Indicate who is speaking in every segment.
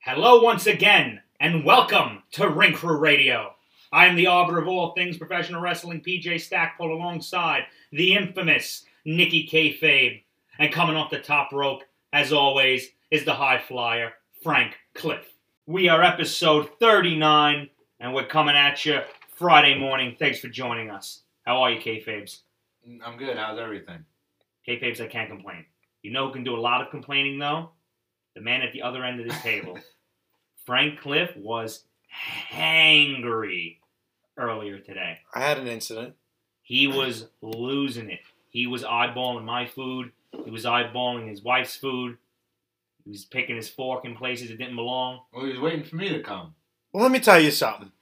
Speaker 1: Hello once again, and welcome to Ring Crew Radio. I am the arbiter of all things professional wrestling, PJ Stackpole, alongside the infamous Nikki K. Fabe. And coming off the top rope, as always, is the high flyer, Frank Cliff. We are episode 39, and we're coming at you Friday morning. Thanks for joining us. How are you, K. Fabes?
Speaker 2: I'm good. How's everything?
Speaker 1: K. Fabes, I can't complain. You know who can do a lot of complaining, though? The man at the other end of this table. Frank Cliff was hangry earlier today.
Speaker 3: I had an incident.
Speaker 1: He was losing it. He was eyeballing my food. He was eyeballing his wife's food. He was picking his fork in places it didn't belong.
Speaker 2: Well, he was waiting for me to come.
Speaker 3: Well, let me tell you something.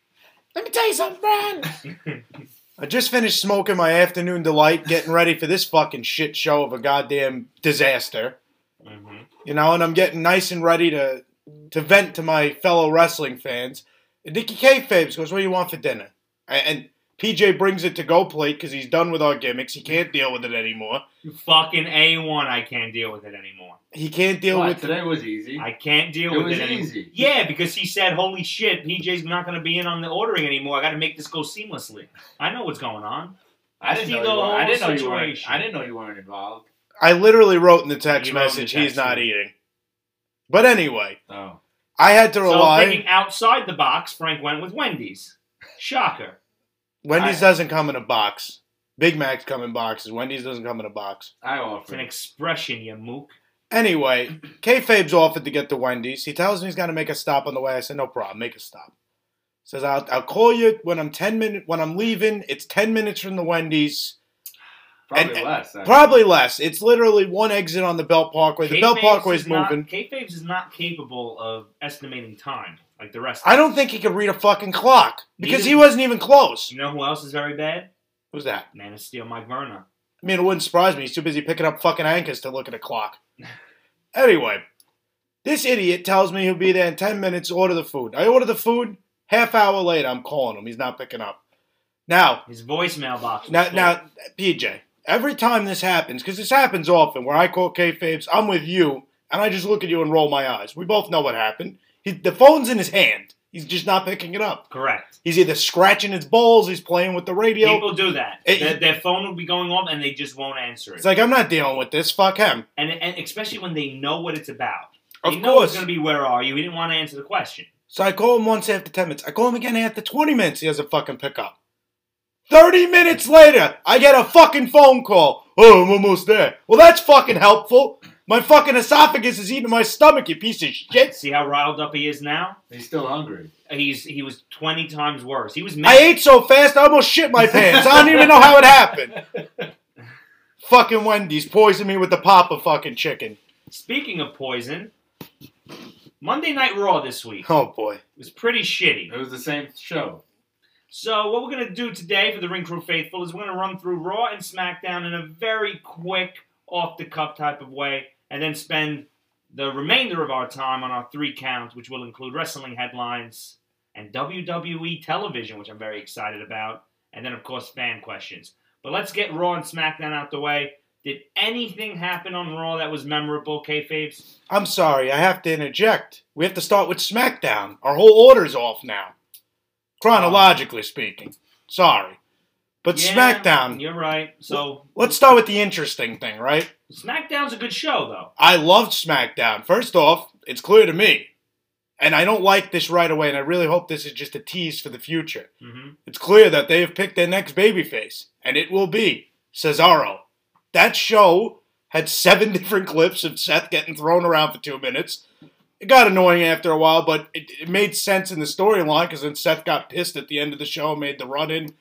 Speaker 3: Let me tell you something, friend. I just finished smoking my afternoon delight, getting ready for this fucking shit show of a goddamn disaster.
Speaker 2: Mm-hmm.
Speaker 1: hmm
Speaker 3: You know, and I'm getting nice and ready to to vent to my fellow wrestling fans. And Nikki K. Fabes goes, "What do you want for dinner?" A- And PJ brings it to go plate because he's done with our gimmicks. He can't deal with it anymore.
Speaker 1: You fucking A1, I can't deal with it anymore.
Speaker 3: He can't deal
Speaker 2: Why,
Speaker 3: with
Speaker 2: today was easy.
Speaker 1: I can't deal
Speaker 2: it
Speaker 1: with
Speaker 2: was
Speaker 1: it anymore.
Speaker 2: easy.
Speaker 1: Yeah, because he said, holy shit, PJ's not going to be in on the ordering anymore. I got to make this go seamlessly. I know what's going on.
Speaker 2: I didn't
Speaker 1: See
Speaker 2: know.
Speaker 1: the
Speaker 2: You were, I
Speaker 1: whole
Speaker 2: didn't know you weren't.
Speaker 1: situation.
Speaker 2: I didn't know you weren't involved.
Speaker 3: I literally wrote in the text
Speaker 1: You wrote in the
Speaker 3: message,
Speaker 1: text,
Speaker 3: "He's not
Speaker 1: yeah.
Speaker 3: eating." But anyway,
Speaker 2: Oh,
Speaker 3: I had to
Speaker 1: So
Speaker 3: rely.
Speaker 1: thinking outside the box, Frank went with Wendy's. Shocker.
Speaker 3: Wendy's
Speaker 2: I-
Speaker 3: doesn't come in a box. Big Macs come in boxes. Wendy's doesn't come in a box.
Speaker 2: I
Speaker 1: It's an
Speaker 2: offered.
Speaker 1: expression, you mook.
Speaker 3: Anyway, K-Fabe's offered to get to Wendy's. He tells me he's got to make a stop on the way. I said, no problem, make a stop. Says, I'll, I'll call you when I'm ten minute when I'm leaving. It's ten minutes from the Wendy's,
Speaker 2: probably
Speaker 3: and-
Speaker 2: less. actually.
Speaker 3: probably less. It's literally one exit on the Belt Parkway. The Belt Parkway's
Speaker 1: is
Speaker 3: moving.
Speaker 1: Not, K-Faves is not capable of estimating time like the rest. of
Speaker 3: I don't think he could read a fucking clock because he
Speaker 1: Neither-
Speaker 3: wasn't even
Speaker 1: us.
Speaker 3: close.
Speaker 1: You know who else is very bad?
Speaker 3: Who's that?
Speaker 1: Man of Steel, Mike Verna.
Speaker 3: I mean, it wouldn't surprise me. He's too busy picking up fucking anchors to look at a clock. Anyway, this idiot tells me he'll be there in 10 minutes, order the food. I order the food, half hour later, I'm calling him. He's not picking up. Now,
Speaker 1: His voicemail box. was
Speaker 3: now,
Speaker 1: full.
Speaker 3: now, PJ, every time this happens, because this happens often, where I call K-Fabes, I'm with you, and I just look at you and roll my eyes. We both know what happened. He, the phone's in his hand. He's just not picking it up.
Speaker 1: Correct.
Speaker 3: He's either scratching his balls, he's playing with the radio.
Speaker 1: People do that.
Speaker 3: It-
Speaker 1: their, their phone will be going off and they just won't answer it.
Speaker 3: it's like, I'm not dealing with this. Fuck him.
Speaker 1: and, and especially when they know what it's about.
Speaker 3: Of
Speaker 1: they know
Speaker 3: course.
Speaker 1: it's going to be where are you? He didn't want to answer the question.
Speaker 3: So I call him once after 10 minutes. I call him again after 20 minutes. He doesn't fucking pick up. 30 minutes later, I get a fucking phone call. Oh, I'm almost there. Well, that's fucking helpful. My fucking esophagus is eating my stomach, you piece of shit.
Speaker 1: See how riled up he is now?
Speaker 2: He's still hungry.
Speaker 1: He's he was 20 times worse. He was mad.
Speaker 3: I ate so fast, I almost shit my pants. I don't even know how it happened. fucking Wendy's poisoned me with the Papa fucking chicken.
Speaker 1: Speaking of poison, Monday Night Raw this week
Speaker 3: Oh, boy.
Speaker 1: was pretty shitty.
Speaker 2: It was the same show.
Speaker 1: So what we're gonna do today for the Ring Crew faithful is we're gonna run through Raw and SmackDown in a very quick, off the cuff type of way, and then spend the remainder of our time on our three counts, which will include wrestling headlines and WWE television, which I'm very excited about, and then of course fan questions. But let's get Raw and SmackDown out the way. Did anything happen on Raw that was memorable, kayfabe's?
Speaker 3: I'm sorry, I have to interject. We have to start with SmackDown. Our whole order's off now, chronologically speaking. Sorry.
Speaker 1: Um,
Speaker 3: But
Speaker 1: Yeah,
Speaker 3: SmackDown,
Speaker 1: You're right. So
Speaker 3: let's start with the interesting thing, right?
Speaker 1: SmackDown's a good show, though.
Speaker 3: I loved SmackDown. First off, it's clear to me, and I don't like this right away, and I really hope this is just a tease for the future.
Speaker 1: hmm
Speaker 3: It's clear that they have picked their next babyface, and it will be Cesaro. That show had seven different clips of Seth getting thrown around for two minutes. It got annoying after a while, but it, it made sense in the storyline because then Seth got pissed at the end of the show, made the run in.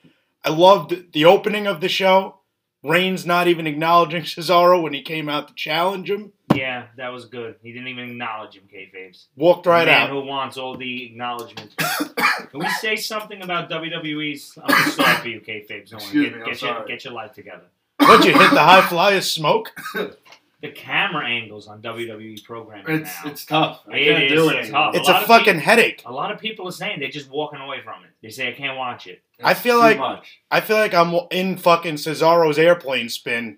Speaker 3: I loved the opening of the show. Reigns not even acknowledging Cesaro when he came out to challenge him.
Speaker 1: Yeah, that was good. He didn't even acknowledge him, kayfabe's.
Speaker 3: Walked right
Speaker 1: man
Speaker 3: out.
Speaker 1: who wants all the acknowledgement. Can we say something about WWE's? I'm sorry for you, kayfabe. Don't
Speaker 2: Excuse
Speaker 1: get,
Speaker 2: me, I'm
Speaker 1: get your
Speaker 2: sorry.
Speaker 1: get your life together.
Speaker 3: What you hit the high flyer smoke?
Speaker 1: The camera angles on WWE programming
Speaker 2: It's
Speaker 1: now.
Speaker 2: it's tough. I
Speaker 1: It
Speaker 2: can't
Speaker 1: is
Speaker 2: do it.
Speaker 1: tough.
Speaker 2: anymore.
Speaker 3: It's
Speaker 1: lot
Speaker 3: a
Speaker 1: of
Speaker 3: fucking headache.
Speaker 1: a lot of people are saying they're just walking away from it. They say I can't watch it.
Speaker 3: I feel
Speaker 2: too
Speaker 3: like-
Speaker 2: much.
Speaker 3: I feel like I'm in fucking Cesaro's airplane spin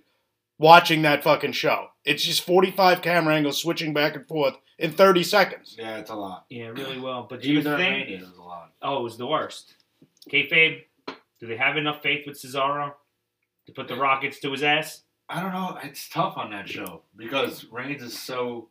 Speaker 3: watching that fucking show. It's just 45 camera angles switching back and forth in 30 seconds.
Speaker 2: Yeah, it's a lot.
Speaker 1: Yeah, really well. But do you
Speaker 2: Even during
Speaker 1: think?
Speaker 2: Mania, it was a lot.
Speaker 1: Oh, it was the worst. Kayfabe, do they have enough faith with Cesaro to put the Rockets to his ass?
Speaker 2: I don't know. It's tough on that show because Reigns is so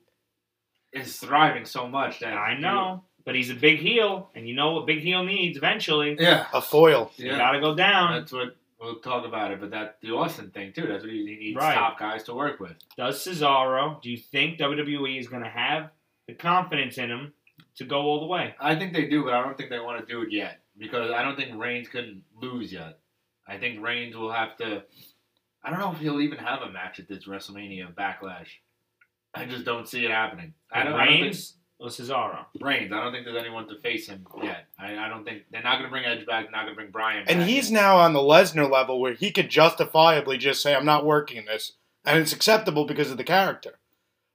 Speaker 2: is thriving so much that
Speaker 1: I know, but he's a big heel, and you know what big heel needs eventually.
Speaker 2: Yeah,
Speaker 3: A foil.
Speaker 1: You
Speaker 2: yeah.
Speaker 1: gotta go down.
Speaker 2: That's what we'll talk about it. But that the Austin thing too. That's what he he needs
Speaker 1: Right.
Speaker 2: top guys to work with.
Speaker 1: Does Cesaro? Do you think WWE is gonna have the confidence in him to go all the way?
Speaker 2: I think they do, but I don't think they want to do it yet because I don't think Reigns can lose yet. I think Reigns will have to. I don't know if he'll even have a match at this WrestleMania Backlash. I just don't see it happening. I don't, I don't think
Speaker 1: Reigns or Cesaro?
Speaker 2: Reigns. I don't think there's anyone to face him yet. I, I don't think they're not going to bring Edge back. They're not going to bring Bryan.
Speaker 3: And
Speaker 2: back.
Speaker 3: he's now on the Lesnar level where he could justifiably just say, I'm not working this. And it's acceptable because of the character.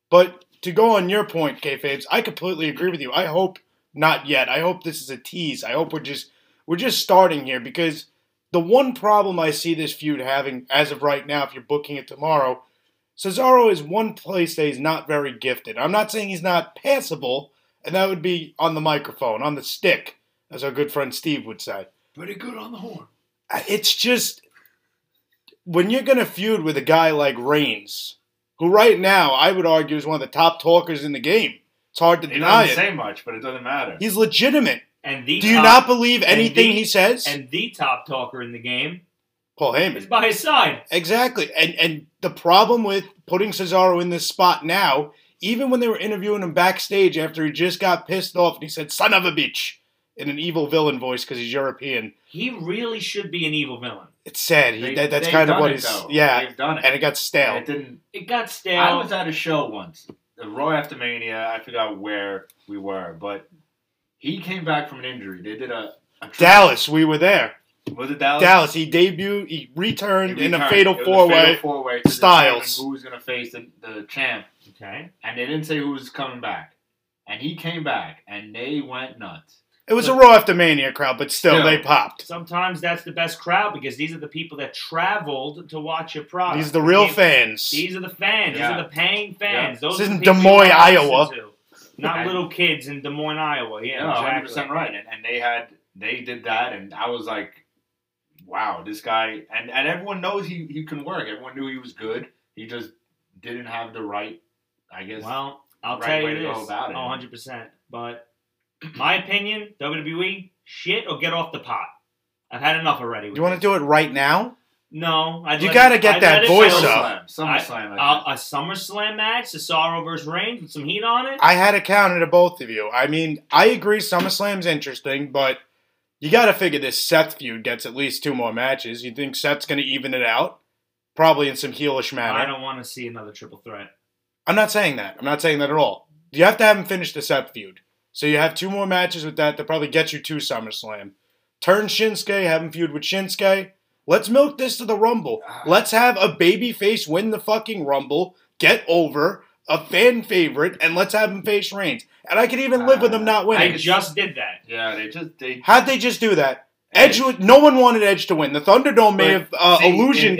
Speaker 3: But to go on your point, Kayfabes, I completely agree with you. I hope not yet. I hope this is a tease. I hope we're just we're just starting here because the one problem I see this feud having as of right now, if you're booking it tomorrow, Cesaro is one place that he's not very gifted. I'm not saying he's not passable, and that would be on the microphone, on the stick, as our good friend Steve would say.
Speaker 2: pretty good on the horn.
Speaker 3: It's just when you're going to feud with a guy like Reigns, who right now I would argue is one of the top talkers in the game. It's hard to
Speaker 2: He
Speaker 3: deny
Speaker 2: doesn't
Speaker 3: it.
Speaker 2: say much, but it doesn't matter.
Speaker 3: He's legitimate.
Speaker 1: And the
Speaker 3: Do you
Speaker 1: top-
Speaker 3: not believe
Speaker 1: and
Speaker 3: anything
Speaker 1: the-
Speaker 3: he says?
Speaker 1: and the top talker in the game
Speaker 3: Paul
Speaker 1: is
Speaker 3: Heyman.
Speaker 1: by his side.
Speaker 3: Exactly. And and the problem with putting Cesaro in this spot now, even when they were interviewing him backstage after he just got pissed off and he said "son of a bitch" in an evil villain voice because he's European.
Speaker 1: He really should be an evil villain.
Speaker 3: It's sad. He,
Speaker 2: They-
Speaker 3: that, that's
Speaker 2: they've
Speaker 3: kind of
Speaker 2: done
Speaker 3: what
Speaker 2: it,
Speaker 3: he's.
Speaker 2: though.
Speaker 3: Yeah,
Speaker 2: They've done it.
Speaker 3: and it got stale.
Speaker 2: it didn't.
Speaker 1: It got stale.
Speaker 2: I was at a show once, the Raw after Mania. I forgot where we were, but he came back from an injury. They did a, a tri-
Speaker 3: Dallas, we were there.
Speaker 2: Was it Dallas?
Speaker 3: Dallas, he debuted, he returned
Speaker 2: He
Speaker 3: in a
Speaker 2: returned.
Speaker 3: fatal
Speaker 2: It was a
Speaker 3: four way.
Speaker 2: fatal four-way to
Speaker 3: Styles.
Speaker 2: determine Who was going to face the, the champ?
Speaker 1: okay.
Speaker 2: And they didn't say who was coming back. And he came back, and they went nuts.
Speaker 3: It was a Raw after Mania crowd, but still,
Speaker 2: Still.
Speaker 3: they popped.
Speaker 1: Sometimes that's the best crowd because these are the people that traveled to watch your product.
Speaker 3: These are the real
Speaker 1: These-
Speaker 3: fans.
Speaker 1: These are the fans. These
Speaker 2: Yeah.
Speaker 1: are the paying fans. Those
Speaker 3: This
Speaker 1: are the
Speaker 3: isn't
Speaker 1: people
Speaker 3: Des
Speaker 1: you
Speaker 3: Moines,
Speaker 1: wanna listen
Speaker 3: Iowa.
Speaker 1: to. Not
Speaker 2: And-
Speaker 1: little kids in Des Moines, Iowa. Yeah,
Speaker 2: Yeah, hundred
Speaker 1: exactly.
Speaker 2: percent right. And, and they had they did that, and I was like, wow, this guy. And and everyone knows he he can work. Everyone knew he was good. He just didn't have the right, I guess.
Speaker 1: Well, I'll
Speaker 2: Right
Speaker 1: tell
Speaker 2: way
Speaker 1: you
Speaker 2: to go
Speaker 1: this.
Speaker 2: about it.
Speaker 1: Oh, 100%. But my opinion, WWE, shit or get off the pot. I've had enough already.
Speaker 3: you want to do it right now?
Speaker 1: No. I'd
Speaker 3: You
Speaker 1: let
Speaker 3: gotta
Speaker 1: it-
Speaker 3: get
Speaker 1: I'd
Speaker 3: that
Speaker 1: let it
Speaker 3: voice
Speaker 1: go.
Speaker 3: up.
Speaker 2: SummerSlam, SummerSlam. I
Speaker 1: Uh, a SummerSlam match, Cesaro versus Reigns with some heat on it.
Speaker 3: I had it counted to both of you. I mean, I agree SummerSlam's interesting, but you got to figure this Seth feud gets at least two more matches. You think Seth's going to even it out? Probably in some heelish manner.
Speaker 1: I don't want to see another triple threat.
Speaker 3: I'm not saying that. I'm not saying that at all. You have to have him finish the Seth feud. So you have two more matches with that that probably get you to SummerSlam. Turn Shinsuke, have him feud with Shinsuke. Let's milk this to the Rumble.
Speaker 2: Ah.
Speaker 3: Let's have a babyface win the fucking Rumble, get over, a fan favorite, and let's have him face Reigns. And I could even live
Speaker 2: Ah.
Speaker 3: with him not
Speaker 1: I
Speaker 3: winning.
Speaker 1: just did that.
Speaker 2: yeah, they just they.
Speaker 3: How'd they just do that? Edge, would, no one wanted Edge to win. The Thunderdome may have uh,
Speaker 2: See,
Speaker 3: illusioned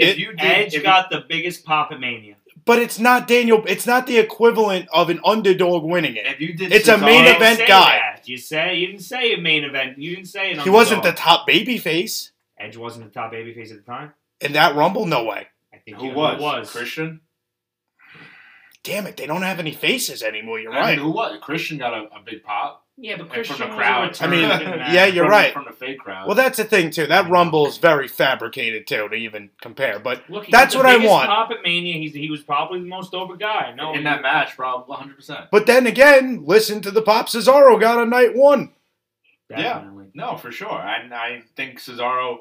Speaker 2: if,
Speaker 3: it.
Speaker 2: If you did, if
Speaker 1: Edge
Speaker 2: you-
Speaker 1: got the biggest pop at Mania.
Speaker 3: but it's not Daniel. It's not the equivalent of an underdog winning it.
Speaker 2: if you did
Speaker 3: It's a
Speaker 2: Cesaro-
Speaker 3: main
Speaker 1: You didn't
Speaker 3: event
Speaker 1: say
Speaker 3: guy.
Speaker 1: that. You say you didn't say a main event. You didn't say it.
Speaker 3: He wasn't the top babyface
Speaker 1: Edge wasn't the top babyface at the time.
Speaker 3: in that Rumble. No way.
Speaker 1: I think
Speaker 2: Who
Speaker 1: you know
Speaker 2: was?
Speaker 1: Who was?
Speaker 2: Christian?
Speaker 3: Damn it, they don't have any faces anymore. You're
Speaker 2: I mean,
Speaker 3: right.
Speaker 2: who was? Christian got a, a big pop.
Speaker 1: Yeah, but
Speaker 2: the
Speaker 1: Christian was a
Speaker 2: crowd.
Speaker 1: return,
Speaker 3: I mean,
Speaker 1: it didn't matter.
Speaker 3: yeah, you're
Speaker 2: from,
Speaker 3: right.
Speaker 2: From the fake crowd.
Speaker 3: Well, that's the thing too. That Rumble is very fabricated too to even compare. But
Speaker 1: Look, he
Speaker 3: that's
Speaker 1: was the
Speaker 3: what I
Speaker 1: biggest
Speaker 3: want.
Speaker 1: Pop at Mania. He's, he was probably the most over guy. No,
Speaker 2: in that match, probably 100. percent
Speaker 3: but then again, listen to the pop Cesaro got on night one.
Speaker 1: definitely.
Speaker 2: No, for sure. And I think Cesaro,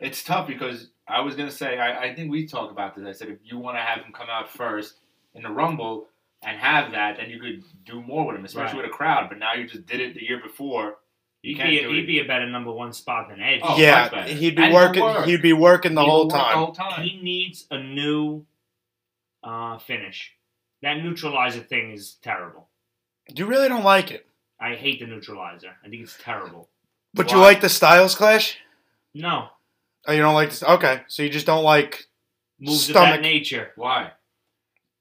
Speaker 2: it's tough because I was going to say, I, I think we talked about this. I said, if you want to have him come out first in the Rumble and have that, then you could do more with him, especially
Speaker 1: Right.
Speaker 2: with a crowd. But now you just did it the year before. You
Speaker 1: He'd,
Speaker 2: can't
Speaker 1: be a,
Speaker 2: do
Speaker 1: he'd
Speaker 2: it.
Speaker 1: be a better number one spot than Edge.
Speaker 2: Oh, much
Speaker 3: yeah,
Speaker 2: better.
Speaker 3: he'd be
Speaker 2: And
Speaker 3: working.
Speaker 2: the work.
Speaker 3: He'd be working the
Speaker 2: He
Speaker 3: whole
Speaker 2: won The
Speaker 3: time.
Speaker 2: whole time.
Speaker 1: He needs a new uh, finish. That neutralizer thing is terrible.
Speaker 3: You really don't like it,
Speaker 1: I hate the neutralizer. I think it's terrible.
Speaker 3: but you
Speaker 2: Why?
Speaker 3: like the Styles clash.
Speaker 1: No
Speaker 3: Oh, you don't like this? Okay, so you just don't like
Speaker 1: moves of
Speaker 3: Stomach.
Speaker 1: that nature.
Speaker 2: Why?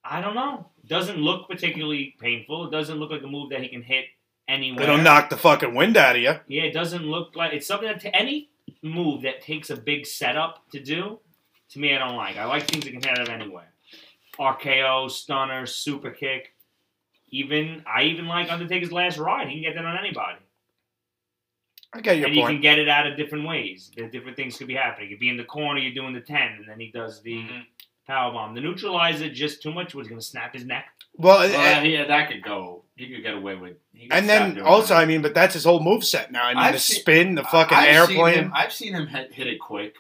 Speaker 1: I don't know. Doesn't look particularly painful. It doesn't look like a move that he can hit anywhere.
Speaker 3: It'll knock the fucking wind out of you.
Speaker 1: Yeah, it doesn't look like it's something that to any move that takes a big setup to do. To me, I don't like. I like things that can hit out of anywhere. RKO, stunner, super kick. Even I even like Undertaker's last ride. He can get that on anybody,
Speaker 3: I get your
Speaker 1: and you
Speaker 3: point.
Speaker 1: can get it out of different ways. There's different things could be happening. You'd be in the corner, you're doing the ten, and then he does the
Speaker 3: Mm-hmm.
Speaker 2: Mhm.
Speaker 1: power bomb. The neutralizer just too much was going to snap his neck.
Speaker 3: well,
Speaker 2: Well, yeah,
Speaker 3: Uh, and,
Speaker 2: yeah, that could go. He could get away with. he could
Speaker 3: and
Speaker 2: stop
Speaker 3: then
Speaker 2: doing
Speaker 3: also,
Speaker 2: that.
Speaker 3: I mean, but that's his whole move set now. I mean,
Speaker 2: I've
Speaker 3: the
Speaker 2: seen-
Speaker 3: spin, the fucking
Speaker 2: I- I've seen
Speaker 3: airplane,
Speaker 2: him- I've seen him hit, hit it quick.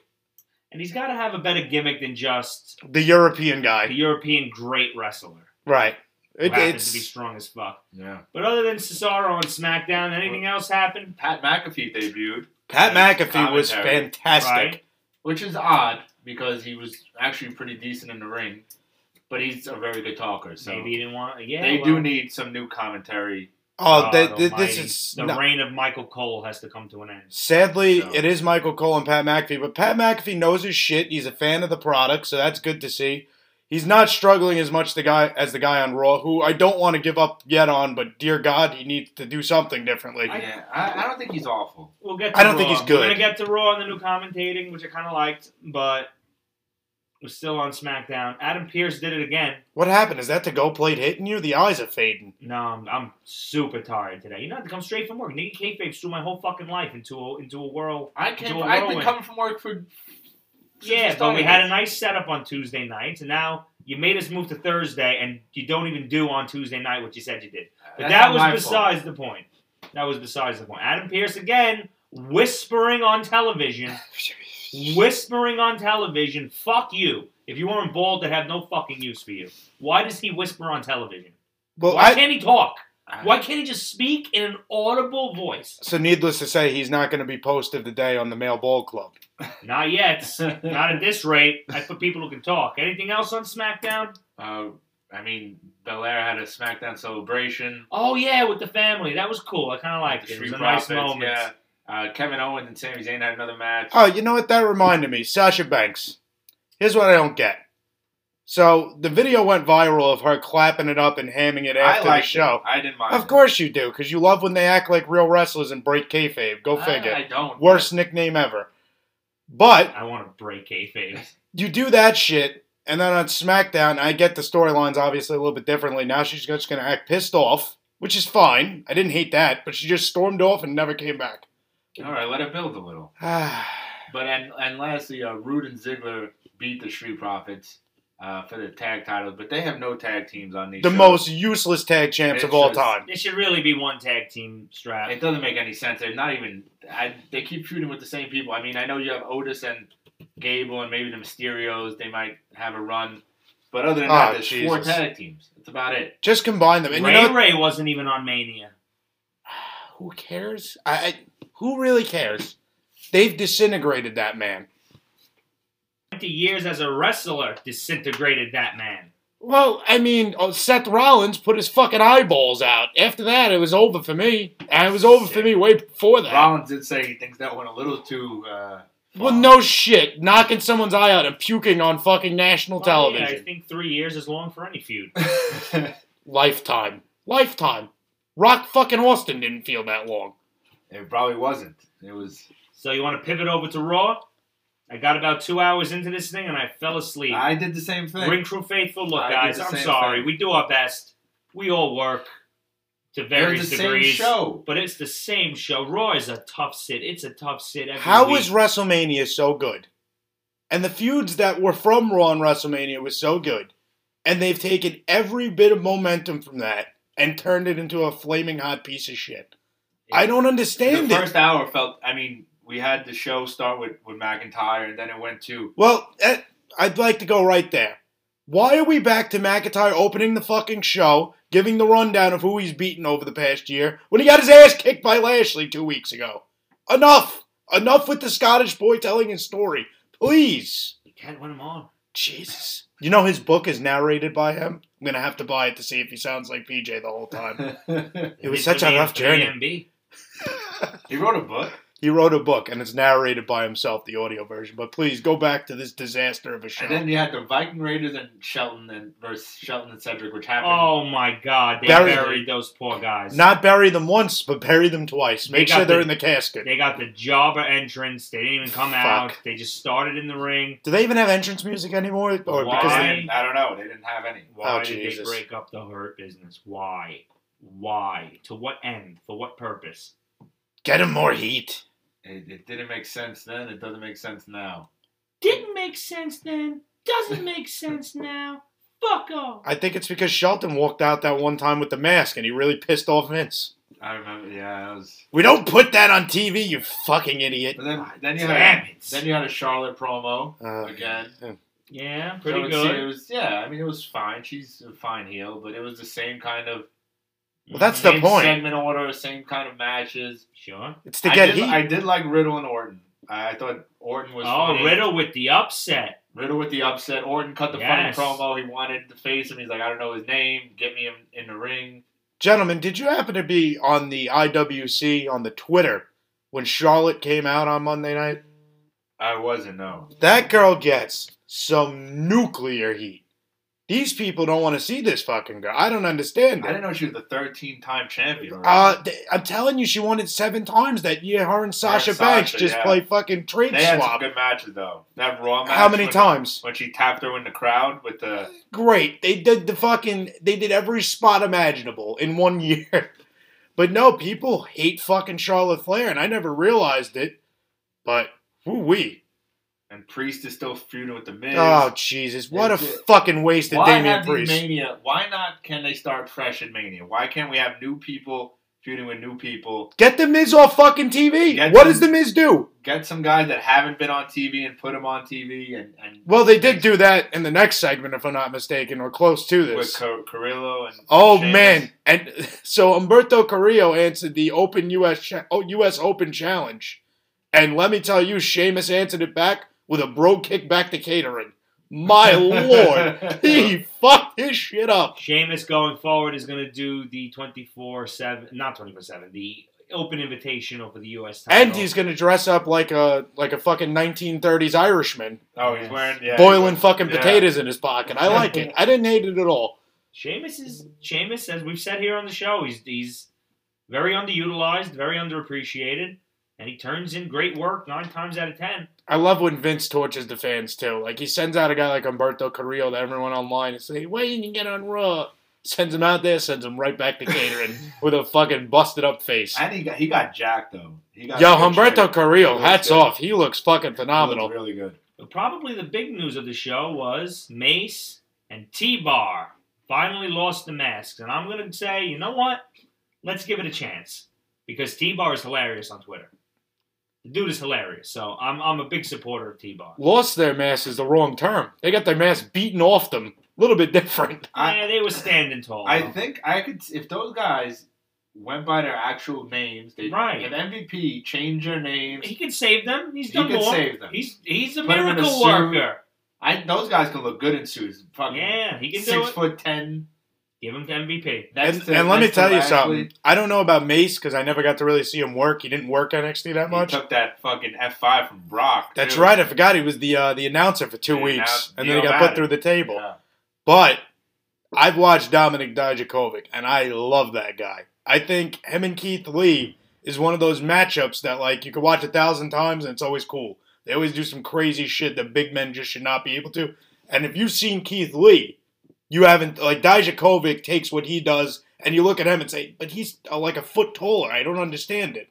Speaker 1: And he's got to have a better gimmick than just
Speaker 3: the European
Speaker 1: the
Speaker 3: guy,
Speaker 1: European great wrestler
Speaker 3: right?
Speaker 1: who
Speaker 3: It,
Speaker 1: happens to be
Speaker 3: it's
Speaker 1: strong as fuck.
Speaker 2: Yeah.
Speaker 1: But other than Cesaro on SmackDown, anything else happened?
Speaker 2: Pat McAfee debuted,
Speaker 3: Pat McAfee was
Speaker 2: Commentary,
Speaker 3: fantastic.
Speaker 1: Right?
Speaker 2: which is odd because he was actually pretty decent in the ring, but he's a very good talker. So
Speaker 1: Maybe he didn't want. Yeah,
Speaker 2: they
Speaker 1: well,
Speaker 2: do need some new commentary.
Speaker 1: God
Speaker 3: Oh, th- th- this
Speaker 1: almighty.
Speaker 3: is
Speaker 1: the
Speaker 3: no-
Speaker 1: reign of Michael Cole has to come to an end.
Speaker 3: sadly
Speaker 2: So-
Speaker 3: it is Michael Cole and Pat McAfee, but Pat McAfee knows his shit. He's a fan of the product, so that's good to see. He's not struggling as much the guy as the guy on Raw, who I don't want to give up yet on, but dear God, he needs to do something differently.
Speaker 2: yeah, I, I don't think he's awful.
Speaker 1: We'll get. To
Speaker 3: I don't think
Speaker 1: Raw.
Speaker 3: he's good.
Speaker 1: We're gonna get to Raw and the new commentating, which I kind of liked, but we're still on SmackDown. Adam Pierce did it again.
Speaker 3: What happened? Is that the go plate hitting you? The eyes are fading.
Speaker 1: No, I'm, I'm super tired today. You know, I have to come straight from work. Nikki kayfabe threw my whole fucking life into a, into a whirl.
Speaker 2: I can't.
Speaker 1: Joel
Speaker 2: I've been
Speaker 1: Rowan.
Speaker 2: coming from work for. since
Speaker 1: Yeah,
Speaker 2: the
Speaker 1: but we
Speaker 2: start.
Speaker 1: had a nice setup on Tuesday nights, and now you made us move to Thursday, and you don't even do on Tuesday night what you said you did. But
Speaker 2: That's
Speaker 1: that
Speaker 2: not my
Speaker 1: was
Speaker 2: fault.
Speaker 1: besides the point. That was besides the point. Adam Pierce again whispering on television, whispering on television. Fuck you. If you weren't bald, they'd have no fucking use for you. Why does he whisper on television?
Speaker 3: Well,
Speaker 1: Why
Speaker 3: I,
Speaker 1: can't he talk?
Speaker 2: I-
Speaker 1: Why can't he just speak in an audible voice?
Speaker 3: so needless to say, he's not going to be posted today on the Male Ball Club.
Speaker 1: Not yet. Not at this rate. I put people who can talk. Anything else on SmackDown?
Speaker 2: Uh, I mean, Belair had a SmackDown celebration.
Speaker 1: Oh yeah, with the family. That was cool. I kind of liked
Speaker 2: The
Speaker 1: it. It was
Speaker 2: Street
Speaker 1: a nice
Speaker 2: Profits,
Speaker 1: moment.
Speaker 2: Yeah. Uh, Kevin Owens and Sami Zayn had another match.
Speaker 3: Oh, you know what? That reminded me. Sasha Banks. Here's what I don't get. So the video went viral of her clapping it up and hamming it after the
Speaker 2: liked
Speaker 3: show.
Speaker 2: it. I didn't mind.
Speaker 3: Of
Speaker 2: it.
Speaker 3: course you do, because you love when they act like real wrestlers and break kayfabe. Go
Speaker 2: I-
Speaker 3: figure.
Speaker 2: I don't.
Speaker 3: Worst nickname ever. But
Speaker 1: I want to break kayfabe.
Speaker 3: you do that shit, and then on SmackDown, I get the storylines obviously a little bit differently. Now she's just going to act pissed off, which is fine. I didn't hate that, but she just stormed off and never came back.
Speaker 2: All right, let it build a little. But and and lastly, uh, Rude and Ziggler beat the Street Profits uh, for the tag titles, but they have no tag teams on these.
Speaker 3: the
Speaker 2: shows.
Speaker 3: most useless tag champs of
Speaker 2: It's
Speaker 3: all
Speaker 2: just-
Speaker 3: time.
Speaker 1: There should really be one tag team strap.
Speaker 2: It doesn't make any sense. They're not even. I, they keep shooting with the same people. I mean, I know you have Otis and Gable and maybe the Mysterios. They might have a run, but other than
Speaker 3: Oh,
Speaker 2: that, there's four
Speaker 3: Jesus.
Speaker 2: tag teams. That's about it.
Speaker 3: Just combine them. And
Speaker 1: Ray
Speaker 3: you know,
Speaker 1: Ray wasn't even on Mania.
Speaker 3: who cares? I, I who really cares? They've disintegrated that man.
Speaker 1: 20 years as a wrestler disintegrated that man.
Speaker 3: Well, I mean, oh, Seth Rollins put his fucking eyeballs out. After that, it was over for me. And it was over for me way before that.
Speaker 2: Rollins did say he thinks that went a little too. Uh,
Speaker 3: Well,
Speaker 2: far.
Speaker 3: no shit, knocking someone's eye out and puking on fucking national
Speaker 1: Well, yeah,
Speaker 3: television.
Speaker 1: I think three years is long for any feud.
Speaker 3: Lifetime, lifetime. Rock fucking Austin didn't feel that long.
Speaker 2: it probably wasn't. It was.
Speaker 1: So you want to pivot over to Raw? I got about two hours into this thing and I fell asleep.
Speaker 2: I did the same thing.
Speaker 1: Ring crew faithful. Look,
Speaker 2: I did
Speaker 1: guys,
Speaker 2: the
Speaker 1: I'm
Speaker 2: same
Speaker 1: sorry.
Speaker 2: thing.
Speaker 1: We do our best. We all work to
Speaker 2: It was
Speaker 1: various
Speaker 2: the
Speaker 1: degrees.
Speaker 2: same show.
Speaker 1: But it's the same show. Raw is a tough sit. It's a tough sit every
Speaker 3: How
Speaker 1: week.
Speaker 3: was WrestleMania so good? And the feuds that were from Raw and WrestleMania was so good. And they've taken every bit of momentum from that and turned it into a flaming hot piece of shit. I don't
Speaker 2: The
Speaker 3: understand
Speaker 2: first
Speaker 3: it.
Speaker 2: hour felt. I mean, we had the show start with with McIntyre, and then it went to.
Speaker 3: Well, eh, I'd like to go right there. Why are we back to McIntyre opening the fucking show, giving the rundown of who he's beaten over the past year, when he got his ass kicked by Lashley two weeks ago? Enough! Enough with the Scottish boy telling his story. Please!
Speaker 1: You can't win them all.
Speaker 3: Jesus. You know his book is narrated by him. I'm gonna have to buy it to see if he sounds like PJ the whole time. It was
Speaker 1: Needs
Speaker 3: such
Speaker 1: to
Speaker 3: a
Speaker 1: be
Speaker 3: rough
Speaker 1: in
Speaker 3: journey.
Speaker 1: 3MB.
Speaker 2: he wrote a book.
Speaker 3: He wrote a book and it's narrated by himself, the audio version. But please go back to this disaster of a show.
Speaker 2: And then you had the Viking Raiders and Shelton and versus Shelton and Cedric, which happened.
Speaker 1: Oh my God! They
Speaker 3: Buried-
Speaker 1: buried those poor guys.
Speaker 3: Not bury them once, but bury them twice.
Speaker 1: They
Speaker 3: Make
Speaker 1: got
Speaker 3: sure they're
Speaker 1: the-
Speaker 3: in the casket.
Speaker 1: They got the jobber entrance. They didn't even come
Speaker 3: Fuck.
Speaker 1: out. They just started in the ring.
Speaker 3: Do they even have entrance music anymore? Or
Speaker 1: Why?
Speaker 3: because
Speaker 2: They
Speaker 3: they,
Speaker 2: didn't- I don't know. They didn't have any.
Speaker 1: Why
Speaker 3: Oh,
Speaker 1: did
Speaker 3: Jesus.
Speaker 1: they break up the hurt business? Why? Why? To what end? For what purpose?
Speaker 3: get him more heat.
Speaker 2: It, it didn't make sense then. It doesn't make sense now.
Speaker 1: Didn't make sense then. Doesn't make sense now. Fuck off.
Speaker 3: I think it's because Shelton walked out that one time with the mask and he really pissed off Vince.
Speaker 2: I remember. Yeah, that was.
Speaker 3: We don't put that on TV, you fucking idiot.
Speaker 2: But then, then you
Speaker 1: Damn
Speaker 2: had
Speaker 1: it.
Speaker 2: then you had a Charlotte promo
Speaker 3: Uh,
Speaker 2: again.
Speaker 1: yeah, pretty
Speaker 2: So it's- It
Speaker 1: good.
Speaker 2: was yeah. I mean, it was fine. She's a fine heel, but it was the same kind of
Speaker 3: Well, that's the
Speaker 2: same
Speaker 3: point.
Speaker 2: Segment order, same kind of matches.
Speaker 1: Sure.
Speaker 3: it's to
Speaker 2: I
Speaker 3: get
Speaker 2: did,
Speaker 3: heat.
Speaker 2: I did like Riddle and Orton. I, I thought Orton was
Speaker 1: Oh,
Speaker 2: funny.
Speaker 1: Riddle with the upset.
Speaker 2: Riddle with the upset. Orton cut the
Speaker 1: Yes.
Speaker 2: funny promo. He wanted to face him. He's like, I don't know his name. Get me him in the ring.
Speaker 3: Gentlemen, did you happen to be on the IWC on the Twitter when Charlotte came out on Monday night?
Speaker 2: I wasn't no.
Speaker 3: That girl gets some nuclear heat. These people don't want to see this fucking girl. I don't understand
Speaker 2: I
Speaker 3: it.
Speaker 2: didn't know she was the 13 time champion. already.
Speaker 3: Uh, th- I'm telling you, she won it seven times that year. Her and Sasha
Speaker 2: and Sasha,
Speaker 3: Banks just
Speaker 2: yeah.
Speaker 3: play fucking trade
Speaker 2: they had some
Speaker 3: swap.
Speaker 2: good matches though. That Raw match.
Speaker 3: How many
Speaker 2: when-
Speaker 3: times?
Speaker 2: When she tapped her in the crowd with the
Speaker 3: Great. They did the fucking. They did every spot imaginable in one year. But no, people hate fucking Charlotte Flair, and I never realized it. But woo wee.
Speaker 2: and Priest is still feuding with the Miz.
Speaker 3: Oh Jesus! What a
Speaker 2: It's it.
Speaker 3: fucking waste of
Speaker 2: why
Speaker 3: Damian
Speaker 2: have these
Speaker 3: Priest.
Speaker 2: Mania? Why not? Can they start fresh in Mania? Why can't we have new people feuding with new people?
Speaker 3: Get the Miz off fucking TV.
Speaker 2: Get
Speaker 3: what
Speaker 2: them-
Speaker 3: does the Miz do?
Speaker 2: Get some guys that haven't been on TV and put them on TV and and
Speaker 3: Well, they did do that in the next segment, if I'm not mistaken, or close to this.
Speaker 2: with Car- Carrillo and
Speaker 3: Oh
Speaker 2: Sheamus.
Speaker 3: man! And so Umberto Carrillo answered the Open U.S. cha- oh, U.S. Open Challenge, and let me tell you, Sheamus answered it back with a bro kick back to catering. My lord, he fucked his shit up.
Speaker 1: Sheamus going forward is going to do the 24 7, not 24 7, the open invitational for the U.S. title.
Speaker 3: And he's gonna dress up like a like a fucking 1930s Irishman,
Speaker 2: oh, he's
Speaker 1: Yes.
Speaker 2: wearing yeah, he's
Speaker 3: boiling
Speaker 2: wearing-
Speaker 3: fucking
Speaker 2: yeah.
Speaker 3: potatoes in his pocket. I like it. I didn't hate it at all.
Speaker 1: Sheamus is Sheamus, as we've said here on the show, he's he's very underutilized, very underappreciated, and he turns in great work nine times out of ten.
Speaker 3: I love when Vince tortures the fans too. Like he sends out a guy like Umberto Carrillo to everyone online and say, "Wait, you can get on Raw." Sends him out there, sends him right back to catering with a fucking busted up face.
Speaker 2: And he got he got jacked though. He got
Speaker 3: Yo,
Speaker 2: good
Speaker 3: Humberto
Speaker 2: shape.
Speaker 3: Carrillo,
Speaker 2: Looks
Speaker 3: hats
Speaker 2: good.
Speaker 3: off. He looks fucking
Speaker 2: He looked
Speaker 3: phenomenal.
Speaker 2: Really good.
Speaker 1: But probably the big news of the show was Mace and T Bar finally lost the masks. And I'm gonna say, you know what? Let's give it a chance. Because T Bar is hilarious on Twitter. The dude is hilarious, so I'm I'm a big supporter of T Bar.
Speaker 3: Lost their mask is the wrong term. They got their mask beaten off them. A little bit different.
Speaker 2: I-
Speaker 1: Yeah, they were standing tall.
Speaker 2: I
Speaker 1: though.
Speaker 2: think I could if those guys went by their actual names. They,
Speaker 1: Right.
Speaker 2: If MVP changed their names,
Speaker 1: he could save them. He's
Speaker 2: He
Speaker 1: done
Speaker 2: could
Speaker 1: more.
Speaker 2: save them.
Speaker 1: He's he's a
Speaker 2: Put him in a
Speaker 1: miracle
Speaker 2: suit.
Speaker 1: worker.
Speaker 2: I those guys can look good in suits. Fucking
Speaker 1: Yeah, he can do
Speaker 2: six
Speaker 1: it.
Speaker 2: foot ten.
Speaker 1: Give him to MVP.
Speaker 2: Next
Speaker 3: and
Speaker 2: to,
Speaker 3: and let me
Speaker 2: next to
Speaker 3: tell you
Speaker 2: Lashley.
Speaker 3: something. I don't know about Mace because I never got to really see him work. He didn't work NXT that
Speaker 2: He
Speaker 3: much.
Speaker 2: took that fucking F five from Brock.
Speaker 3: That's
Speaker 2: too.
Speaker 3: right. I forgot he was the uh, the announcer for two
Speaker 2: The
Speaker 3: weeks,
Speaker 2: announce-
Speaker 3: and
Speaker 2: Neil
Speaker 3: then he got
Speaker 2: Madden.
Speaker 3: put through the table.
Speaker 2: Yeah.
Speaker 3: But I've watched Dominic Dijakovic, and I love that guy. I think him and Keith Lee is one of those matchups that like you could watch a thousand times, and it's always cool. They always do some crazy shit that big men just should not be able to. And if you've seen Keith Lee, you haven't like Dijakovic takes what he does, and you look at him and say, "But he's uh, like a foot taller. I don't understand it."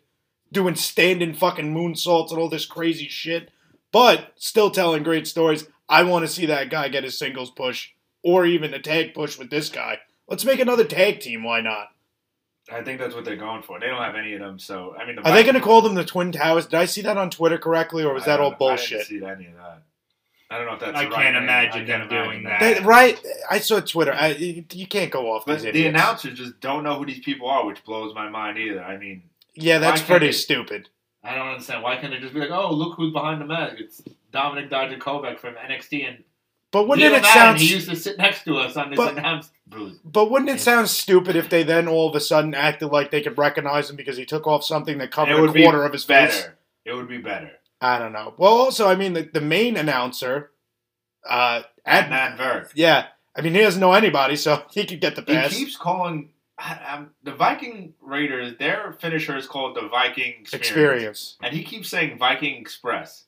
Speaker 3: Doing standing fucking moonsaults and all this crazy shit, but still telling great stories. I want to see that guy get his singles push or even a tag push with this guy. Let's make another tag team. Why not?
Speaker 2: I think that's what they're going for. They don't have any of them, so I mean, the
Speaker 3: Are they
Speaker 2: Vikings-
Speaker 3: going to call them the Twin Towers? Did I see that on Twitter correctly, or was
Speaker 2: I
Speaker 3: that
Speaker 2: don't
Speaker 3: all
Speaker 2: know.
Speaker 3: bullshit?
Speaker 2: I didn't see any of that. I don't know if that's.
Speaker 1: I
Speaker 2: the
Speaker 1: can't
Speaker 2: name.
Speaker 1: imagine
Speaker 2: I
Speaker 1: them
Speaker 2: can't
Speaker 1: doing
Speaker 2: imagine
Speaker 1: that.
Speaker 3: They- right? I saw Twitter. I, you you can't go off
Speaker 2: But
Speaker 3: these
Speaker 2: the
Speaker 3: idiots.
Speaker 2: announcers just don't know who these people are, which blows my mind either. I mean,
Speaker 3: yeah, that's
Speaker 2: why can't
Speaker 3: pretty
Speaker 2: they-
Speaker 3: stupid.
Speaker 2: I don't understand. Why can't they just be like, oh, look who's behind the mask? It's Dominic Dijakovic from NXT. And
Speaker 3: But wouldn't
Speaker 2: Neil
Speaker 3: it
Speaker 2: Madden,
Speaker 3: sound?
Speaker 2: He used to sit next to us on this
Speaker 3: But-
Speaker 2: announced booth.
Speaker 3: But wouldn't it sound stupid if they then all of a sudden acted like they could recognize him because he took off something that covered
Speaker 2: It
Speaker 3: a
Speaker 2: would be
Speaker 3: quarter of his face?
Speaker 2: Better. It would be better.
Speaker 3: I don't know. Well, also, I mean, the, the main announcer, uh,
Speaker 2: At
Speaker 3: at,
Speaker 2: Matt Verk.
Speaker 3: yeah, I mean, he doesn't know anybody, so he could get the
Speaker 2: He
Speaker 3: pass.
Speaker 2: keeps calling I, I'm- the Viking Raiders. Their finisher is called the Viking Experience,
Speaker 3: Experience.
Speaker 2: and he keeps saying Viking Express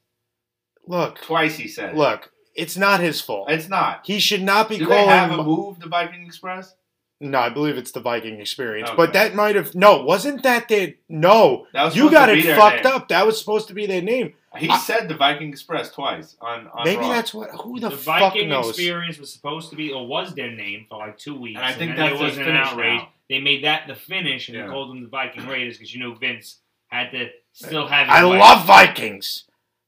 Speaker 3: Look,
Speaker 2: twice. He said,
Speaker 3: look, it's not his fault.
Speaker 2: it's not."
Speaker 3: He should not be
Speaker 2: Do they
Speaker 3: calling.
Speaker 2: have a move, the Viking Express?
Speaker 3: no, I believe it's the Viking Experience,
Speaker 2: Okay.
Speaker 3: but that might have no. Wasn't that the no?
Speaker 2: That was
Speaker 3: You
Speaker 2: supposed
Speaker 3: got
Speaker 2: to
Speaker 3: it
Speaker 2: be their
Speaker 3: fucked
Speaker 2: name.
Speaker 3: up. That was supposed to be their name.
Speaker 2: He
Speaker 3: I-
Speaker 2: said the Viking Express twice on, on
Speaker 3: Maybe
Speaker 2: Raw.
Speaker 3: that's what. Who the,
Speaker 1: The
Speaker 3: fuck
Speaker 1: Viking
Speaker 3: knows?
Speaker 1: experience was supposed to be or was their name for like two weeks.
Speaker 2: and I think
Speaker 1: then
Speaker 2: that's
Speaker 1: there
Speaker 2: was
Speaker 1: was an
Speaker 2: finish
Speaker 1: outrage.
Speaker 2: now.
Speaker 1: They made that the finish and
Speaker 2: Yeah.
Speaker 1: they called them the Viking Raiders because you know Vince had to still have. his
Speaker 3: I
Speaker 1: way.
Speaker 3: love Vikings.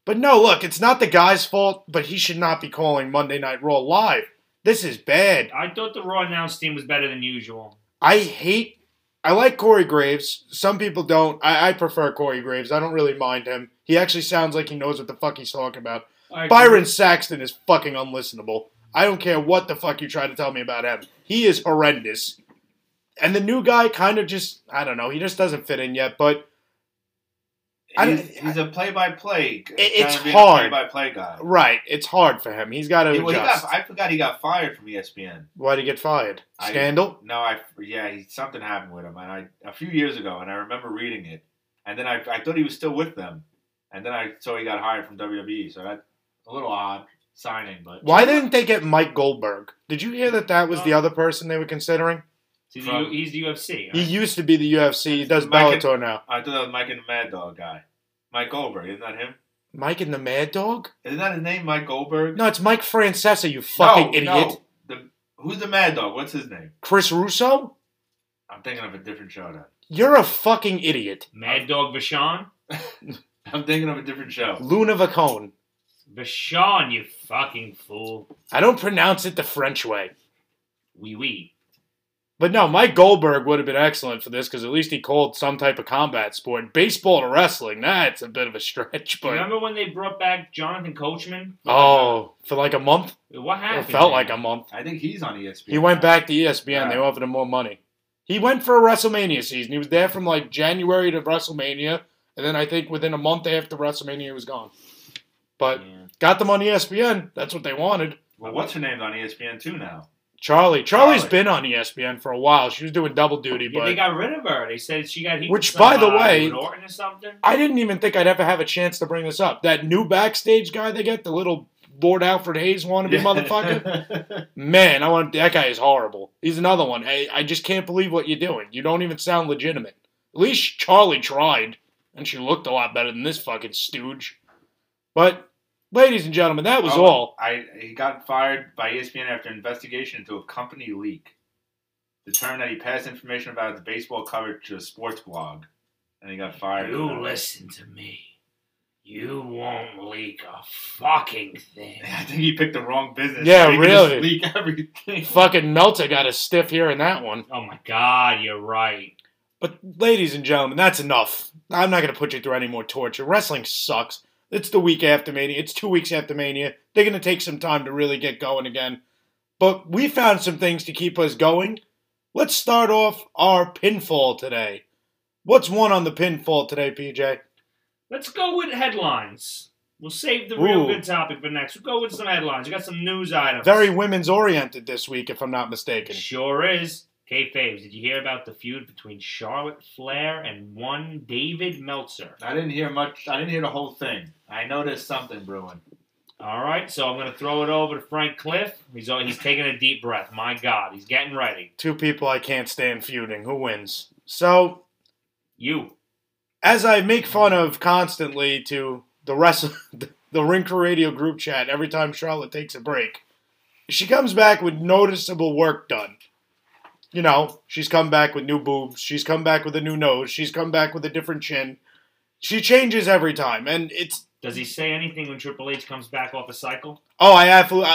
Speaker 3: But no, look, it's not the guy's fault, but he should not be calling Monday Night Raw live. This is bad.
Speaker 1: I thought the Raw announce team was better than usual.
Speaker 3: I hate. I like Corey Graves. Some people don't. I, I prefer Corey Graves. I don't really mind him. He actually sounds like he knows what the fuck he's talking about.
Speaker 1: I
Speaker 3: Byron Saxton is fucking unlistenable. I don't care what the fuck you try to tell me about him. He is horrendous. And the new guy kind of just, I don't know, he just doesn't fit in yet, but I don't-
Speaker 2: He's, he's a play-by-play.
Speaker 3: it's
Speaker 2: gotta be the
Speaker 3: hard.
Speaker 2: Play-by-play guy.
Speaker 3: right, it's hard for him. He's got to
Speaker 2: He- well, he
Speaker 3: adjust.
Speaker 2: got, I forgot he got fired from E ESPN.
Speaker 3: Why'd he get fired?
Speaker 2: I-
Speaker 3: Scandal?
Speaker 2: No, I yeah, he, something happened with him, and I a few years ago, and I remember reading it, and then I, I thought he was still with them, and then I saw he got hired from WWE, so that's a little odd signing, but
Speaker 3: Why didn't they get Mike Goldberg? Did you hear that that was
Speaker 2: Uh,
Speaker 3: the other person they were considering?
Speaker 1: See, the
Speaker 2: From-
Speaker 1: U- he's the UFC.
Speaker 3: He used to be the UFC. He does
Speaker 2: Mike-
Speaker 3: Bellator now.
Speaker 2: I thought that was Mike and the Mad Dog guy, Mike Goldberg, isn't that him?
Speaker 3: Mike and the Mad Dog?
Speaker 2: Isn't that his name, Mike Goldberg?
Speaker 3: No, it's Mike Francesa, you fucking idiot.
Speaker 2: The, who's the Mad Dog? What's his name?
Speaker 3: Chris Russo?
Speaker 2: I'm thinking of a different show then.
Speaker 3: You're a fucking idiot.
Speaker 1: Mad Dog Vachon.
Speaker 2: I'm thinking of a different show.
Speaker 3: Luna Vacone.
Speaker 1: Vachon, you fucking fool.
Speaker 3: I don't pronounce it the French way.
Speaker 1: Wee wee.
Speaker 3: But no, Mike Goldberg would have been excellent for this because at least he called some type of combat sport. Baseball to wrestling, that's a bit of a stretch, but.
Speaker 1: Remember when they brought back Jonathan Coachman?
Speaker 3: Oh, for like a month?
Speaker 1: What
Speaker 3: It
Speaker 1: happened?
Speaker 3: felt
Speaker 1: man?
Speaker 3: like a month.
Speaker 2: I think he's on E ESPN.
Speaker 3: He went back to E ESPN. They
Speaker 2: Yeah.
Speaker 3: offered him more money. He went for a WrestleMania season. He was there from like January to WrestleMania, and then I think within a month after WrestleMania, he was gone. But
Speaker 1: Yeah.
Speaker 3: got them on E ESPN. That's what they wanted.
Speaker 2: Well, what's her name's on E ESPN too now?
Speaker 3: Charlie. Charlie's
Speaker 2: Charlie.
Speaker 3: been on E ESPN for a while. She was doing double duty,
Speaker 1: Yeah, they
Speaker 3: but
Speaker 1: got rid of her. They said she got heat.
Speaker 3: Which,
Speaker 1: with some,
Speaker 3: by the
Speaker 1: uh,
Speaker 3: way-
Speaker 1: Orton or something.
Speaker 3: I didn't even think I'd ever have a chance to bring this up. That new backstage guy they get, the little Lord Alfred Hayes wannabe motherfucker. Man, I want that guy is horrible. He's another one. I, I just can't believe what you're doing. You don't even sound legitimate. At least Charlie tried, and she looked a lot better than this fucking stooge. But, ladies and gentlemen, that was
Speaker 2: Oh.
Speaker 3: all.
Speaker 2: I he got fired by E ESPN after investigation into a company leak, determined that he passed information about his baseball coverage to a sports blog, and he got fired.
Speaker 1: You listen to me. You won't leak a fucking thing.
Speaker 2: I think he picked the wrong business.
Speaker 3: Yeah,
Speaker 2: He could just
Speaker 3: really.
Speaker 2: Leak everything.
Speaker 3: Fucking Melta got a stiff here in that one.
Speaker 1: Oh my god, you're right.
Speaker 3: But, ladies and gentlemen, that's enough. I'm not going to put you through any more torture. Wrestling sucks. It's the week after Mania. It's two weeks after Mania. They're going to take some time to really get going again. But we found some things to keep us going. Let's start off our pinfall today. What's one on the pinfall today, PJ?
Speaker 1: Let's go with headlines. We'll save the real
Speaker 3: Ooh.
Speaker 1: good topic for next. We'll go with some headlines. We got some news items.
Speaker 3: Very women's oriented this week, if I'm not mistaken.
Speaker 1: Sure is. K Faves, did you hear about the feud between Charlotte Flair and one David Meltzer?
Speaker 2: I didn't hear much. I didn't hear the whole thing. I noticed something brewing.
Speaker 1: All right, so I'm going to throw it over to Frank Cliff. He's uh, he's taking a deep breath. My God, he's getting ready.
Speaker 3: Two people I can't stand feuding. Who wins? So,
Speaker 1: You.
Speaker 3: as I make fun of constantly to the rest of the, the Rinker Radio group chat every time Charlotte takes a break, she comes back with noticeable work done. You know, she's come back with new boobs, she's come back with a new nose, she's come back with a different chin. She changes every time, and it's
Speaker 1: Does he say anything when Triple H comes back off a cycle?
Speaker 3: oh, I absolutely,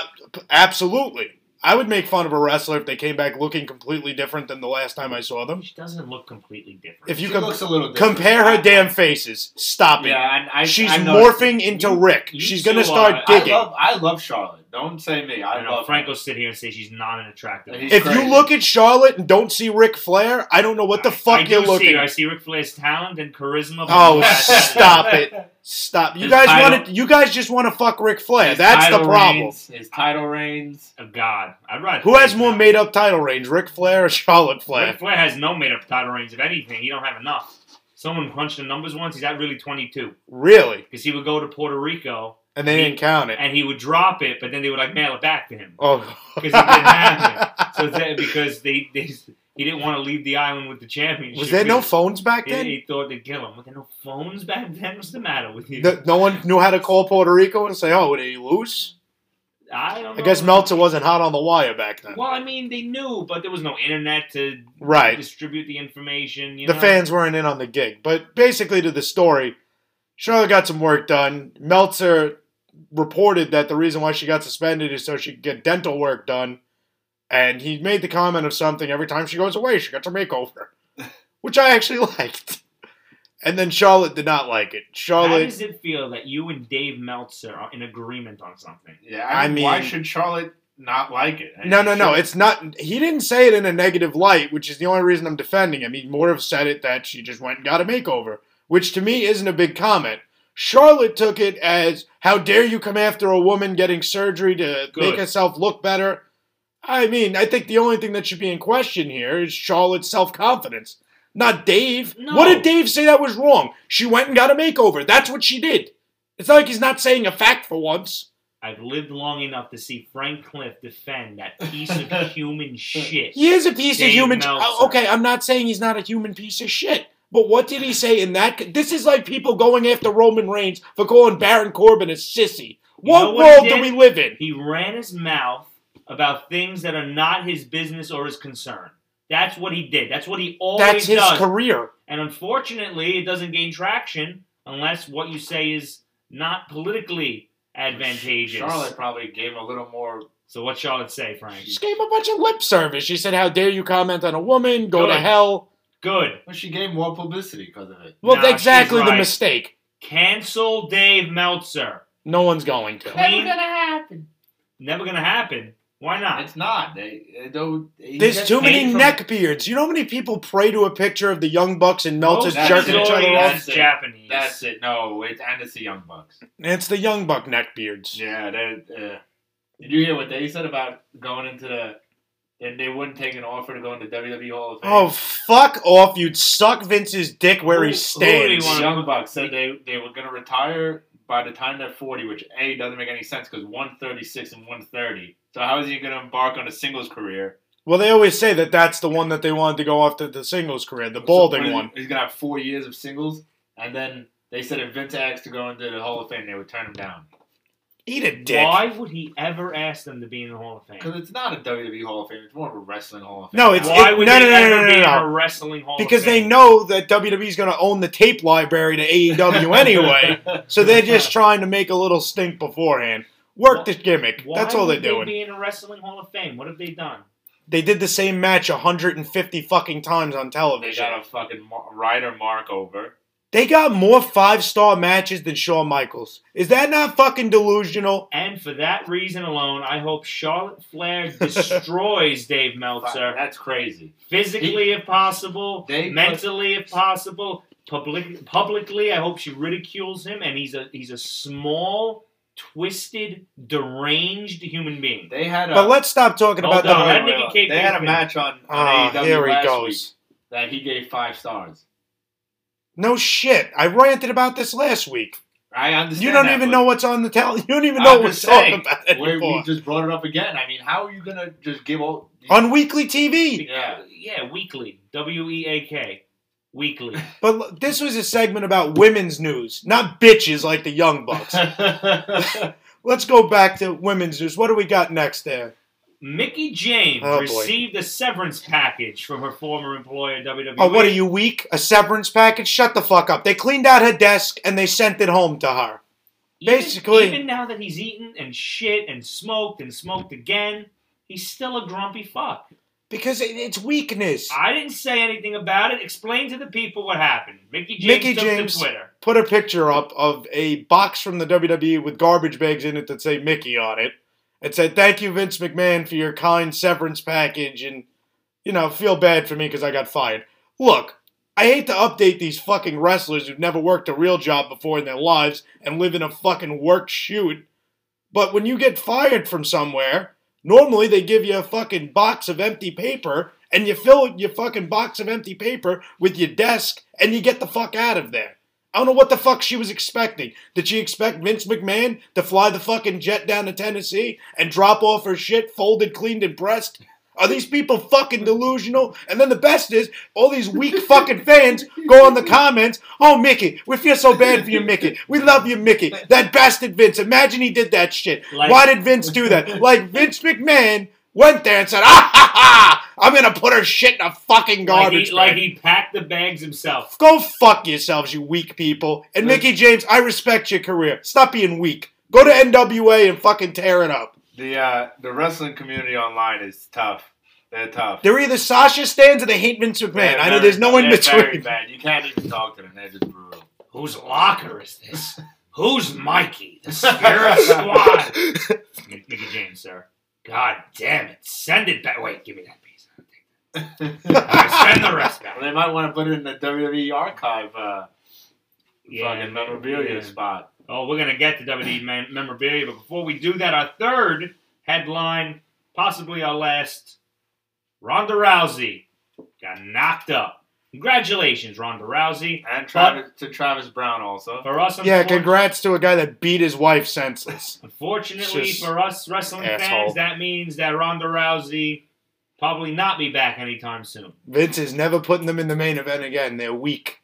Speaker 3: absolutely, I would make fun of a wrestler if they came back looking completely different than the last time I saw them.
Speaker 1: She doesn't look completely different.
Speaker 3: If you
Speaker 2: she
Speaker 3: com-
Speaker 2: looks a little different.
Speaker 3: compare her damn faces, stop it.
Speaker 2: Yeah, and I,
Speaker 3: She's
Speaker 2: I noticed.
Speaker 3: morphing into
Speaker 1: You-
Speaker 3: Rick.
Speaker 1: you
Speaker 3: She's
Speaker 1: two
Speaker 3: gonna
Speaker 1: are-
Speaker 3: start
Speaker 1: I
Speaker 3: digging.
Speaker 2: I love, I love Charlotte. Don't say me. I
Speaker 1: I know
Speaker 2: love
Speaker 1: Franco sit here and say she's not an attractive.
Speaker 2: He's
Speaker 1: woman.
Speaker 3: If
Speaker 2: crazy.
Speaker 3: you look at Charlotte and don't see Ric Flair, I don't know what the
Speaker 1: I- I
Speaker 3: fuck you're
Speaker 1: do
Speaker 3: looking.
Speaker 1: See, her. I
Speaker 3: at.
Speaker 1: see Ric Flair's talent and charisma. but-
Speaker 3: Oh, stop it! Stop. You
Speaker 2: His
Speaker 3: guys
Speaker 2: title-
Speaker 3: want to? You guys just want to fuck Ric Flair.
Speaker 2: His
Speaker 3: That's the
Speaker 2: title
Speaker 3: problem.
Speaker 2: reigns- his title reigns.
Speaker 1: Oh, God, I'd rather.
Speaker 3: Who has more made-up title reigns, Ric Flair or Charlotte Flair?
Speaker 1: Ric Flair has no made-up title reigns. If anything, he don't have enough. Someone crunched the numbers once. He's at really 22
Speaker 3: Really?
Speaker 1: because he would go to Puerto Rico
Speaker 3: And they didn't count it.
Speaker 1: and he would drop it, but then they would like mail it back to him.
Speaker 3: Oh,
Speaker 1: 'Cause he didn't have So that, because they, they he didn't want to leave the island with the championship.
Speaker 3: was there no
Speaker 1: because
Speaker 3: phones back
Speaker 1: He,
Speaker 3: then?
Speaker 1: he thought they'd kill him. Were there no phones back then? What's the matter with you?
Speaker 3: No, no one knew how to call Puerto Rico and say, "Oh, did he lose?"
Speaker 1: I don't.
Speaker 3: I
Speaker 1: know.
Speaker 3: guess Meltzer wasn't hot on the wire back then.
Speaker 1: Well, I mean, they knew, but there was no internet to
Speaker 3: Right.
Speaker 1: distribute the information. You
Speaker 3: The
Speaker 1: know?
Speaker 3: fans weren't in on the gig, but basically to the story, Charlotte got some work done. Meltzer reported that the reason why she got suspended is so she could get dental work done, and he made the comment of something every time she goes away, she gets a makeover, which I actually liked. And then Charlotte did not like it.
Speaker 1: How
Speaker 3: Charlotte
Speaker 1: does it feel that you and Dave Meltzer are in agreement on something?
Speaker 2: Yeah, I,
Speaker 3: I
Speaker 2: mean, why
Speaker 3: mean-
Speaker 2: should Charlotte not like it?
Speaker 3: No, no, no.
Speaker 2: She-
Speaker 3: It's not. He didn't say it in a negative light, which is the only reason I'm defending him. He more have said it that she just went and got a makeover, which to me isn't a big comment. Charlotte took it as, "How dare you come after a woman getting surgery to
Speaker 1: Good.
Speaker 3: make herself look better?" I mean, I think the only thing that should be in question here is Charlotte's self confidence, not Dave.
Speaker 1: No.
Speaker 3: What did Dave say that was wrong? She went and got a makeover. That's what she did. It's not like he's not saying a fact for once.
Speaker 1: I've lived long enough to see Frank Cliff defend that piece of human shit.
Speaker 3: He is a piece of
Speaker 1: Dave
Speaker 3: human.
Speaker 1: Meltzer.
Speaker 3: Oh, okay, I'm not saying he's not a human piece of shit. But what did he say in that? This is like people going after Roman Reigns for calling Baron Corbin a sissy.
Speaker 1: You
Speaker 3: What
Speaker 1: know what he
Speaker 3: world
Speaker 1: did?
Speaker 3: do we live in?
Speaker 1: He ran his mouth about things that are not his business or his concern. That's what he did. That's what he always
Speaker 3: That's his
Speaker 1: does.
Speaker 3: career.
Speaker 1: And unfortunately, it doesn't gain traction unless what you say is not politically advantageous.
Speaker 2: Charlotte probably gave a little more.
Speaker 1: So what Charlotte say, Frank?
Speaker 3: She just gave a bunch of lip service. She said, "How dare you comment on a woman? Go to
Speaker 1: Good.
Speaker 3: hell."
Speaker 1: Good.
Speaker 2: Well, she gave more publicity because of it.
Speaker 3: Well,
Speaker 1: Nah, she's
Speaker 3: exactly the
Speaker 1: right.
Speaker 3: mistake.
Speaker 1: Cancel Dave Meltzer.
Speaker 3: No one's going to.
Speaker 1: Never gonna
Speaker 2: happen.
Speaker 1: Never gonna happen. Why not?
Speaker 2: It's not. They, they don't. he
Speaker 3: There's
Speaker 2: gets
Speaker 3: too
Speaker 2: paid
Speaker 3: many
Speaker 2: from-
Speaker 3: neckbeards. You know how many people pray to a picture of the Young Bucks and Meltzer's
Speaker 2: that's
Speaker 3: jerking
Speaker 2: it.
Speaker 3: each other
Speaker 2: That's
Speaker 3: off?
Speaker 1: That's
Speaker 2: it.
Speaker 1: Japanese.
Speaker 2: That's it. No, it's and it's the Young Bucks.
Speaker 3: It's the Young Buck neckbeards.
Speaker 2: Yeah. That. Uh, did you hear what they said about going into the? And they wouldn't take an offer to go into WWE Hall of Fame.
Speaker 3: Oh, fuck off. You'd suck Vince's dick where
Speaker 1: Who- who
Speaker 3: he
Speaker 1: do
Speaker 3: stands.
Speaker 1: you wanna-
Speaker 2: The Young Bucks said they, they were going to retire by the time they're 40, which A, doesn't make any sense because 136 and 130. So how is he going to embark on a singles career?
Speaker 3: well, they always say that that's the one that they wanted to go after the singles career, the balding
Speaker 2: So what is-
Speaker 3: one.
Speaker 2: He's going to have four years of singles, and then they said if Vince asked to go into the Hall of Fame, they would turn him down.
Speaker 3: Eat a dick.
Speaker 1: Why would he ever ask them to be in the Hall of Fame?
Speaker 2: Because it's not a WWE Hall of Fame, it's more of a wrestling Hall of Fame.
Speaker 3: No, it's-
Speaker 1: Why
Speaker 3: it-
Speaker 1: would
Speaker 3: no,
Speaker 1: they
Speaker 3: no, no,
Speaker 1: ever
Speaker 3: no, no,
Speaker 1: be in
Speaker 3: no.
Speaker 1: a wrestling Hall
Speaker 3: Because
Speaker 1: of
Speaker 3: they
Speaker 1: Fame?
Speaker 3: know that WWE's going to own the tape library to AEW anyway. so they're just trying to make a little stink beforehand. Work the gimmick.
Speaker 1: Why
Speaker 3: That's all
Speaker 1: would
Speaker 3: they're doing.
Speaker 1: They be in a wrestling Hall of Fame. What have they done?
Speaker 3: they did the same match 150 fucking times on
Speaker 2: They
Speaker 3: television.
Speaker 2: got a fucking mar- Ryder mark over.
Speaker 3: they got more five star matches than Shawn Michaels. Is that not fucking delusional?
Speaker 1: And for that reason alone, I hope Charlotte Flair destroys Dave Meltzer
Speaker 2: That's crazy.
Speaker 1: physically, if possible,
Speaker 2: They-
Speaker 1: mentally, if possible, public, publicly. I hope she ridicules him, and he's a he's a small, twisted, deranged human being.
Speaker 2: They had a.
Speaker 3: But let's stop talking
Speaker 1: Hold
Speaker 3: about
Speaker 1: on,
Speaker 3: the.
Speaker 1: let me get Kate
Speaker 2: they had a
Speaker 1: Kingston.
Speaker 2: match on, E
Speaker 3: Ah,
Speaker 2: on AEW
Speaker 3: here he
Speaker 2: last
Speaker 3: goes.
Speaker 2: week that he gave five stars.
Speaker 3: No shit. I ranted about this last week.
Speaker 2: I understand.
Speaker 3: You don't
Speaker 2: that,
Speaker 3: even
Speaker 2: but
Speaker 3: know what's on the tally. You don't even
Speaker 2: I'm
Speaker 3: know what's
Speaker 2: just saying,
Speaker 3: talking about
Speaker 2: we- We
Speaker 3: anymore.
Speaker 2: just brought it up again. I mean, how are you gonna just give all?
Speaker 3: On weekly TV.
Speaker 2: yeah,
Speaker 1: Yeah, weekly. W e a k, weekly.
Speaker 3: But l- this was a segment about women's news, not bitches like the Young Bucks. Let's go back to women's news. What do we got next there?
Speaker 1: Mickey James
Speaker 3: Oh, boy.
Speaker 1: received a severance package from her former employer E. WWE.
Speaker 3: Oh, what are you, weak? A severance package? Shut the fuck up. They cleaned out her desk and they sent it home to her.
Speaker 1: Even-
Speaker 3: Basically-
Speaker 1: even now that he's eaten and shit and smoked and smoked again, he's still a grumpy fuck.
Speaker 3: Because it, it's weakness.
Speaker 1: I didn't say anything about it. Explain to the people what happened. Mickey James
Speaker 3: Mickey
Speaker 1: took
Speaker 3: James-
Speaker 1: to Twitter.
Speaker 3: put E a picture up of a box from the WWE with garbage bags in it that say Mickey on it. and said, "Thank you, Vince McMahon, for your kind severance package," and you know, feel bad for me because I got fired. Look, I hate to update these fucking wrestlers who've never worked a real job before in their lives and live in a fucking work shoot, but when you get fired from somewhere, normally they give you a fucking box of empty paper. And you fill your fucking box of empty paper with your desk and you get the fuck out of there. I don't know what the fuck she was expecting. Did she expect Vince McMahon to fly the fucking jet down to Tennessee and drop off her shit folded, cleaned, and pressed? Are these people fucking delusional? And then the best is, all these weak fucking fans go on the comments, oh, Mickey, we feel so bad for you, Mickey. We love you, Mickey. That bastard Vince, imagine he did that shit.
Speaker 1: Like-
Speaker 3: Why did Vince do that? Like, Vince McMahon went there and said, ah, ha, ha, I'm gonna put her shit in a fucking
Speaker 1: Like
Speaker 3: garbage
Speaker 1: he,
Speaker 3: bag.
Speaker 1: like he packed the bags himself.
Speaker 3: Go fuck yourselves, you weak people. And
Speaker 2: Like-
Speaker 3: Mickey James, I respect your career. Stop being weak. Go to NWA and fucking tear it up.
Speaker 2: The uh, the wrestling community online is tough. They're tough.
Speaker 3: They're either Sasha stands or they hate Vince McMahon.
Speaker 2: They're
Speaker 3: I know
Speaker 2: very-
Speaker 3: there's no in
Speaker 2: they're Very
Speaker 3: between.
Speaker 2: bad. You can't even talk to them. They're just brutal.
Speaker 1: Whose locker is this? Who's Mikey? The Spirit Squad. Mickey James, sir. God damn it. Send it back. Wait, give me that piece. I'll take
Speaker 2: well,
Speaker 1: that. All right, send the rest back.
Speaker 2: they might want to put it in the WWE archive uh,
Speaker 1: man,
Speaker 2: fucking memorabilia
Speaker 1: yeah.
Speaker 2: spot.
Speaker 1: Oh, we're going to get to WWE mem- memorabilia, but before we do that, our third headline, possibly our last, Ronda Rousey got knocked up. Congratulations, Ronda Rousey.
Speaker 2: And Travis, to Travis Brown also.
Speaker 1: For us,
Speaker 3: Yeah,
Speaker 1: unfortunately-
Speaker 3: congrats to a guy that beat his wife senseless.
Speaker 1: Unfortunately
Speaker 3: It's just
Speaker 1: for us wrestling
Speaker 3: asshole.
Speaker 1: fans, that means that Ronda Rousey probably not be back anytime soon.
Speaker 3: Vince is never putting them in the main event again. They're weak.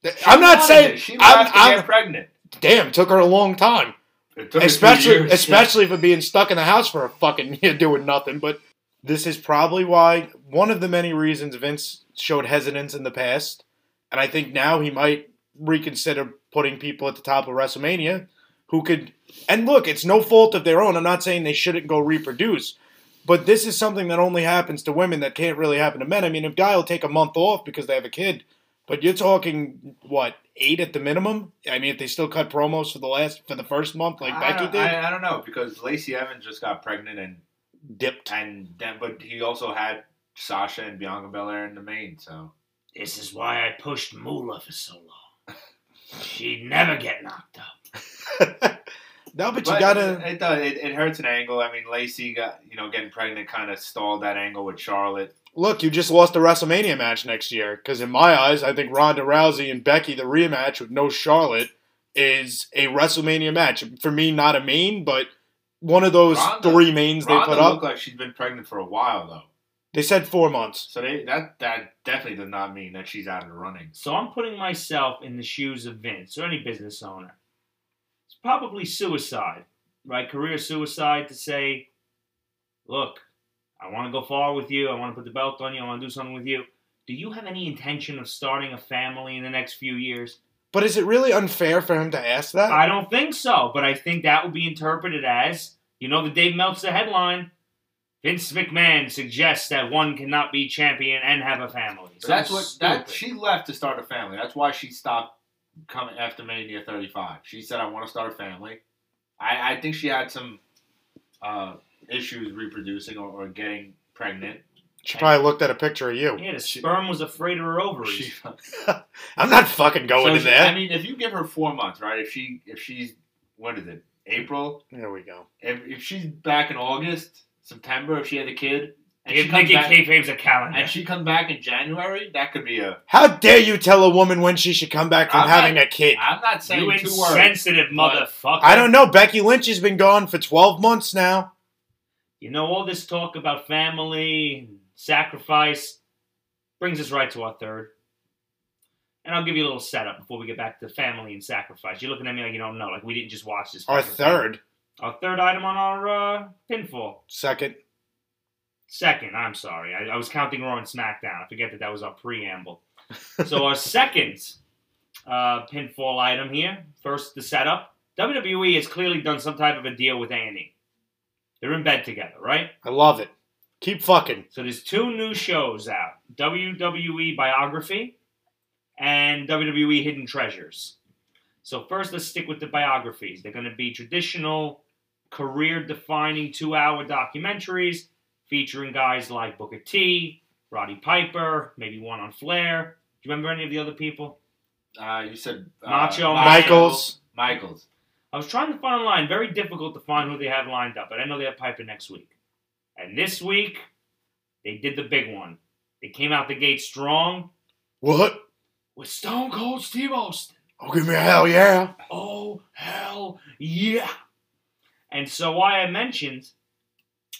Speaker 3: They-
Speaker 2: She
Speaker 3: I'm not
Speaker 2: wanted
Speaker 3: saying.
Speaker 2: it. she
Speaker 3: I'm-
Speaker 2: left to
Speaker 3: I'm-
Speaker 2: get pregnant.
Speaker 3: Damn, took her a long time.
Speaker 2: It took her two
Speaker 3: especially
Speaker 2: years.
Speaker 3: especially for being stuck in the house for a fucking year doing nothing. But this is probably why one of the many reasons Vince showed hesitance in the past, and I think now he might reconsider putting people at the top of WrestleMania who could. And look, it's no fault of their own. I'm not saying they shouldn't go reproduce. But this is something that only happens to women that can't really happen to men. I mean, if guy will take a month off because they have a kid, but you're talking what eight at the minimum. I mean, if they still cut promos for the last for the first month, like
Speaker 2: I
Speaker 3: Becky
Speaker 2: don't-
Speaker 3: did,
Speaker 2: I, I don't know because Lacey Evans just got pregnant and
Speaker 3: dipped.
Speaker 2: and then but he also had Sasha and Bianca Belair in the main. So
Speaker 1: This is why I pushed Moolah for so long. She'd never get knocked up.
Speaker 3: No, but you gotta.
Speaker 2: It, does- it, it hurts an angle. I mean, Lacey got you know getting pregnant kind of stalled that angle with Charlotte.
Speaker 3: Look, you just lost the WrestleMania match next year. Because in my eyes, I think Ronda Rousey and Becky, the rematch with no Charlotte, is a WrestleMania match. For me, not a main, but one of those
Speaker 2: Ronda-
Speaker 3: three mains
Speaker 2: Ronda
Speaker 3: they put up.
Speaker 2: looked like she's been pregnant for a while though,
Speaker 3: they said four months.
Speaker 2: so they, that that definitely does not mean that she's out of the running.
Speaker 1: So I'm putting myself in the shoes of Vince or any business owner. It's probably suicide, right? Career suicide to say, look, I want to go far with you. I want to put the belt on you. I want to do something with you. Do you have any intention of starting a family in the next few years?
Speaker 3: But is it really unfair for him to ask that?
Speaker 1: I don't think so, but I think that would be interpreted as, you know, the Dave Meltzer headline. Vince McMahon suggests that one cannot be champion and have a family.
Speaker 2: So that's what
Speaker 1: Stupid.
Speaker 2: that she left to start a family. That's why she stopped coming after Mania 35. She said, "I want to start a family." I, I think she had some uh, issues reproducing or, or getting pregnant.
Speaker 3: she probably looked at a picture of you.
Speaker 1: Yeah, the sperm was afraid of her ovaries.
Speaker 2: She,
Speaker 3: I'm not fucking
Speaker 2: so
Speaker 3: going to
Speaker 2: she- I
Speaker 3: that.
Speaker 2: mean, if you give her four months, right? If she if she's what is it? April.
Speaker 3: There we go.
Speaker 2: If, if she's back in August, September, if she had a kid, and she
Speaker 1: Give
Speaker 2: comes
Speaker 1: Nikki
Speaker 2: back,
Speaker 1: Kayfabe's a calendar.
Speaker 2: and she comes back in January, that could be a.
Speaker 3: How dare you tell a woman when she should come back from
Speaker 2: I'm
Speaker 3: having a kid?
Speaker 2: I'm not saying
Speaker 1: you
Speaker 2: two words.
Speaker 1: insensitive
Speaker 2: but-
Speaker 1: motherfucker.
Speaker 3: I don't know. Becky Lynch has been gone for 12 months now.
Speaker 1: You know, all this talk about family, sacrifice, brings us right to our third. And I'll give you a little setup before we get back to family and sacrifice. You're looking at me like you don't know, like we didn't just watch this.
Speaker 3: Our
Speaker 1: fucking thing.
Speaker 3: third,
Speaker 1: Our third item on our uh, pinfall.
Speaker 3: second.
Speaker 1: Second, I'm sorry. I, I was counting Raw and SmackDown. I forget that that was our preamble. so our second uh, pinfall item here. First, the setup. WWE has clearly done some type of a deal with A&E. They're in bed together, right?
Speaker 3: I love it. Keep fucking.
Speaker 1: So there's two new shows out: WWE Biography and E WWE Hidden Treasures. So first, let's stick with the biographies. They're going to be traditional career defining two hour documentaries featuring guys like Booker T, Roddy Piper, maybe one on Flair. Do you remember any of the other people?
Speaker 2: Uh, you said uh,
Speaker 1: Macho Man.
Speaker 3: Michaels.
Speaker 2: Michaels.
Speaker 1: I was trying to find a line. Very difficult to find who they have lined up, but I know they have Piper next week. And this week, they did the big one. They came out the gate strong
Speaker 3: What?
Speaker 1: with Stone Cold Steve Austin.
Speaker 3: Oh, give me a hell yeah.
Speaker 1: Oh, hell yeah. And so, why I mentioned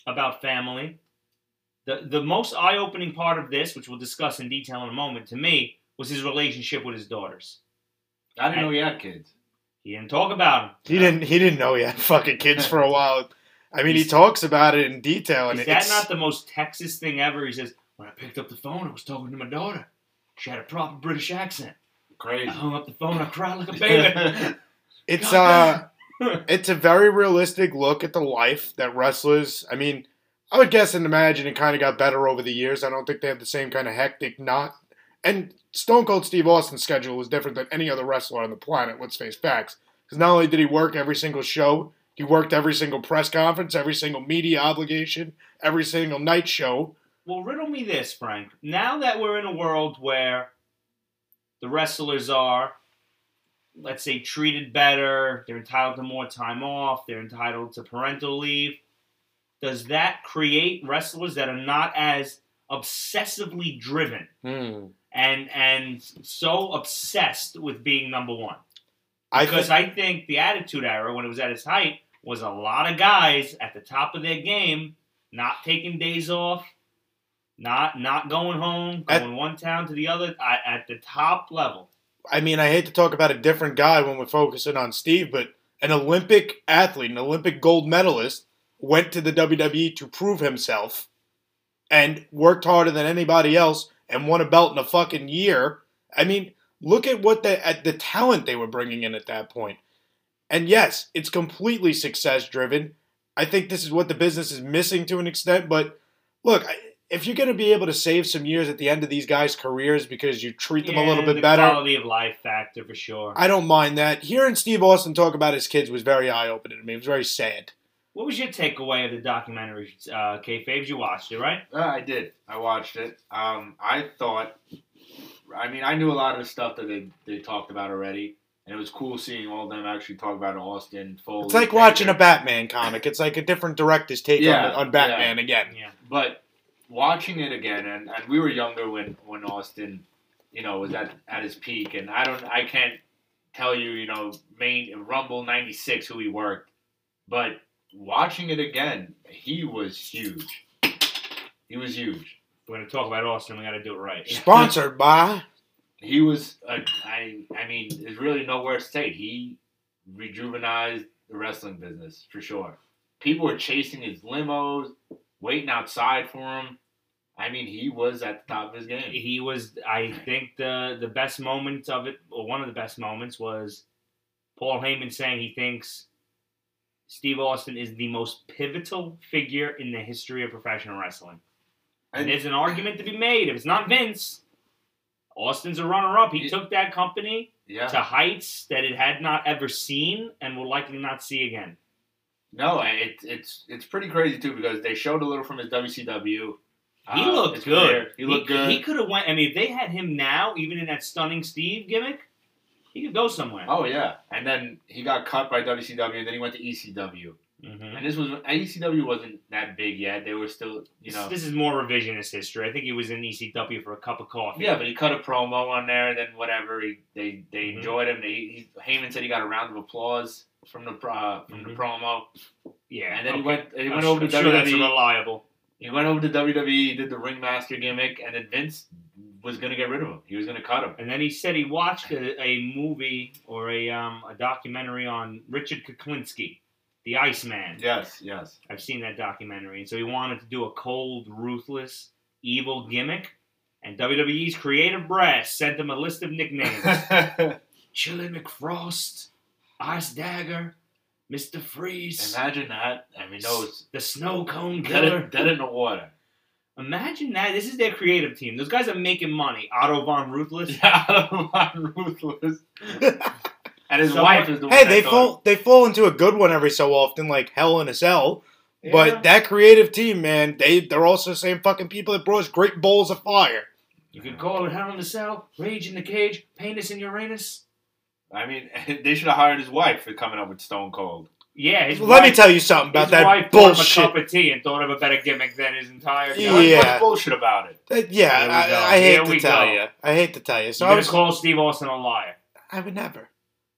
Speaker 1: about family, the, the most eye opening part of this, which we'll discuss in detail in a moment, to me, was his relationship with his daughters.
Speaker 2: I didn't know he had kids.
Speaker 1: He didn't talk about them.
Speaker 3: He didn't. He didn't know he had fucking kids for a while. I mean, he talks about it in detail, and
Speaker 1: Is that
Speaker 3: it's
Speaker 1: not the most Texas thing ever? He says, When I picked up the phone, I was talking to my daughter. She had a proper British accent. I
Speaker 2: Crazy.
Speaker 1: hung up the phone, I cried like a baby.
Speaker 3: it's uh,
Speaker 1: God
Speaker 3: it's a very realistic look at the life that wrestlers. I mean, I would guess and imagine it kind of got better over the years. I don't think they have the same kind of hectic not. And Stone Cold Steve Austin's schedule was different than any other wrestler on the planet. Let's face facts. Because not only did he work every single show, he worked every single press conference, every single media obligation, every single night show.
Speaker 1: Well, riddle me this, Frank. Now that we're in a world where the wrestlers are, let's say, treated better, they're entitled to more time off, they're entitled to parental leave, does that create wrestlers that are not as obsessively driven and and so obsessed with being number one?
Speaker 3: I
Speaker 1: Because
Speaker 3: think
Speaker 1: I think the Attitude Era, when it was at its height, was a lot of guys at the top of their game, not taking days off, not not going home,
Speaker 3: At-
Speaker 1: going one town to the other, at, at the top level.
Speaker 3: I mean, I hate to talk about a different guy when we're focusing on Steve, but an Olympic athlete, an Olympic gold medalist, went to the WWE to prove himself and worked harder than anybody else and won a belt in a fucking year. I mean, look at what the at the talent they were bringing in at that point. And yes, it's completely success driven. I think this is what the business is missing to an extent, but look, I- if you're going to be able to save some years at the end of these guys' careers because you treat them a little
Speaker 1: And
Speaker 3: bit
Speaker 1: the
Speaker 3: better,
Speaker 1: Quality of life factor for sure.
Speaker 3: I don't mind that. Hearing Steve Austin talk about his kids was very eye opening to me. It was very sad.
Speaker 1: what was your takeaway of the documentary, uh, K Faves? You watched it, right?
Speaker 2: Uh, I did. I watched it. Um, I thought. I mean, I knew a lot of the stuff that they, they talked about already, and it was cool seeing all of them actually talk about Austin Foley.
Speaker 3: It's like
Speaker 2: Taker.
Speaker 3: watching a Batman comic. It's like a different director's take
Speaker 2: Yeah,
Speaker 3: on, on Batman again.
Speaker 1: Yeah.
Speaker 2: But watching it again, and, and we were younger when, when Austin, you know, was at, at his peak, and I don't, I can't tell you, you know, main Rumble '96 who he worked, but watching it again, he was huge. He was huge.
Speaker 1: We're gonna talk about Austin. We got to do it right.
Speaker 3: Sponsored by.
Speaker 2: He was, a, I, I mean, there's really nowhere to say he rejuvenized the wrestling business for sure. People were chasing his limos, waiting outside for him. I mean, he was at the top of his game.
Speaker 1: he was I think the the best moment of it or one of the best moments was Paul Heyman saying he thinks Steve Austin is the most pivotal figure in the history of professional wrestling. And
Speaker 2: And-
Speaker 1: there's an argument to be made. If it's not Vince, Austin's a runner up. He
Speaker 2: Yeah.
Speaker 1: took that company
Speaker 2: Yeah.
Speaker 1: to heights that it had not ever seen and will likely not see again.
Speaker 2: No, I- it, it's it's pretty crazy too because they showed a little from his WCW.
Speaker 1: He
Speaker 2: uh,
Speaker 1: looked
Speaker 2: his
Speaker 1: good.
Speaker 2: career. He looked good.
Speaker 1: He could have went I mean if they had him now, even in that stunning Steve gimmick, he could go somewhere.
Speaker 2: oh yeah, and then he got cut by WCW, and then he went to ECW.
Speaker 1: Mhm.
Speaker 2: And this was ECW wasn't that big yet. They were still, you
Speaker 1: This-
Speaker 2: know,
Speaker 1: this is more revisionist history. I think he was in ECW for a cup of coffee.
Speaker 2: yeah. But he cut a promo on there, and then whatever he, they they
Speaker 1: Mhm.
Speaker 2: enjoyed him. They he, Heyman said he got a round of applause from the pro- uh, from the
Speaker 1: Mhm.
Speaker 2: promo,
Speaker 1: yeah.
Speaker 2: and then he
Speaker 1: okay.
Speaker 2: went he
Speaker 1: I'm
Speaker 2: went
Speaker 1: su-
Speaker 2: over to E.
Speaker 1: I'm sure that's
Speaker 2: WWE.
Speaker 1: reliable.
Speaker 2: He went over to WWE. He did the ringmaster gimmick, and then Vince was gonna get rid of him. He was gonna cut him.
Speaker 1: And then he said he watched a, a movie or a um, a documentary on Richard Kuklinski, the Iceman.
Speaker 2: Yes, yes.
Speaker 1: I've seen that documentary, and so he wanted to do a cold, ruthless, evil gimmick. And WWE's creative brass sent him a list of nicknames: Chillin' McFrost, Ice Dagger, Mister Freeze,
Speaker 2: Imagine that. I mean, those
Speaker 1: the Snow Cone
Speaker 2: dead,
Speaker 1: Killer.
Speaker 2: in- dead in the water.
Speaker 1: Imagine that. This is their creative team. Those guys are making money. Otto von Ruthless.
Speaker 2: Yeah, ruthless. And his
Speaker 1: So-
Speaker 2: wife is the one.
Speaker 3: Hey,
Speaker 2: that
Speaker 3: they
Speaker 2: thought-
Speaker 3: fall they fall into a good one every so often, like Hell in a Cell.
Speaker 1: Yeah.
Speaker 3: But that creative team, man, they they're also the same fucking people that brought us Great Balls of Fire.
Speaker 1: you could call it Hell in the Cell, Rage in the Cage, Penis in Uranus.
Speaker 2: I mean, they should have hired his wife for coming up with Stone Cold.
Speaker 1: Yeah, his
Speaker 3: Let
Speaker 1: wife,
Speaker 3: me tell you something about
Speaker 1: his
Speaker 3: that
Speaker 1: wife bought him a
Speaker 3: bullshit.
Speaker 1: cup of tea and thought of a better gimmick than his entire.
Speaker 2: You know, like,
Speaker 3: Yeah.
Speaker 2: What's bullshit about it?
Speaker 3: That- Uh, yeah,
Speaker 1: Here we go.
Speaker 3: I, I
Speaker 1: Here
Speaker 3: hate
Speaker 1: we
Speaker 3: to tell
Speaker 1: go.
Speaker 3: you. I hate to tell you. So
Speaker 1: You're
Speaker 3: I
Speaker 1: gonna
Speaker 3: was,
Speaker 1: call Steve Austin a liar.
Speaker 3: I would never.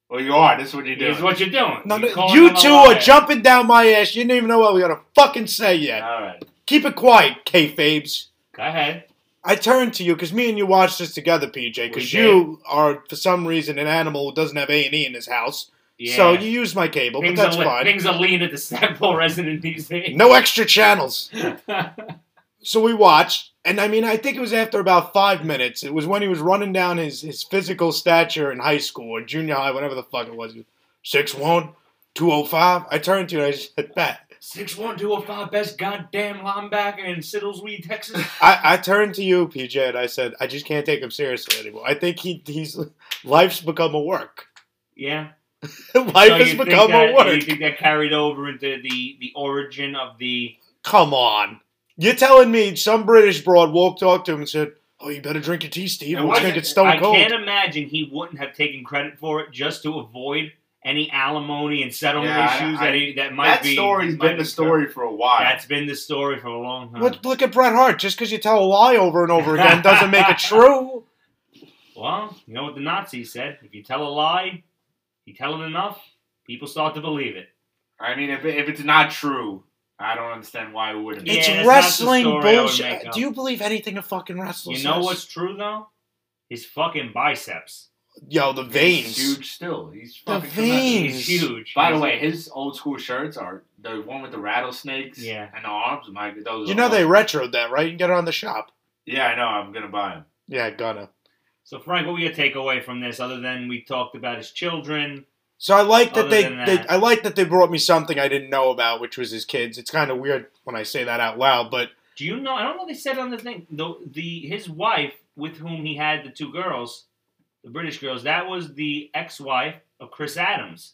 Speaker 2: Well, you are. This is what you do.
Speaker 1: Here's what you're doing.
Speaker 3: No,
Speaker 1: You're
Speaker 3: no,
Speaker 1: calling
Speaker 3: you
Speaker 1: him a
Speaker 3: two are
Speaker 1: liar.
Speaker 3: jumping down my ass. You didn't even know what we gotta fucking say yet.
Speaker 2: All right.
Speaker 3: Keep it quiet, kayfabes.
Speaker 1: Go ahead.
Speaker 3: I turn to you because me and you watched this together, PJ.
Speaker 1: We
Speaker 3: Because
Speaker 1: did.
Speaker 3: you are, for some reason, an animal who doesn't have A and E in his house.
Speaker 1: Yeah.
Speaker 3: So you use my cable,
Speaker 1: things
Speaker 3: but that's
Speaker 1: are li-
Speaker 3: fine.
Speaker 1: Things are lean at the Staple resident these days.
Speaker 3: No extra channels.
Speaker 1: yeah,
Speaker 3: So we watched, and I mean, I think it was after about five minutes. It was when he was running down his his physical stature in high school or junior high, whatever the fuck it was. 6'1", 205. I turned to you and I said, Pat.
Speaker 1: six one two oh five best goddamn linebacker in Siddlesweed, Texas.
Speaker 3: I, I turned to you, PJ, and I said, I just can't take him seriously anymore. I think he he's life's become a work.
Speaker 1: Yeah.
Speaker 3: Life
Speaker 1: So you
Speaker 3: has
Speaker 1: think
Speaker 3: become
Speaker 1: that-
Speaker 3: a work.
Speaker 1: You think that carried over into the the origin of the?
Speaker 3: Come on. You're telling me some British broad walked up to him and said, Oh, you better drink your tea, Steve.
Speaker 2: It
Speaker 3: or It's going
Speaker 2: wasn't-
Speaker 3: to get stone
Speaker 1: I
Speaker 3: cold.
Speaker 1: can't imagine he wouldn't have taken credit for it just to avoid any alimony and settlement
Speaker 2: Yeah, I-
Speaker 1: issues
Speaker 2: I-
Speaker 1: that he, that might
Speaker 2: That
Speaker 1: be.
Speaker 2: story's
Speaker 1: might
Speaker 2: been the
Speaker 1: be-
Speaker 2: story for a while.
Speaker 1: That's been the story for a long time.
Speaker 3: Look, look at Bret Hart. Just because you tell a lie over and over again doesn't make it true.
Speaker 1: Well, you know what the Nazis said: if you tell a lie, you tell it enough, people start to believe it.
Speaker 2: I mean, if, it- if it's not true, I don't understand why it wouldn't.
Speaker 1: Yeah,
Speaker 3: it's
Speaker 1: that's not the
Speaker 3: wrestling
Speaker 1: story I would make
Speaker 3: bullshit.
Speaker 1: up.
Speaker 3: Do you believe anything a fucking wrestler
Speaker 1: You know
Speaker 3: says?
Speaker 1: what's true though? His fucking biceps.
Speaker 3: Yo, the
Speaker 2: He's
Speaker 3: veins.
Speaker 2: huge still. He's
Speaker 3: The
Speaker 2: fucking tremendous.
Speaker 1: He's
Speaker 3: Jeez.
Speaker 1: huge.
Speaker 2: By the
Speaker 1: He's-
Speaker 2: way, his old school shirts are the one with the rattlesnakes
Speaker 1: Yeah.
Speaker 2: and the arms. My, those
Speaker 3: You
Speaker 2: are
Speaker 3: know they
Speaker 2: awesome.
Speaker 3: retroed that, right? You can get it on the shop.
Speaker 2: Yeah, I know. I'm gonna buy them.
Speaker 3: Yeah, gonna.
Speaker 1: So Frank, what were your takeaway from this? Other than we talked about his children.
Speaker 3: So I like that
Speaker 1: Other
Speaker 3: they,
Speaker 1: than
Speaker 3: they
Speaker 1: that.
Speaker 3: I like that they brought me something I didn't know about, which was his kids. It's kind of weird when I say that out loud, but
Speaker 1: Do you know? I don't know. if They said on the thing the the his wife with whom he had the two girls, the British girls. That was the ex-wife of Chris Adams.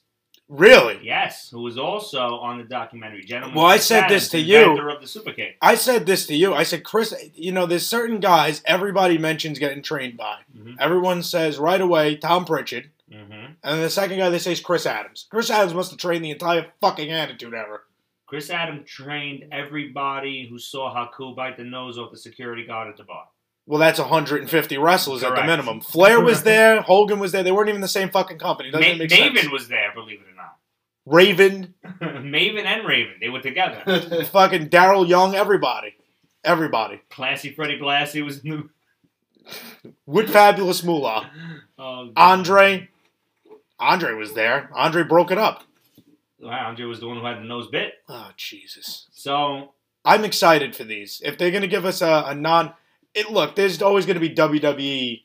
Speaker 3: really,
Speaker 1: Yes, who was also on the documentary. Gentleman.
Speaker 3: Well, I
Speaker 1: Chris
Speaker 3: said this
Speaker 1: Adams,
Speaker 3: to
Speaker 1: the
Speaker 3: you.
Speaker 1: inventor of the super kick.
Speaker 3: I said this to you. I said, Chris, you know, there's certain guys everybody mentions getting trained by.
Speaker 1: Mhm.
Speaker 3: Everyone says right away Tom Pritchard,
Speaker 1: Mm-hmm.
Speaker 3: and the second guy they say is Chris Adams. Chris Adams must have trained the entire fucking attitude ever.
Speaker 1: Chris Adams trained everybody who saw Haku bite the nose off the security guard at the bar.
Speaker 3: Well, that's 150 wrestlers at
Speaker 1: Correct.
Speaker 3: the minimum. Flair was there, Hogan was there. They weren't even the same fucking company. Doesn't
Speaker 1: Ma-
Speaker 3: it make
Speaker 1: Maven
Speaker 3: sense?
Speaker 1: was there, believe it or not.
Speaker 3: Raven,
Speaker 1: Maven and Raven, they were together.
Speaker 3: fucking Daryl Young, everybody, everybody.
Speaker 1: Classy Freddy Blassie was in the.
Speaker 3: Wood Fabulous Moolah,
Speaker 1: Oh, God.
Speaker 3: Andre. Andre was there. Andre broke it up.
Speaker 1: Wow, Andre was the one who had the nose bit.
Speaker 3: Oh Jesus.
Speaker 1: So
Speaker 3: I'm excited for these. If they're going to give us a, a non, it look, there's always going to be WWE.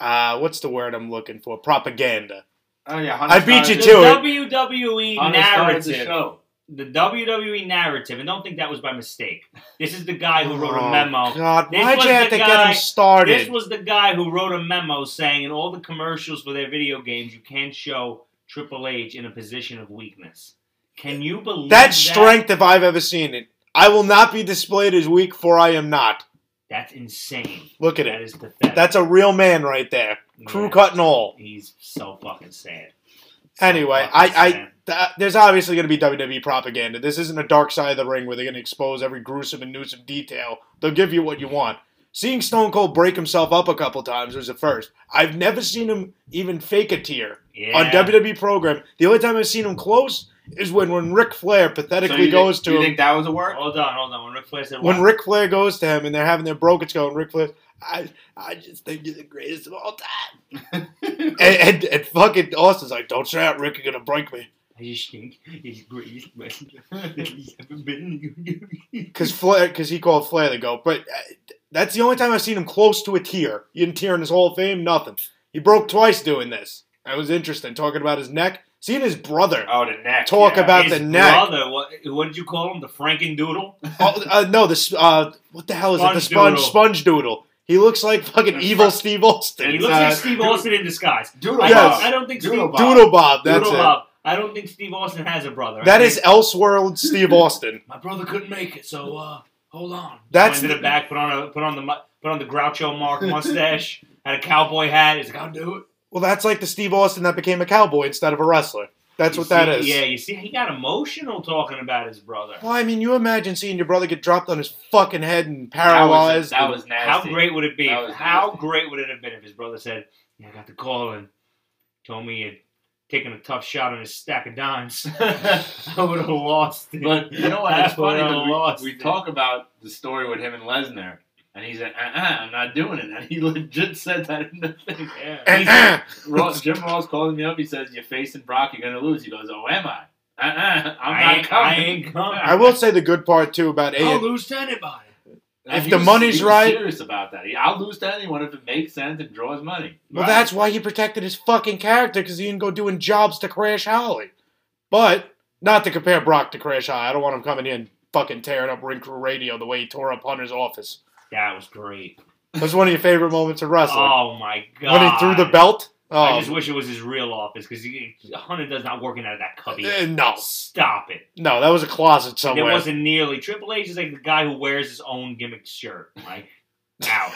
Speaker 3: Uh, what's the word I'm looking for? Propaganda.
Speaker 2: Oh yeah,
Speaker 3: I beat
Speaker 1: the
Speaker 3: you to it.
Speaker 1: WWE
Speaker 2: The
Speaker 1: narrative,
Speaker 2: show.
Speaker 1: the WWE narrative, and don't think that was by mistake. This is the guy who wrote
Speaker 3: Oh,
Speaker 1: a memo.
Speaker 3: God,
Speaker 1: This
Speaker 3: why'd
Speaker 1: was
Speaker 3: you have
Speaker 1: the
Speaker 3: to get
Speaker 1: guy-
Speaker 3: him started?
Speaker 1: This was the guy who wrote a memo saying in all the commercials for their video games, you can't show Triple H in a position of weakness. Can you believe
Speaker 3: That's
Speaker 1: that?
Speaker 3: strength if I've ever seen it. I will not be displayed as weak, for I am not.
Speaker 1: That's insane.
Speaker 3: Look at
Speaker 1: That
Speaker 3: it.
Speaker 1: is pathetic.
Speaker 3: That's a real man right there.
Speaker 1: Yeah.
Speaker 3: Crew cut and all.
Speaker 1: He's so fucking sad.
Speaker 3: Anyway,
Speaker 1: So fucking
Speaker 3: I, I,
Speaker 1: sad.
Speaker 3: th- uh, there's obviously going to be WWE propaganda. This isn't a dark side of the ring where they're going to expose every gruesome and gruesome detail. They'll give you what you want. Seeing Stone Cold break himself up a couple times was a first. I've never seen him even fake a tear
Speaker 1: yeah.
Speaker 3: on WWE program. The only time I've seen him close is when when Ric Flair
Speaker 2: So
Speaker 3: pathetically
Speaker 2: you
Speaker 3: goes
Speaker 2: think, you
Speaker 3: to him.
Speaker 2: think that was a work?
Speaker 1: Hold on, hold on. When Ric Flair said
Speaker 3: When
Speaker 1: what?
Speaker 3: Ric Flair goes to him and they're having their brokers go, and Ric Flair, I, I just think you're the greatest of all time. and, and, and fucking Austin's like, don't say that, Rick, you're going to break me.
Speaker 1: I just think he's the greatest wrestler that he's ever been.
Speaker 3: because Flair, because he called Flair the goat. But uh, that's the only time I've seen him close to a tear. He didn't tear in his Hall of Fame. Nothing. He broke twice doing this. That was interesting. Talking about his neck. Seeing his brother.
Speaker 2: Oh, the neck.
Speaker 3: Talk
Speaker 2: yeah.
Speaker 3: about
Speaker 1: His
Speaker 3: the neck.
Speaker 1: brother, what, what did you call him? The Frankendoodle?
Speaker 3: Oh, uh, no, this. Uh, what the hell is it? The
Speaker 1: Sponge
Speaker 3: sponge
Speaker 1: Doodle.
Speaker 3: sponge doodle. He looks like fucking
Speaker 2: That's
Speaker 3: evil
Speaker 2: right.
Speaker 3: Steve Austin.
Speaker 1: He
Speaker 2: It's,
Speaker 3: Doodle
Speaker 1: looks like
Speaker 2: uh,
Speaker 1: Steve
Speaker 2: Doodle-
Speaker 1: Austin in disguise.
Speaker 2: Doodle
Speaker 1: I,
Speaker 3: Yes.
Speaker 1: don't, I don't think Steve
Speaker 2: Doodle
Speaker 1: Doodle
Speaker 2: Bob.
Speaker 3: Bob, that's it.
Speaker 1: Bob. I don't think Steve Austin has a brother. I
Speaker 3: That
Speaker 1: think
Speaker 3: is Elseworld Steve Austin.
Speaker 2: My brother couldn't make it, so uh, hold on.
Speaker 1: went
Speaker 3: That's
Speaker 1: to the
Speaker 3: the,
Speaker 1: back, put on a put on the mu- put on the Groucho Mark mustache, had a cowboy hat. He's like,
Speaker 2: I'll
Speaker 1: "I'm
Speaker 2: do it.
Speaker 3: well, that's like the Steve Austin that became a cowboy instead of a wrestler. That's
Speaker 1: You
Speaker 3: what that
Speaker 1: see-
Speaker 3: is.
Speaker 1: Yeah, you see, he got emotional talking about his brother.
Speaker 3: Well, I mean, you imagine seeing your brother get dropped on his fucking head and
Speaker 2: That was,
Speaker 3: paralyzed.
Speaker 2: that was nasty.
Speaker 1: How great would it be?
Speaker 2: That was
Speaker 1: How
Speaker 2: nasty.
Speaker 1: great would it have been if his brother said, "Yeah, I got the call and told me you'd taken a tough shot on his stack of dimes." I would have lost. It.
Speaker 2: But you know what? It's
Speaker 1: I
Speaker 2: funny
Speaker 1: would've
Speaker 2: 'cause we-
Speaker 1: uh, lost
Speaker 2: we,
Speaker 1: it.
Speaker 2: talk about the story with him and Lesnar, and he said, uh-uh, "I'm not doing it," and he legit said that in the thing.
Speaker 1: Yeah.
Speaker 3: And, eh,
Speaker 2: Ross, Jim Ross calls me up. He says, "You're facing Brock. You're gonna lose." He goes, "Oh, am I? Uh-uh, I'm
Speaker 1: I
Speaker 2: not
Speaker 1: ain't-
Speaker 2: coming.
Speaker 1: I oh, ain't coming.
Speaker 3: I will say the good part too about
Speaker 1: I'll
Speaker 3: A.
Speaker 1: lose to anybody.
Speaker 2: And
Speaker 3: If
Speaker 2: he
Speaker 3: the
Speaker 2: was-
Speaker 3: money's
Speaker 2: he was
Speaker 3: right-
Speaker 2: serious about that. He- I'll lose to anyone if it makes sense and draws money.
Speaker 3: Well,
Speaker 1: Right.
Speaker 3: that's why he protected his fucking character because he didn't go doing jobs to Crash Holly. But not to compare Brock to Crash Holly. I don't want him coming in fucking tearing up Ring Crew Radio the way he tore up Hunter's office.
Speaker 1: That was great.
Speaker 3: That's one of your favorite moments of wrestling.
Speaker 1: Oh my god!
Speaker 3: when he threw the belt.
Speaker 1: I
Speaker 3: Oh,
Speaker 1: just wish it was his real office because Hunter does not working out of that cubby. Oh,
Speaker 3: eh, no,
Speaker 1: Stop it.
Speaker 3: no, that was a closet
Speaker 1: There
Speaker 3: somewhere.
Speaker 1: wasn't nearly. Triple H is like the guy who wears his own gimmick shirt. Like, out.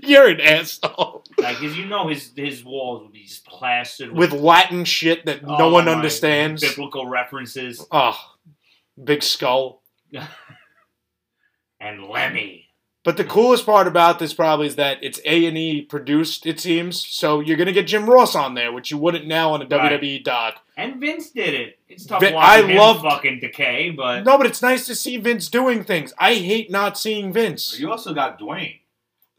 Speaker 3: You're an asshole.
Speaker 1: Like, as you know, his his walls would be just plastered
Speaker 3: With Latin shit that no
Speaker 1: oh
Speaker 3: one
Speaker 1: my-
Speaker 3: understands.
Speaker 1: biblical references,
Speaker 3: Oh, big skull.
Speaker 1: and Lemmy.
Speaker 3: But the coolest part about this probably is that it's A and E produced. It seems so. You're gonna get Jim Ross on there, which you wouldn't now on a
Speaker 1: Right.
Speaker 3: WWE doc.
Speaker 1: And Vince did it. It's tough
Speaker 3: Vin-
Speaker 1: watching
Speaker 3: I
Speaker 1: him
Speaker 3: loved-
Speaker 1: fucking decay, but
Speaker 3: No, but it's nice to see Vince doing things. I hate not seeing Vince.
Speaker 2: You also got Dwayne.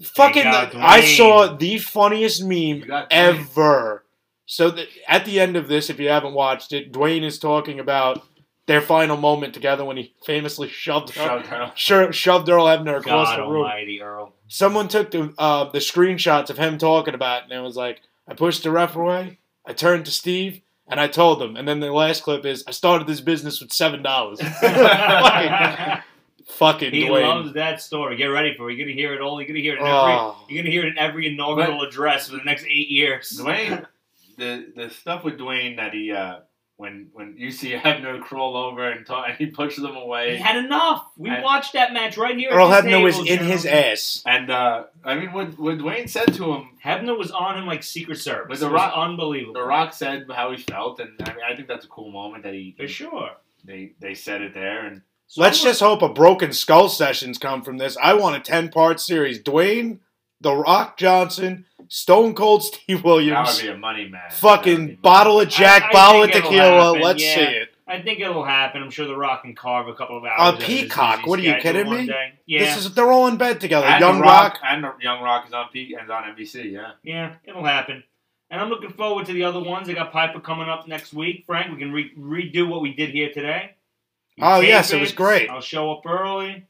Speaker 3: Fucking,
Speaker 1: got
Speaker 3: I
Speaker 1: Dwayne.
Speaker 3: saw the funniest meme
Speaker 2: You got Dwayne.
Speaker 3: ever. So that at the end of this, if you haven't watched it, Dwayne is talking about their final moment together when he famously shoved her,
Speaker 2: Shut down.
Speaker 3: sho- shoved Earl Hebner across
Speaker 1: God
Speaker 3: the room.
Speaker 1: Almighty Earl.
Speaker 3: Someone took the uh, the screenshots of him talking about it, and it was like, I pushed the ref away, I turned to Steve, and I told him. And then the last clip is, I started this business with seven dollars. fucking, fucking
Speaker 1: he
Speaker 3: Dwayne.
Speaker 1: loves that story. Get ready for it. You're gonna hear it all. You're gonna hear it. In every,
Speaker 3: Oh.
Speaker 1: You're gonna hear it in every inaugural address for the next eight years.
Speaker 2: Dwayne, the the stuff with Dwayne that he uh, when when you see Hebner crawl over and talk, and he pushes him
Speaker 1: He
Speaker 2: away.
Speaker 1: had enough. We
Speaker 2: I-
Speaker 1: watched that match right here. at
Speaker 3: Earl
Speaker 1: this
Speaker 3: Hebner was
Speaker 1: table,
Speaker 3: in his
Speaker 1: gentlemen.
Speaker 3: ass.
Speaker 2: And uh, I mean, what what Dwayne said to him,
Speaker 1: Hebner was on him like Secret Service.
Speaker 2: With The
Speaker 1: It was
Speaker 2: Rock-
Speaker 1: unbelievable.
Speaker 2: The Rock said how he felt, and I mean, I think that's a cool moment that he
Speaker 1: for sure.
Speaker 2: they they said it there. And
Speaker 1: So
Speaker 3: Let's
Speaker 1: I'm-
Speaker 3: just hope a broken skull sessions come from this. I want a ten part series. Dwayne, The Rock Johnson, Stone Cold Steve
Speaker 2: that
Speaker 3: Williams,
Speaker 2: would be a money man.
Speaker 3: fucking
Speaker 2: That'd be-
Speaker 3: bottle of Jack,
Speaker 1: I
Speaker 3: bottle of
Speaker 1: think it'll
Speaker 3: tequila.
Speaker 1: happen,
Speaker 3: Let's
Speaker 1: yeah.
Speaker 3: see it.
Speaker 1: I think it'll happen. I'm sure The Rock can carve a couple of hours. out of his
Speaker 3: peacock,
Speaker 1: busy
Speaker 3: what are you
Speaker 1: schedule
Speaker 3: kidding
Speaker 1: one
Speaker 3: me?
Speaker 1: day. Yeah,
Speaker 3: This is they're all in bed together.
Speaker 2: And The
Speaker 3: uh, Young Rock,
Speaker 2: and the Young Rock is on P and on NBC. Yeah,
Speaker 1: yeah, it'll happen. And I'm looking forward to the other ones. They got Piper coming up next week. Frank, we can re- redo what we did here today. You
Speaker 3: Oh,
Speaker 1: tape
Speaker 3: yes, it was great.
Speaker 1: I'll show up early.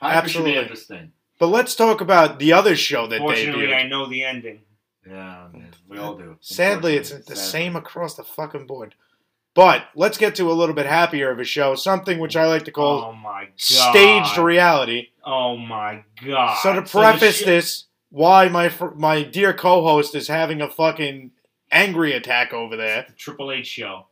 Speaker 2: Piper
Speaker 3: Absolutely.
Speaker 2: should be interesting.
Speaker 3: But let's talk about the other show that
Speaker 1: Fortunately,
Speaker 3: debuted.
Speaker 1: I know the ending.
Speaker 2: Yeah, man, we all do.
Speaker 3: Sadly, it's the
Speaker 2: Unfortunately,
Speaker 3: same
Speaker 2: sadly.
Speaker 3: across the fucking board. But let's get to a little bit happier of a show, something which I like to call
Speaker 1: oh my god!
Speaker 3: staged reality.
Speaker 1: Oh my god!
Speaker 3: So to
Speaker 1: the
Speaker 3: preface
Speaker 1: shi-
Speaker 3: this, why my fr- my dear co-host is having a fucking angry attack over there.
Speaker 1: the Triple H show.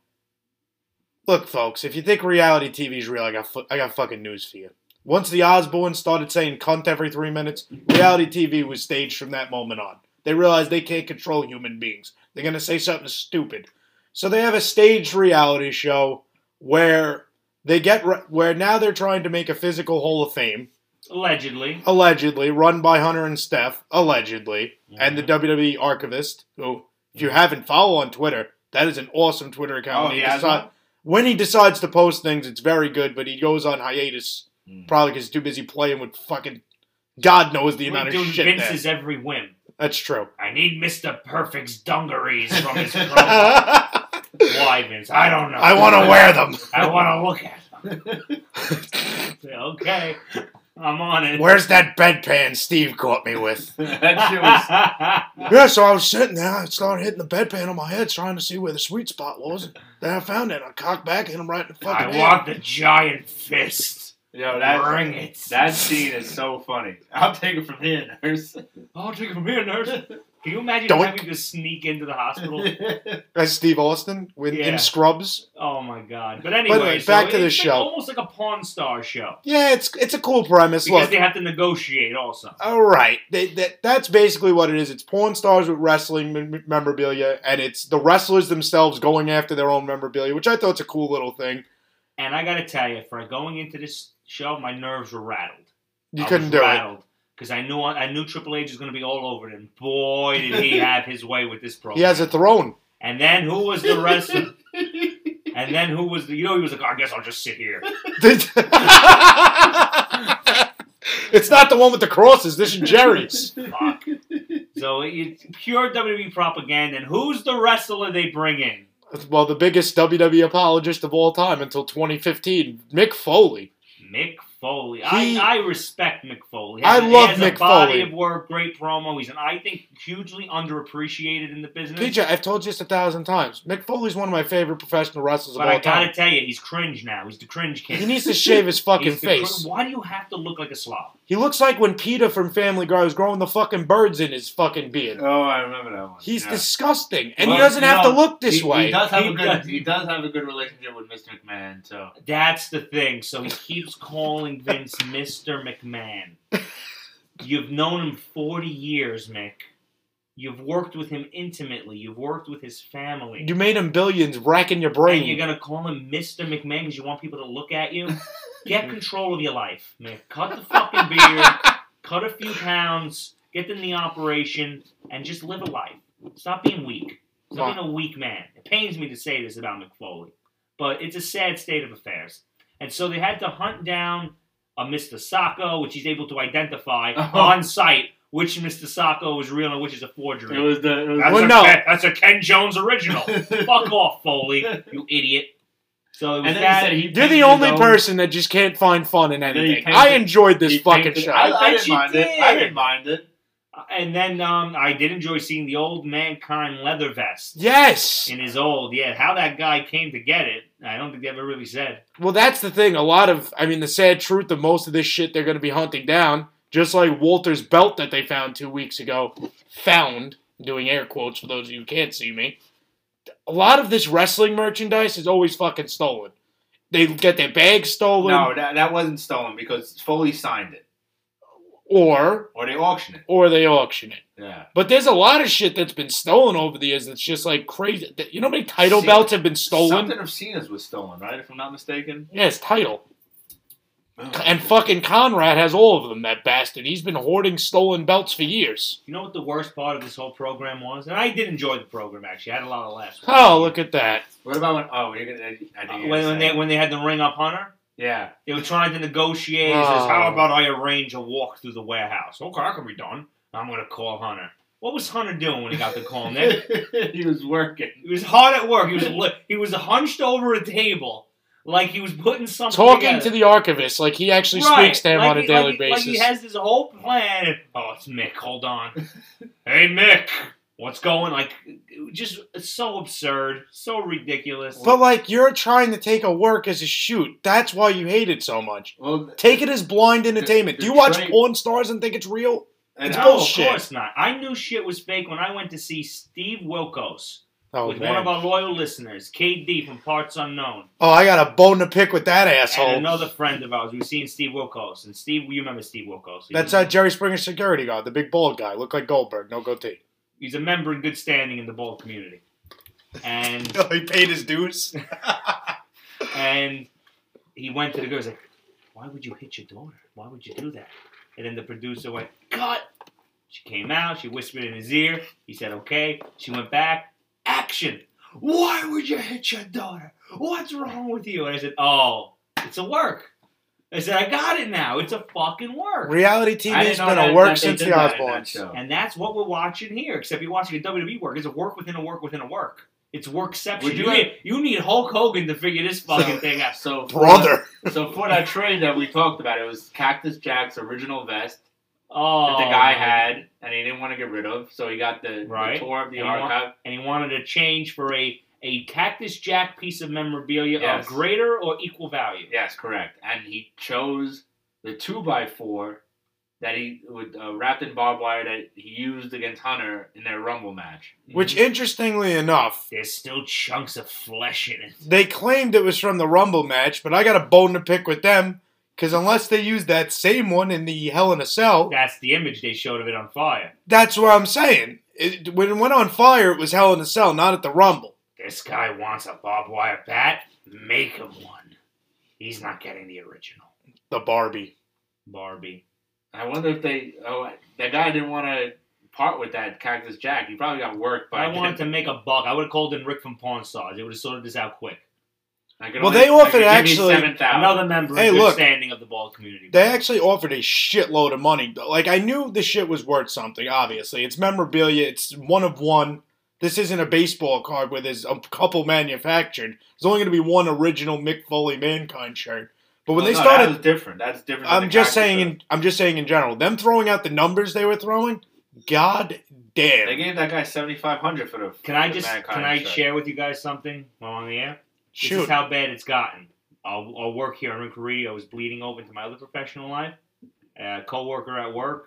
Speaker 3: Look, folks, if you think reality TV is real, I got fu- I got fucking news for you. Once the Osbournes started saying cunt every three minutes, reality TV was staged from that moment on. They realized they can't control human beings. They're gonna say something stupid, so they have a staged reality show where they get re- where now they're trying to make a physical Hall of Fame,
Speaker 1: Allegedly,
Speaker 3: allegedly run by Hunter and Steph, allegedly and the WWE archivist, who, if you haven't follow on Twitter, that is an awesome Twitter account.
Speaker 2: Oh,
Speaker 3: When
Speaker 2: he
Speaker 3: he
Speaker 2: has
Speaker 3: deci-
Speaker 2: one?
Speaker 3: when he decides to post things, it's very good, but he goes on hiatus
Speaker 2: Mm.
Speaker 3: probably because he's too busy playing with fucking God knows the
Speaker 1: We're
Speaker 3: amount of
Speaker 1: doing
Speaker 3: shit. there.
Speaker 1: Vince's every whim.
Speaker 3: That's true.
Speaker 1: I need Mister Perfect's dungarees from his promo.
Speaker 3: I
Speaker 1: Why, Vince? I don't know.
Speaker 3: want to wear them.
Speaker 1: I want to look at them. Say, okay, I'm on it.
Speaker 3: Where's that bedpan Steve caught me with?
Speaker 2: that shit was
Speaker 3: yeah, so I was sitting there. I started hitting the bedpan on my head, trying to see where the sweet spot was. Then I found it. I cocked back, hit him right in the
Speaker 1: I
Speaker 3: fucking head.
Speaker 1: want the giant fist.
Speaker 2: Yo, that
Speaker 1: Bring it.
Speaker 2: that scene is so funny. I'll take it from here, nurse.
Speaker 1: Oh, I'll take it from here, nurse. Can you imagine
Speaker 3: Doink.
Speaker 1: having to sneak into the hospital?
Speaker 3: That's Steve Austin with
Speaker 1: Yeah.
Speaker 3: in Scrubs.
Speaker 1: oh my god! But anyway, so
Speaker 3: back to the
Speaker 1: it's like
Speaker 3: show.
Speaker 1: almost like a Pawn Star show
Speaker 3: Yeah, it's it's a cool premise.
Speaker 1: because
Speaker 3: Look,
Speaker 1: they have to negotiate also.
Speaker 3: all right, they, that that's basically what it is. It's porn stars with wrestling mem- memorabilia, and it's the wrestlers themselves going after their own memorabilia, which I thought's a cool little thing.
Speaker 1: And I gotta tell you, for going into this show, my nerves were rattled.
Speaker 3: You
Speaker 1: I
Speaker 3: couldn't
Speaker 1: was
Speaker 3: do it.
Speaker 1: rattled because I knew I knew Triple H was going to be all over it, and boy, did he have his way with this program.
Speaker 3: He has a throne.
Speaker 1: And then who was the wrestler? and then who was the? You know, he was like, I guess I'll just sit here.
Speaker 3: it's not the one with the crosses. This is Jerry's.
Speaker 1: Fuck. So it's pure WWE propaganda. And who's the wrestler they bring in?
Speaker 3: Well, the biggest WWE apologist of all time until 2015, Mick Foley.
Speaker 1: Mick Foley.
Speaker 3: He-
Speaker 1: I, I respect Mick Foley. He
Speaker 3: I
Speaker 1: has-
Speaker 3: love
Speaker 1: he has
Speaker 3: Mick
Speaker 1: a body
Speaker 3: Foley.
Speaker 1: of work, great promo. He's an I think hugely underappreciated in the business.
Speaker 3: PJ, I've told you this a thousand times. Mick Foley's one of my favorite professional wrestlers of
Speaker 1: but
Speaker 3: all
Speaker 1: I gotta
Speaker 3: time.
Speaker 1: tell you, he's cringe now. He's the cringe king.
Speaker 3: He needs to shave his fucking
Speaker 1: He's the cr-
Speaker 3: face.
Speaker 1: Why do you have to look like a slob?
Speaker 3: He looks like when Peter from Family Guy was growing the fucking birds in his fucking beard.
Speaker 2: Oh, I remember that one.
Speaker 3: He's
Speaker 2: Yeah.
Speaker 3: disgusting, and he
Speaker 2: Well,
Speaker 3: doesn't
Speaker 2: you
Speaker 3: have to
Speaker 2: know,
Speaker 3: look this
Speaker 2: he,
Speaker 3: way.
Speaker 2: He does have
Speaker 1: He
Speaker 2: a good.
Speaker 1: does.
Speaker 2: He does have a good relationship with Mr. McMahon. So
Speaker 1: That's the thing. So he keeps calling Vince Mr. McMahon. You've known him 40 years, Mick. You've worked with him intimately. You've worked with his family.
Speaker 3: You made him billions, racking your
Speaker 1: and you're
Speaker 3: brain.
Speaker 1: going to call him Mr. McMahon because you want people to look at you? Get control of your life, Mick. Cut the fucking beard. cut a few pounds. Get in the operation. And just live a life. Stop being weak. Stop being a weak man. It pains me to say this about McFoley, but it's a sad state of affairs. And so they had to hunt down a Mr. Sacco, which he's able to identify
Speaker 3: Uh-huh.
Speaker 2: Oh.
Speaker 1: on site which Mr. Sacco is real and which is a forgery.
Speaker 2: it was the. It was
Speaker 1: that's,
Speaker 3: Well,
Speaker 1: a
Speaker 3: no.
Speaker 1: Ken, that's a Ken Jones original. Fuck off, Foley, you idiot. So it was
Speaker 2: and then
Speaker 1: that.
Speaker 2: he said he
Speaker 3: You're
Speaker 2: painted
Speaker 3: the
Speaker 2: his
Speaker 3: only
Speaker 2: own-
Speaker 3: person that just can't find fun in
Speaker 2: he
Speaker 3: anything.
Speaker 2: painted-
Speaker 3: I enjoyed this
Speaker 2: he
Speaker 3: fucking
Speaker 2: painted-
Speaker 3: show.
Speaker 2: I,
Speaker 1: I bet
Speaker 2: I didn't
Speaker 1: you
Speaker 2: mind it. I
Speaker 1: did.
Speaker 2: didn't mind it.
Speaker 1: and then um, I did enjoy seeing the old mankind leather vest
Speaker 3: yes.
Speaker 1: in his old. Yeah, how that guy came to get it, I don't think they ever really said.
Speaker 3: Well, that's the thing. A lot of, I mean, the sad truth of most of this shit they're going to be hunting down, just like Walter's belt that they found two weeks ago, found, doing air quotes for those of you who can't see me. A lot of this wrestling merchandise is always fucking stolen. They get their bags stolen,
Speaker 2: No, that, that wasn't stolen because Foley signed it
Speaker 3: or
Speaker 2: or they auctioned it.
Speaker 3: or they auction it.
Speaker 2: Yeah.
Speaker 3: But there's a lot of shit that's been stolen over the years that's just like crazy. You know how many title
Speaker 2: See,
Speaker 3: belts have been stolen?
Speaker 2: Something of Cena's was stolen, right? If I'm not mistaken.
Speaker 3: Yes, title. Oh. And fucking Conrad has all of them, that bastard. He's been hoarding stolen belts for years.
Speaker 1: You know what the worst part of this whole program was? And I did enjoy the program actually. I had a lot of laughs.
Speaker 3: Oh, look at that.
Speaker 2: What about when? Oh, you're gonna. I think
Speaker 1: Uh, when,
Speaker 2: you're gonna
Speaker 1: when
Speaker 2: say
Speaker 1: they
Speaker 2: it.
Speaker 1: when they had the ring up Hunter,
Speaker 2: Yeah.
Speaker 1: they were trying to negotiate. He says,
Speaker 3: Oh.
Speaker 1: "How about I arrange a walk through the warehouse? Okay, I can be done. I'm gonna call Hunter. What was Hunter doing when he got the call, Nick?
Speaker 2: he was working.
Speaker 1: he was hard at work. He was li- he was hunched over a table, like he was putting something
Speaker 3: Talking
Speaker 1: together.
Speaker 3: to the archivist, like he actually
Speaker 1: Right,
Speaker 3: speaks to him
Speaker 1: like
Speaker 3: on a
Speaker 1: he-
Speaker 3: daily
Speaker 1: like he- Like
Speaker 3: basis.
Speaker 1: he has this whole plan. and- Oh, it's Mick. Hold on. hey, Mick. What's going? Like, just so absurd, so ridiculous.
Speaker 3: but like you're trying to take a work as a shoot. That's why you hate it so much.
Speaker 2: Well,
Speaker 3: Take it as blind entertainment. Do you watch
Speaker 2: Detroit-
Speaker 3: porn stars and think it's real?
Speaker 2: and oh,
Speaker 3: it's
Speaker 2: I-
Speaker 1: no,
Speaker 3: bullshit.
Speaker 1: oh, of course not. I knew shit was fake when I went to see Steve Wilkos
Speaker 3: Oh,
Speaker 1: with
Speaker 3: man.
Speaker 1: one of our loyal listeners, KD from Parts Unknown,
Speaker 3: oh, I got a bone to pick with that
Speaker 1: and
Speaker 3: asshole.
Speaker 1: another friend of ours. We've seen Steve Wilkos, and Steve, you remember Steve Wilkos? He's-
Speaker 3: That's uh, Jerry Springer's security guard, the big bald guy. Look like Goldberg, no goatee.
Speaker 1: he's a member in good standing in the bald community, and
Speaker 3: Oh, he paid his dues.
Speaker 1: And he went to the girl. He's like, "Why would you hit your daughter? Why would you do that?" And then the producer went, "Cut." She came out. She whispered in his ear. He said, "Okay." She went back. Action. Why would you hit your daughter? What's wrong with you? And I said, "Oh, it's a work." I said, "I got it now. It's a fucking work."
Speaker 3: Reality
Speaker 2: I didn't
Speaker 3: TV's
Speaker 2: know
Speaker 3: been
Speaker 2: that-
Speaker 3: a work
Speaker 2: that they
Speaker 3: since
Speaker 2: did
Speaker 3: the
Speaker 2: that in that
Speaker 3: Osbournes.
Speaker 2: show.
Speaker 1: And that's what we're watching here. Except you're watching a WWE work. It's a work within a work within a work. It's workception.
Speaker 2: Would you
Speaker 1: you,
Speaker 2: have-
Speaker 1: need, you need Hulk Hogan to figure this fucking thing out.
Speaker 2: So for
Speaker 3: Brother.
Speaker 2: that- so for that trade that we talked about, it was Cactus Jack's original vest
Speaker 1: Oh,
Speaker 2: that the guy
Speaker 1: man.
Speaker 2: had, and he didn't want to get rid of, so he got the, the
Speaker 1: Right.
Speaker 2: tour of the
Speaker 1: And he wa-
Speaker 2: archive.
Speaker 1: and he wanted a change for a a Cactus Jack piece of memorabilia
Speaker 2: Yes.
Speaker 1: of greater or equal value.
Speaker 2: Yes, correct. And he chose the two by four that he would uh, wrapped in barbed wire that he used against Hunter in their Rumble match.
Speaker 3: Which, interestingly enough,
Speaker 1: Mm. there's still chunks of flesh in it.
Speaker 3: they claimed it was from the Rumble match, but I got a bone to pick with them because unless they use that same one in the Hell in a Cell,
Speaker 1: That's the image they showed of it on fire.
Speaker 3: that's what I'm saying. It, when it went on fire, it was Hell in a Cell, not at the Rumble.
Speaker 1: This guy wants a barbed wire bat. Make him one. He's not getting the original
Speaker 3: The Barbie.
Speaker 1: Barbie.
Speaker 2: I wonder if they. Oh, that guy didn't want to part with that Cactus Jack. He probably got worked by.
Speaker 1: I wanted to make a buck. I would have called in Rick from Pawn Stars. It would have sorted this out quick.
Speaker 2: I could
Speaker 3: Well,
Speaker 2: only-
Speaker 3: they
Speaker 2: I could
Speaker 3: offered
Speaker 2: give you
Speaker 3: actually-
Speaker 2: 7,000.
Speaker 1: Another member
Speaker 3: Hey,
Speaker 1: in good
Speaker 3: look.
Speaker 1: standing of the ball community.
Speaker 3: They actually offered a shitload of money. Like, I knew the shit was worth something, obviously. It's memorabilia, it's one of one. This isn't a baseball card where there's a couple manufactured. There's only going to be one original Mick Foley Mankind shirt. But when
Speaker 2: Well,
Speaker 3: they
Speaker 2: Oh, no,
Speaker 3: started
Speaker 2: that was different. That's different. than
Speaker 3: I'm
Speaker 2: the
Speaker 3: just
Speaker 2: Cactus
Speaker 3: saying.
Speaker 2: Jack.
Speaker 3: In, I'm just saying in general, them throwing out the numbers they were throwing. God
Speaker 2: They
Speaker 3: damn.
Speaker 2: gave that guy seventy five hundred for the.
Speaker 1: Can I
Speaker 2: the
Speaker 1: just
Speaker 2: Mankind
Speaker 1: can I
Speaker 2: shirt.
Speaker 1: share with you guys something while on the air? This
Speaker 3: Shoot.
Speaker 1: is how bad it's gotten. I'll, I'll work here on Rick Radio. I was bleeding over into my other professional life. Uh, co-worker at work.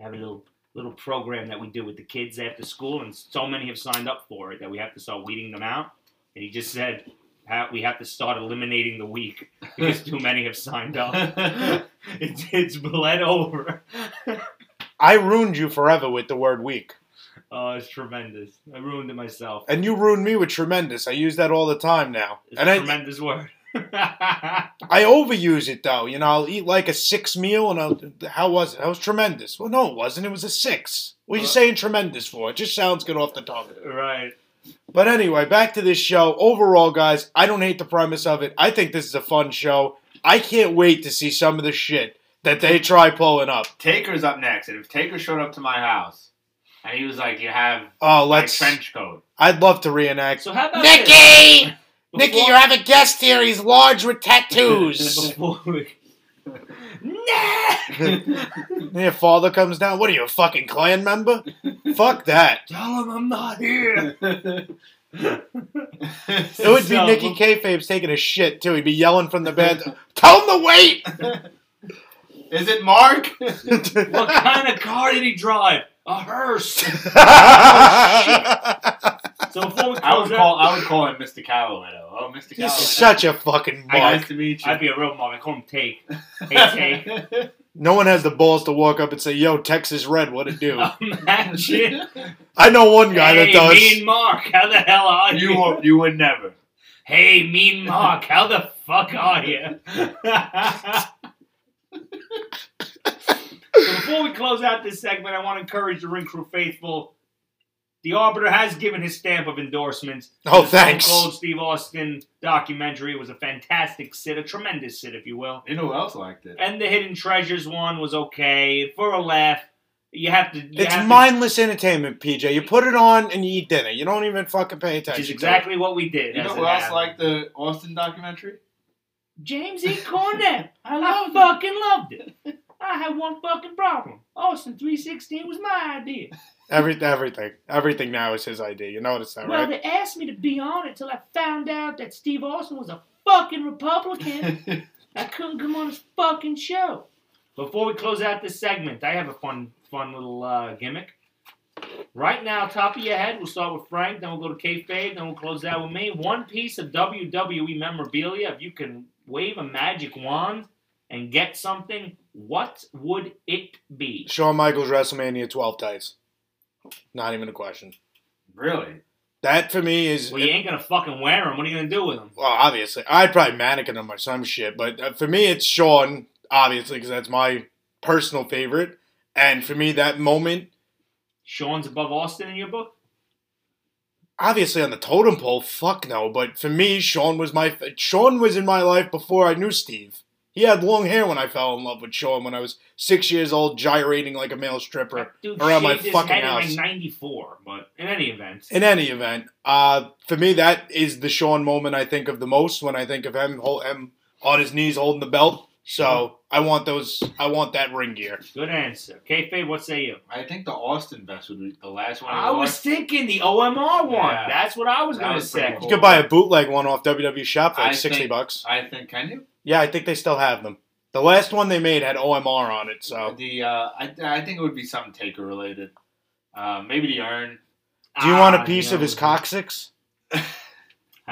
Speaker 1: Have a little little program that we do with the kids after school, and so many have signed up for it that we have to start weeding them out. And he just said how we have to start eliminating the weak because too many have signed up. It's, it's bled over.
Speaker 3: I ruined you forever with the word weak,
Speaker 1: Oh, it's tremendous. I ruined it myself.
Speaker 3: and you ruined me with tremendous. I use that all the time now,
Speaker 1: It's
Speaker 3: and
Speaker 1: a
Speaker 3: I
Speaker 1: tremendous word.
Speaker 3: I overuse it though. You know, I'll eat like a six meal, and I'll, how was it? That was tremendous. Well, no, it wasn't. It was a six.
Speaker 1: Uh,
Speaker 3: What are you
Speaker 2: Well-
Speaker 3: saying tremendous for? It just sounds good off the tongue.
Speaker 1: Right.
Speaker 3: But anyway, back to this show. Overall, guys, I don't hate the premise of it. I think this is a fun show. I can't wait to see some of the shit that they try pulling up.
Speaker 2: Taker's up next, and if Taker showed up to my house, and he was like, "You have
Speaker 3: Oh,
Speaker 2: my
Speaker 3: let's.
Speaker 2: trench coat,"
Speaker 3: I'd love to reenact.
Speaker 1: So how about this?
Speaker 3: Nikki, Nikki,
Speaker 1: Before-
Speaker 3: you have a guest here. He's large with tattoos.
Speaker 1: before we- Nick!
Speaker 3: Your father comes down. What are you, a fucking clan member? Fuck that.
Speaker 1: Tell him I'm not here.
Speaker 3: It would be
Speaker 1: So,
Speaker 3: Nikki Kayfabe's taking a shit too. He'd be yelling from the bed. Tell him to wait.
Speaker 2: Is it Mark?
Speaker 1: What kind of car did he drive? A hearse. So before we
Speaker 2: I would
Speaker 1: close
Speaker 2: call.
Speaker 1: out,
Speaker 2: I would call him Mr. Calloway though. Oh, Mr. Calloway.
Speaker 3: He's such a fucking mark.
Speaker 2: nice to meet you.
Speaker 1: I'd be a real mom. I call him Take. Hey, Take.
Speaker 3: No one has the balls to walk up and say, "Yo, Texas Red, what it do?"
Speaker 1: Imagine.
Speaker 3: I know one guy
Speaker 1: hey,
Speaker 3: that does.
Speaker 1: Mean Mark, how the hell are you?
Speaker 2: you won't. You would never.
Speaker 1: Hey, Mean Mark, how the fuck are you? so before we close out this segment, I want to encourage the Ring Crew faithful. The Arbiter has given his stamp of endorsements.
Speaker 3: oh,
Speaker 1: The Stone
Speaker 3: thanks.
Speaker 1: Cold Steve Austin documentary was a fantastic sit, a tremendous sit, if you will.
Speaker 2: You know who else liked it?
Speaker 1: And the Hidden Treasures one was okay for a laugh. You have to. You
Speaker 3: It's
Speaker 1: have to-
Speaker 3: mindless entertainment, PJ. You put it on and you eat dinner. You don't even fucking pay
Speaker 1: which
Speaker 3: attention.
Speaker 1: is
Speaker 3: to it.
Speaker 1: exactly what we did.
Speaker 2: You know
Speaker 1: as
Speaker 2: who
Speaker 1: it
Speaker 2: else
Speaker 1: happened.
Speaker 2: liked the Austin documentary?
Speaker 1: James E. Cornett. I, loved fucking loved it. I had one fucking problem. Austin 316 was my idea.
Speaker 3: Every, everything. Everything now is his idea. You notice that,
Speaker 1: Well, they
Speaker 3: right?
Speaker 1: asked me to be on it till I found out that Steve Austin was a fucking Republican. I couldn't come on his fucking show. Before we close out this segment, I have a fun, fun little uh, gimmick. Right now, top of your head, we'll start with Frank, then we'll go to Kayfabe, then we'll close out with me. One piece of WWE memorabilia. If you can wave a magic wand and get something, what would it be?
Speaker 3: Shawn Michaels WrestleMania 12 tights. Not even a question.
Speaker 2: really?
Speaker 3: That for me is.
Speaker 1: Well, you ain't gonna fucking wear them. What are you gonna do with them?
Speaker 3: well, obviously, I'd probably mannequin him or some shit, but uh, for me, it's Sean, obviously, because that's my personal favorite. And for me, that moment,
Speaker 1: Sean's above Austin in your book?
Speaker 3: obviously, on the totem pole, fuck no. But for me, Sean was my f- Sean was in my life before I knew Steve. He had long hair when I fell in love with Sean when I was six years old, gyrating like a male stripper.
Speaker 1: Dude,
Speaker 3: around my
Speaker 1: shaved his
Speaker 3: fucking
Speaker 1: head in, like,
Speaker 3: house.
Speaker 1: 94, but in any event.
Speaker 3: In any event, uh, for me, that is the Sean moment I think of the most when I think of him, hol- him on his knees holding the belt.
Speaker 2: Mm-hmm.
Speaker 3: So I want those. I want that ring gear.
Speaker 1: Good answer. Kayfabe, what say you?
Speaker 2: I think the Austin vest would be the last one.
Speaker 1: I was thinking the OMR one.
Speaker 2: Yeah.
Speaker 1: That's what I was
Speaker 2: That
Speaker 1: going to
Speaker 2: was pretty
Speaker 1: say.
Speaker 2: cool.
Speaker 3: You could buy a bootleg one off WWE Shop for like
Speaker 2: I
Speaker 3: sixty
Speaker 2: think-
Speaker 3: bucks.
Speaker 2: I think can you?
Speaker 3: Yeah, I think they still have them. The last one they made had OMR on it, so
Speaker 2: The uh, I, I think it would be something taker related. Uh, maybe the urn.
Speaker 3: do you want
Speaker 1: Ah,
Speaker 3: a piece
Speaker 1: yeah.
Speaker 3: of his coccyx?
Speaker 1: How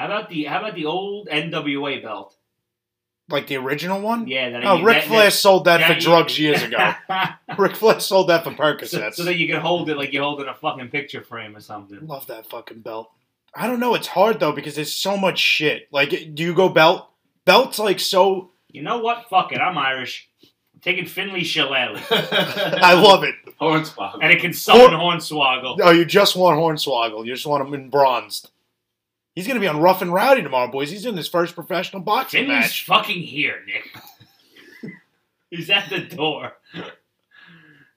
Speaker 1: about the How about the old NWA belt?
Speaker 3: Like the original one?
Speaker 1: Yeah. That, I
Speaker 3: Oh,
Speaker 1: mean,
Speaker 3: Ric
Speaker 1: that-
Speaker 3: Flair sold that
Speaker 1: that
Speaker 3: for
Speaker 1: you-
Speaker 3: drugs years ago.
Speaker 1: that-
Speaker 3: Ric Flair sold that for
Speaker 1: so,
Speaker 3: Percocets.
Speaker 1: so that you can hold it like you're holding a fucking picture frame or something.
Speaker 3: Love that fucking belt. I don't know. It's hard though because there's so much shit. Like, do you go belt? Belt's like so.
Speaker 1: You know what? Fuck it. I'm Irish. I'm taking Finley Shillelagh
Speaker 3: I love it.
Speaker 2: Hornswoggle.
Speaker 1: and a consultant hornswoggle.
Speaker 3: Oh, you just want Hornswoggle. You just want him in bronzed. He's gonna be on Rough and Rowdy tomorrow, boys. He's in his first professional boxing
Speaker 1: Finley's
Speaker 3: match.
Speaker 1: fucking here, Nick. He's at the door.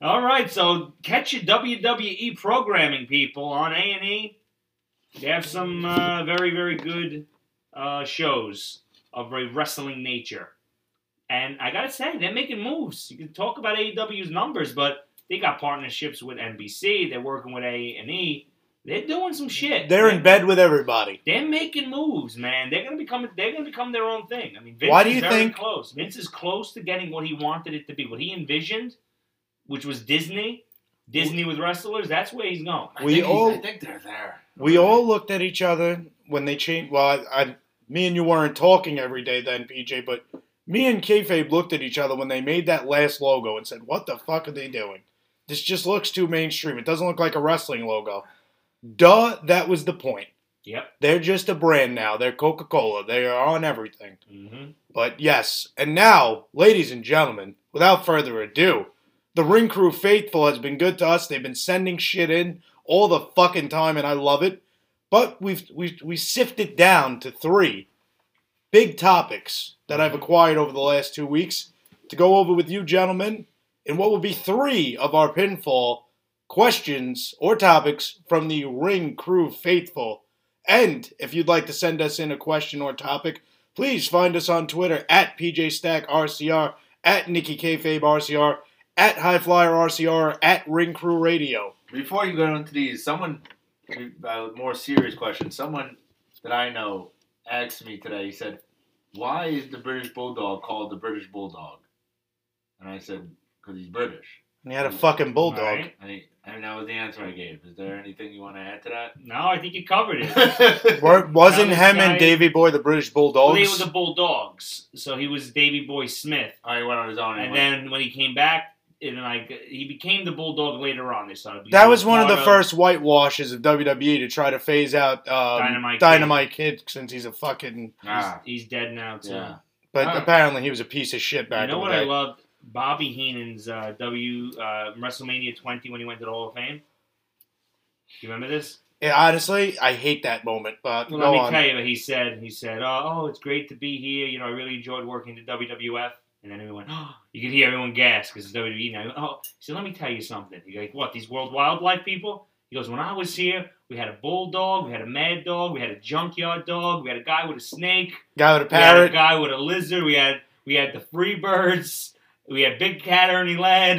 Speaker 1: All right, so catch your WWE programming, people, on A and E. They have some uh, very, very good uh, shows of a wrestling nature, and I gotta say they're making moves. You can talk about AEW's numbers, but they got partnerships with NBC. They're working with A and E. They're doing some shit.
Speaker 3: They're in bed with everybody.
Speaker 1: They're making moves, man. They're gonna become they're gonna become their own thing. I mean, Vince
Speaker 3: Why do
Speaker 1: is
Speaker 3: you
Speaker 1: very
Speaker 3: think-
Speaker 1: close. Vince is close to getting what he wanted it to be, what he envisioned, which was Disney, Disney with wrestlers. That's where he's going.
Speaker 2: I
Speaker 3: We
Speaker 2: think he's-
Speaker 3: all-
Speaker 2: I think they're there.
Speaker 3: We all looked at each other when they changed. Well, I, I, me and you weren't talking every day then, PJ, but me and Kayfabe looked at each other when they made that last logo and said, "What the fuck are they doing? This just looks too mainstream. It doesn't look like a wrestling logo." Duh, that was the point.
Speaker 1: Yep.
Speaker 3: They're just a brand now. They're Coca Cola. They are on everything.
Speaker 1: Mm-hmm.
Speaker 3: But yes, and now, ladies and gentlemen, without further ado, the Ring Crew Faithful has been good to us. They've been sending shit in all the fucking time, and I love it. But we've we we sifted down to three big topics that I've acquired over the last two weeks to go over with you, gentlemen, in what will be three of our pinfall questions or topics from the Ring Crew Faithful. And if you'd like to send us in a question or topic, Please find us on Twitter at PJStackRCR, at NikkiKFabeRCR, at HighFlyerRCR, at Ring Crew Radio.
Speaker 2: Before you go into these, someone a more serious question. Someone that I know asked me today. He said, "Why is the British bulldog called the British bulldog?" And I said, "Because he's British."
Speaker 3: And he had a fucking bulldog.
Speaker 2: And, he, and that was the answer I gave. Is there anything you want to add to
Speaker 1: No, I think you covered it.
Speaker 2: that?
Speaker 3: Were- wasn't
Speaker 1: That was
Speaker 3: him
Speaker 1: guy-
Speaker 3: and Davy Boy the British
Speaker 1: well,
Speaker 3: Bulldogs?
Speaker 1: they were the Bulldogs, so he was Davy Boy Smith,
Speaker 2: oh, he went on his own.
Speaker 1: and
Speaker 3: Mm-hmm.
Speaker 1: then when he came back, and like he became the Bulldog later on. They started.
Speaker 3: that
Speaker 1: he
Speaker 3: was one of
Speaker 1: part
Speaker 3: the first whitewashes of WWE to try to phase out um,
Speaker 1: Dynamite
Speaker 3: Dynamite, Kid. since he's a fucking.
Speaker 1: He's,
Speaker 2: Ah,
Speaker 1: he's dead now too.
Speaker 2: yeah.
Speaker 3: But
Speaker 2: Ah.
Speaker 3: apparently he was a piece of shit back
Speaker 1: you know
Speaker 3: in
Speaker 1: what
Speaker 3: the day.
Speaker 1: I loved? Bobby Heenan's uh, W uh, WrestleMania 20 when he went to the Hall of Fame. Do you remember this?
Speaker 3: Yeah, honestly, I hate that moment. But
Speaker 1: Well,
Speaker 3: go
Speaker 1: let me
Speaker 3: on.
Speaker 1: tell you what he said. He said, oh, "Oh, it's great to be here. You know, I really enjoyed working at WWF." And then everyone, oh, you could hear everyone gasp because it's WWE now. Oh, he said, "Let me tell you something." He's like, "What? These World Wildlife people?" He goes, "When I was here, we had a bulldog, we had a mad dog, we had a junkyard dog, we had a guy with a snake."
Speaker 3: Guy with a
Speaker 1: We had
Speaker 3: parrot.
Speaker 1: a guy with a lizard. We had we had the free birds. We had Big Cat Ernie Ladd.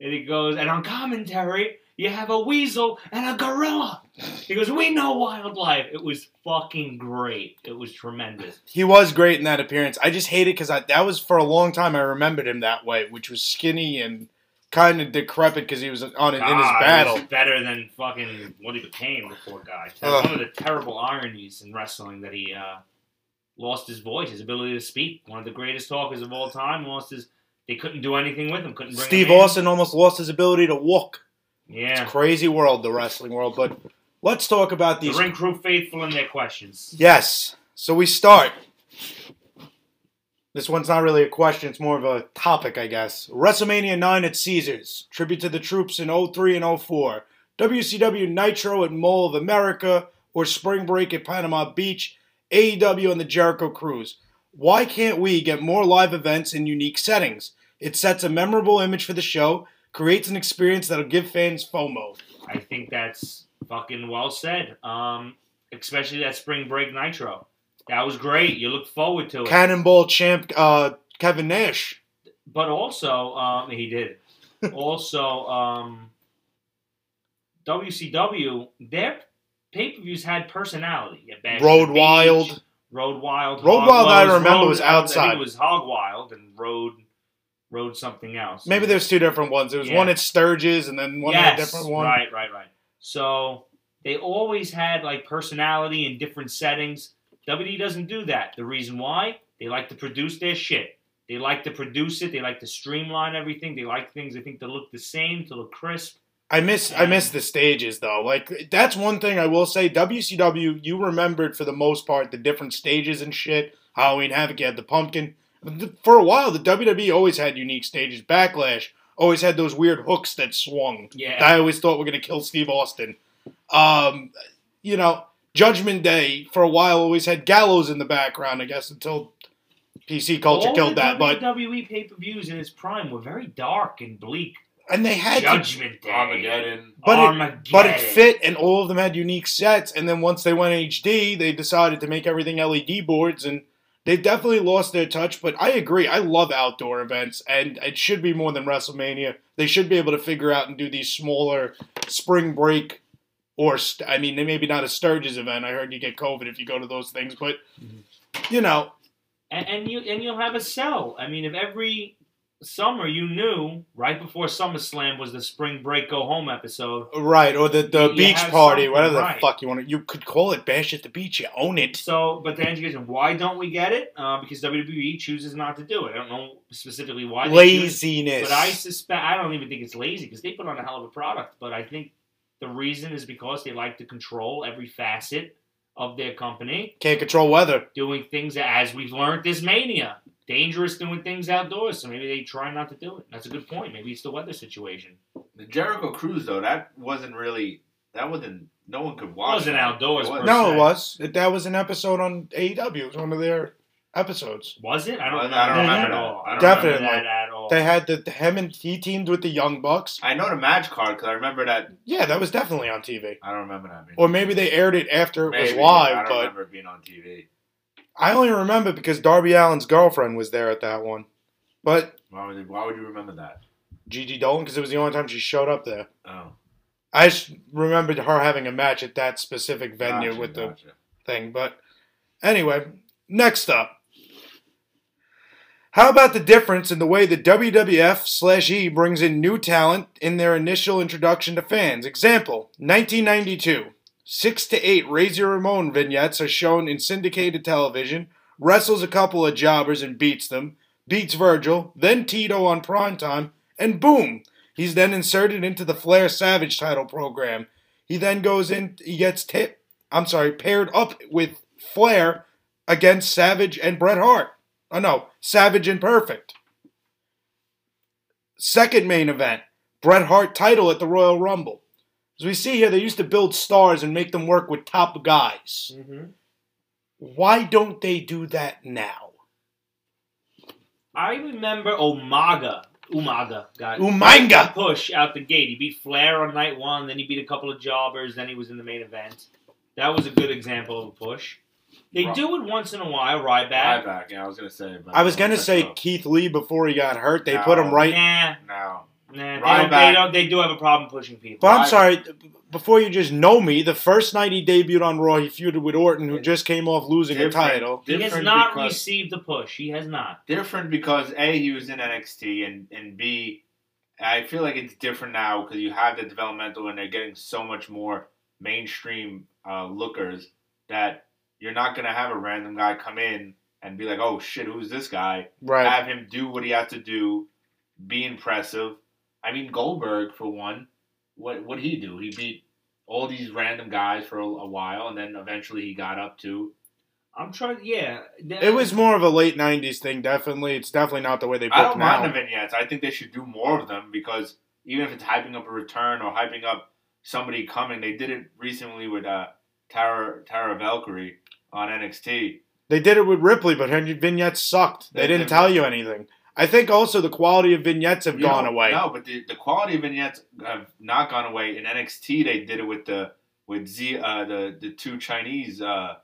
Speaker 1: And he goes, and on commentary, you have a weasel and a gorilla. He goes, we know wildlife. It was fucking great. It was tremendous.
Speaker 3: He was great in that appearance. I just hate it because that was for a long time. I remembered him that way, which was skinny and kind of decrepit because he was on it in his
Speaker 1: God, it
Speaker 3: battle.
Speaker 1: was better than fucking what he became, the poor guy.
Speaker 3: Ugh.
Speaker 1: One of the terrible ironies in wrestling that he uh, lost his voice, his ability to speak. One of the greatest talkers of all time lost his. They couldn't do anything with him. Couldn't bring
Speaker 3: Steve
Speaker 1: him in.
Speaker 3: Austin almost lost his ability to walk.
Speaker 1: Yeah.
Speaker 3: Crazy world, the wrestling world. But let's talk about
Speaker 1: The
Speaker 3: these.
Speaker 1: ring crew faithful in their questions.
Speaker 3: Yes. So we start. This one's not really a question, it's more of a topic, I guess. WrestleMania 9 at Caesars, tribute to the troops in 03 and 04. WCW Nitro at Mall of America or Spring Break at Panama Beach, AEW and the Jericho Cruise. Why can't we get more live events in unique settings? It sets a memorable image for the show, creates an experience that'll give fans FOMO.
Speaker 1: I think that's fucking well said. Um, especially that spring break nitro. That was great. You look forward to it.
Speaker 3: Cannonball Champ uh, Kevin Nash.
Speaker 1: But also, um, he did. also, um, WCW, their pay per views had personality. Yeah, Bash at
Speaker 3: Road
Speaker 1: the Beach,
Speaker 3: Wild.
Speaker 1: Road Wild.
Speaker 3: Road
Speaker 1: Hog
Speaker 3: Wild, I
Speaker 1: it
Speaker 3: remember, was
Speaker 1: I think
Speaker 3: outside.
Speaker 1: it was Hog Wild and Road, Road something else.
Speaker 3: Maybe there's two different ones. There was one
Speaker 1: Yeah.
Speaker 3: at Sturgis and then one at a different one.
Speaker 1: Right, right, right. So they always had like personality in different settings. WD doesn't do that. The reason why? They like to produce their shit. They like to produce it. They like to streamline everything. They like things I think to look the same, to look crisp.
Speaker 3: I miss I miss the stages though. Like that's one thing I will say. WCW, you remembered for the most part the different stages and shit. Halloween Havoc, you had the pumpkin. For a while, the WWE always had unique stages. Backlash always had those weird hooks that swung.
Speaker 1: Yeah.
Speaker 3: that I always thought were gonna kill Steve Austin. Um, you know, Judgment Day for a while always had gallows in the background. I guess until PC culture
Speaker 1: All
Speaker 3: killed
Speaker 1: the E
Speaker 3: that. But
Speaker 1: WWE pay per views in its prime were very dark and bleak.
Speaker 3: and they had to
Speaker 1: Judgment Day.
Speaker 2: Armageddon.
Speaker 3: But it-
Speaker 1: Armageddon.
Speaker 3: But it fit, and all of them had unique sets. And then once they went HD, they decided to make everything LED boards, and they definitely lost their touch. But I agree, I love outdoor events, and it should be more than WrestleMania. They should be able to figure out and do these smaller spring break, or st- I mean, they maybe not a Sturgis event. I heard you get COVID if you go to those things, but
Speaker 1: Mm-hmm.
Speaker 3: you know,
Speaker 1: and, and you and you'll have a sell. I mean, if every summer you knew right before SummerSlam was the spring break go home episode,
Speaker 3: right? Or the the
Speaker 1: You
Speaker 3: beach
Speaker 1: have
Speaker 3: party,
Speaker 1: something,
Speaker 3: whatever the
Speaker 1: right.
Speaker 3: fuck you want to. You could call it Bash at the Beach. You own it.
Speaker 1: so but to answer your question, why don't we get it? Uh, because WWE chooses not to do it. I don't know specifically why. they choose-
Speaker 3: Laziness.
Speaker 1: But I suspect I don't even think it's lazy because they put on a hell of a product. But I think the reason is because they like to control every facet of their company,
Speaker 3: can't control weather.
Speaker 1: doing things as we've learned this mania. Dangerous doing things outdoors, so maybe they try not to do it. That's a good point. Maybe it's the weather situation.
Speaker 2: The Jericho Cruise though, that wasn't really. That wasn't. No one could watch.
Speaker 1: Wasn't
Speaker 2: that.
Speaker 1: outdoors,
Speaker 2: It wasn't.
Speaker 1: per
Speaker 3: No,
Speaker 1: se.
Speaker 3: it was. It- That was an episode on AEW. It was one of their episodes.
Speaker 1: Was it? I don't,
Speaker 2: I don't
Speaker 1: remember, that
Speaker 3: remember
Speaker 1: at
Speaker 2: that.
Speaker 1: all.
Speaker 2: I don't
Speaker 3: Definitely.
Speaker 1: remember that at all.
Speaker 3: They had the him and he teamed with the Young Bucks.
Speaker 2: I know the match card because I remember that.
Speaker 3: Yeah, that was definitely on TV.
Speaker 2: I don't remember that. being-
Speaker 3: Or maybe they aired it after it was
Speaker 2: Maybe. I
Speaker 3: live,
Speaker 2: don't
Speaker 3: but
Speaker 2: remember it being on TV.
Speaker 3: I only remember because Darby Allen's girlfriend was there at that one. But
Speaker 2: Why would, they, why would you remember that?
Speaker 3: Gigi Dolan, because it was the only time she showed up there.
Speaker 2: Oh,
Speaker 3: I just remembered her having a match at that specific venue
Speaker 2: gotcha,
Speaker 3: with the
Speaker 2: gotcha.
Speaker 3: thing. But anyway, next up. How about the difference in the way the WWF slash E brings in new talent in their initial introduction to fans? Example 1992. Six to eight Razor Ramon vignettes are shown in syndicated television, wrestles a couple of jobbers and beats them, beats Virgil, then Tito on primetime, and boom! He's then inserted into the Flair Savage title program. He then goes in, he gets tipped. I'm sorry, paired up with Flair against Savage and Bret Hart. Oh no, Savage and Perfect. Second main event, Bret Hart title at the Royal Rumble. As we see here, they used to build stars and make them work with top guys.
Speaker 1: Mhm.
Speaker 3: Why don't they do that now?
Speaker 1: I remember Omaga. Umaga got
Speaker 3: Umanga!
Speaker 1: push out the gate. He beat Flair on night one, then he beat a couple of jobbers, then he was in the main event. That was a good example of a push. They
Speaker 2: Right.
Speaker 1: do it once in a while, Ryback.
Speaker 2: Ryback. Yeah, I was gonna say. But
Speaker 3: I was gonna say
Speaker 2: No,
Speaker 3: Keith Lee before he got hurt. They put him
Speaker 2: No.
Speaker 3: right.
Speaker 1: Nah,
Speaker 2: no.
Speaker 1: nah. They, don't, they
Speaker 2: Ryback.
Speaker 1: don't. They do have a problem pushing people.
Speaker 3: But I'm
Speaker 2: Right.
Speaker 3: sorry, before you just know me, the first night he debuted on Raw, he feuded with Orton, who just came off losing a
Speaker 2: Different-
Speaker 3: title.
Speaker 1: He
Speaker 2: different
Speaker 1: has not
Speaker 2: because-
Speaker 1: received the push. He has not.
Speaker 2: different because a he was in NXT and and b I feel like it's different now because you have the developmental and they're getting so much more mainstream uh, lookers that you're not gonna have a random guy come in and be like, oh shit, who's this guy?
Speaker 3: Right.
Speaker 2: Have him do what he has to do, be impressive. I mean Goldberg for one, what what he do? He beat all these random guys for a, a while and then eventually he got up to.
Speaker 1: I'm trying. Yeah,
Speaker 3: It was more of a late '90s thing. Definitely, it's definitely not the way they
Speaker 2: I
Speaker 3: book
Speaker 2: don't
Speaker 3: now.
Speaker 2: mind the vignettes. I think they should do more of them because even if it's hyping up a return or hyping up somebody coming, they did it recently with uh, Tara Tara Valkyrie on NXT.
Speaker 3: They did it with Ripley, but her vignettes sucked. They,
Speaker 2: They
Speaker 3: didn't
Speaker 2: didn't.
Speaker 3: tell you anything. I think also the quality of vignettes have
Speaker 2: You
Speaker 3: gone
Speaker 2: know,
Speaker 3: away.
Speaker 2: No, but the, the quality of vignettes have not gone away. In NXT, they did it with the with Z uh, the the two Chinese uh,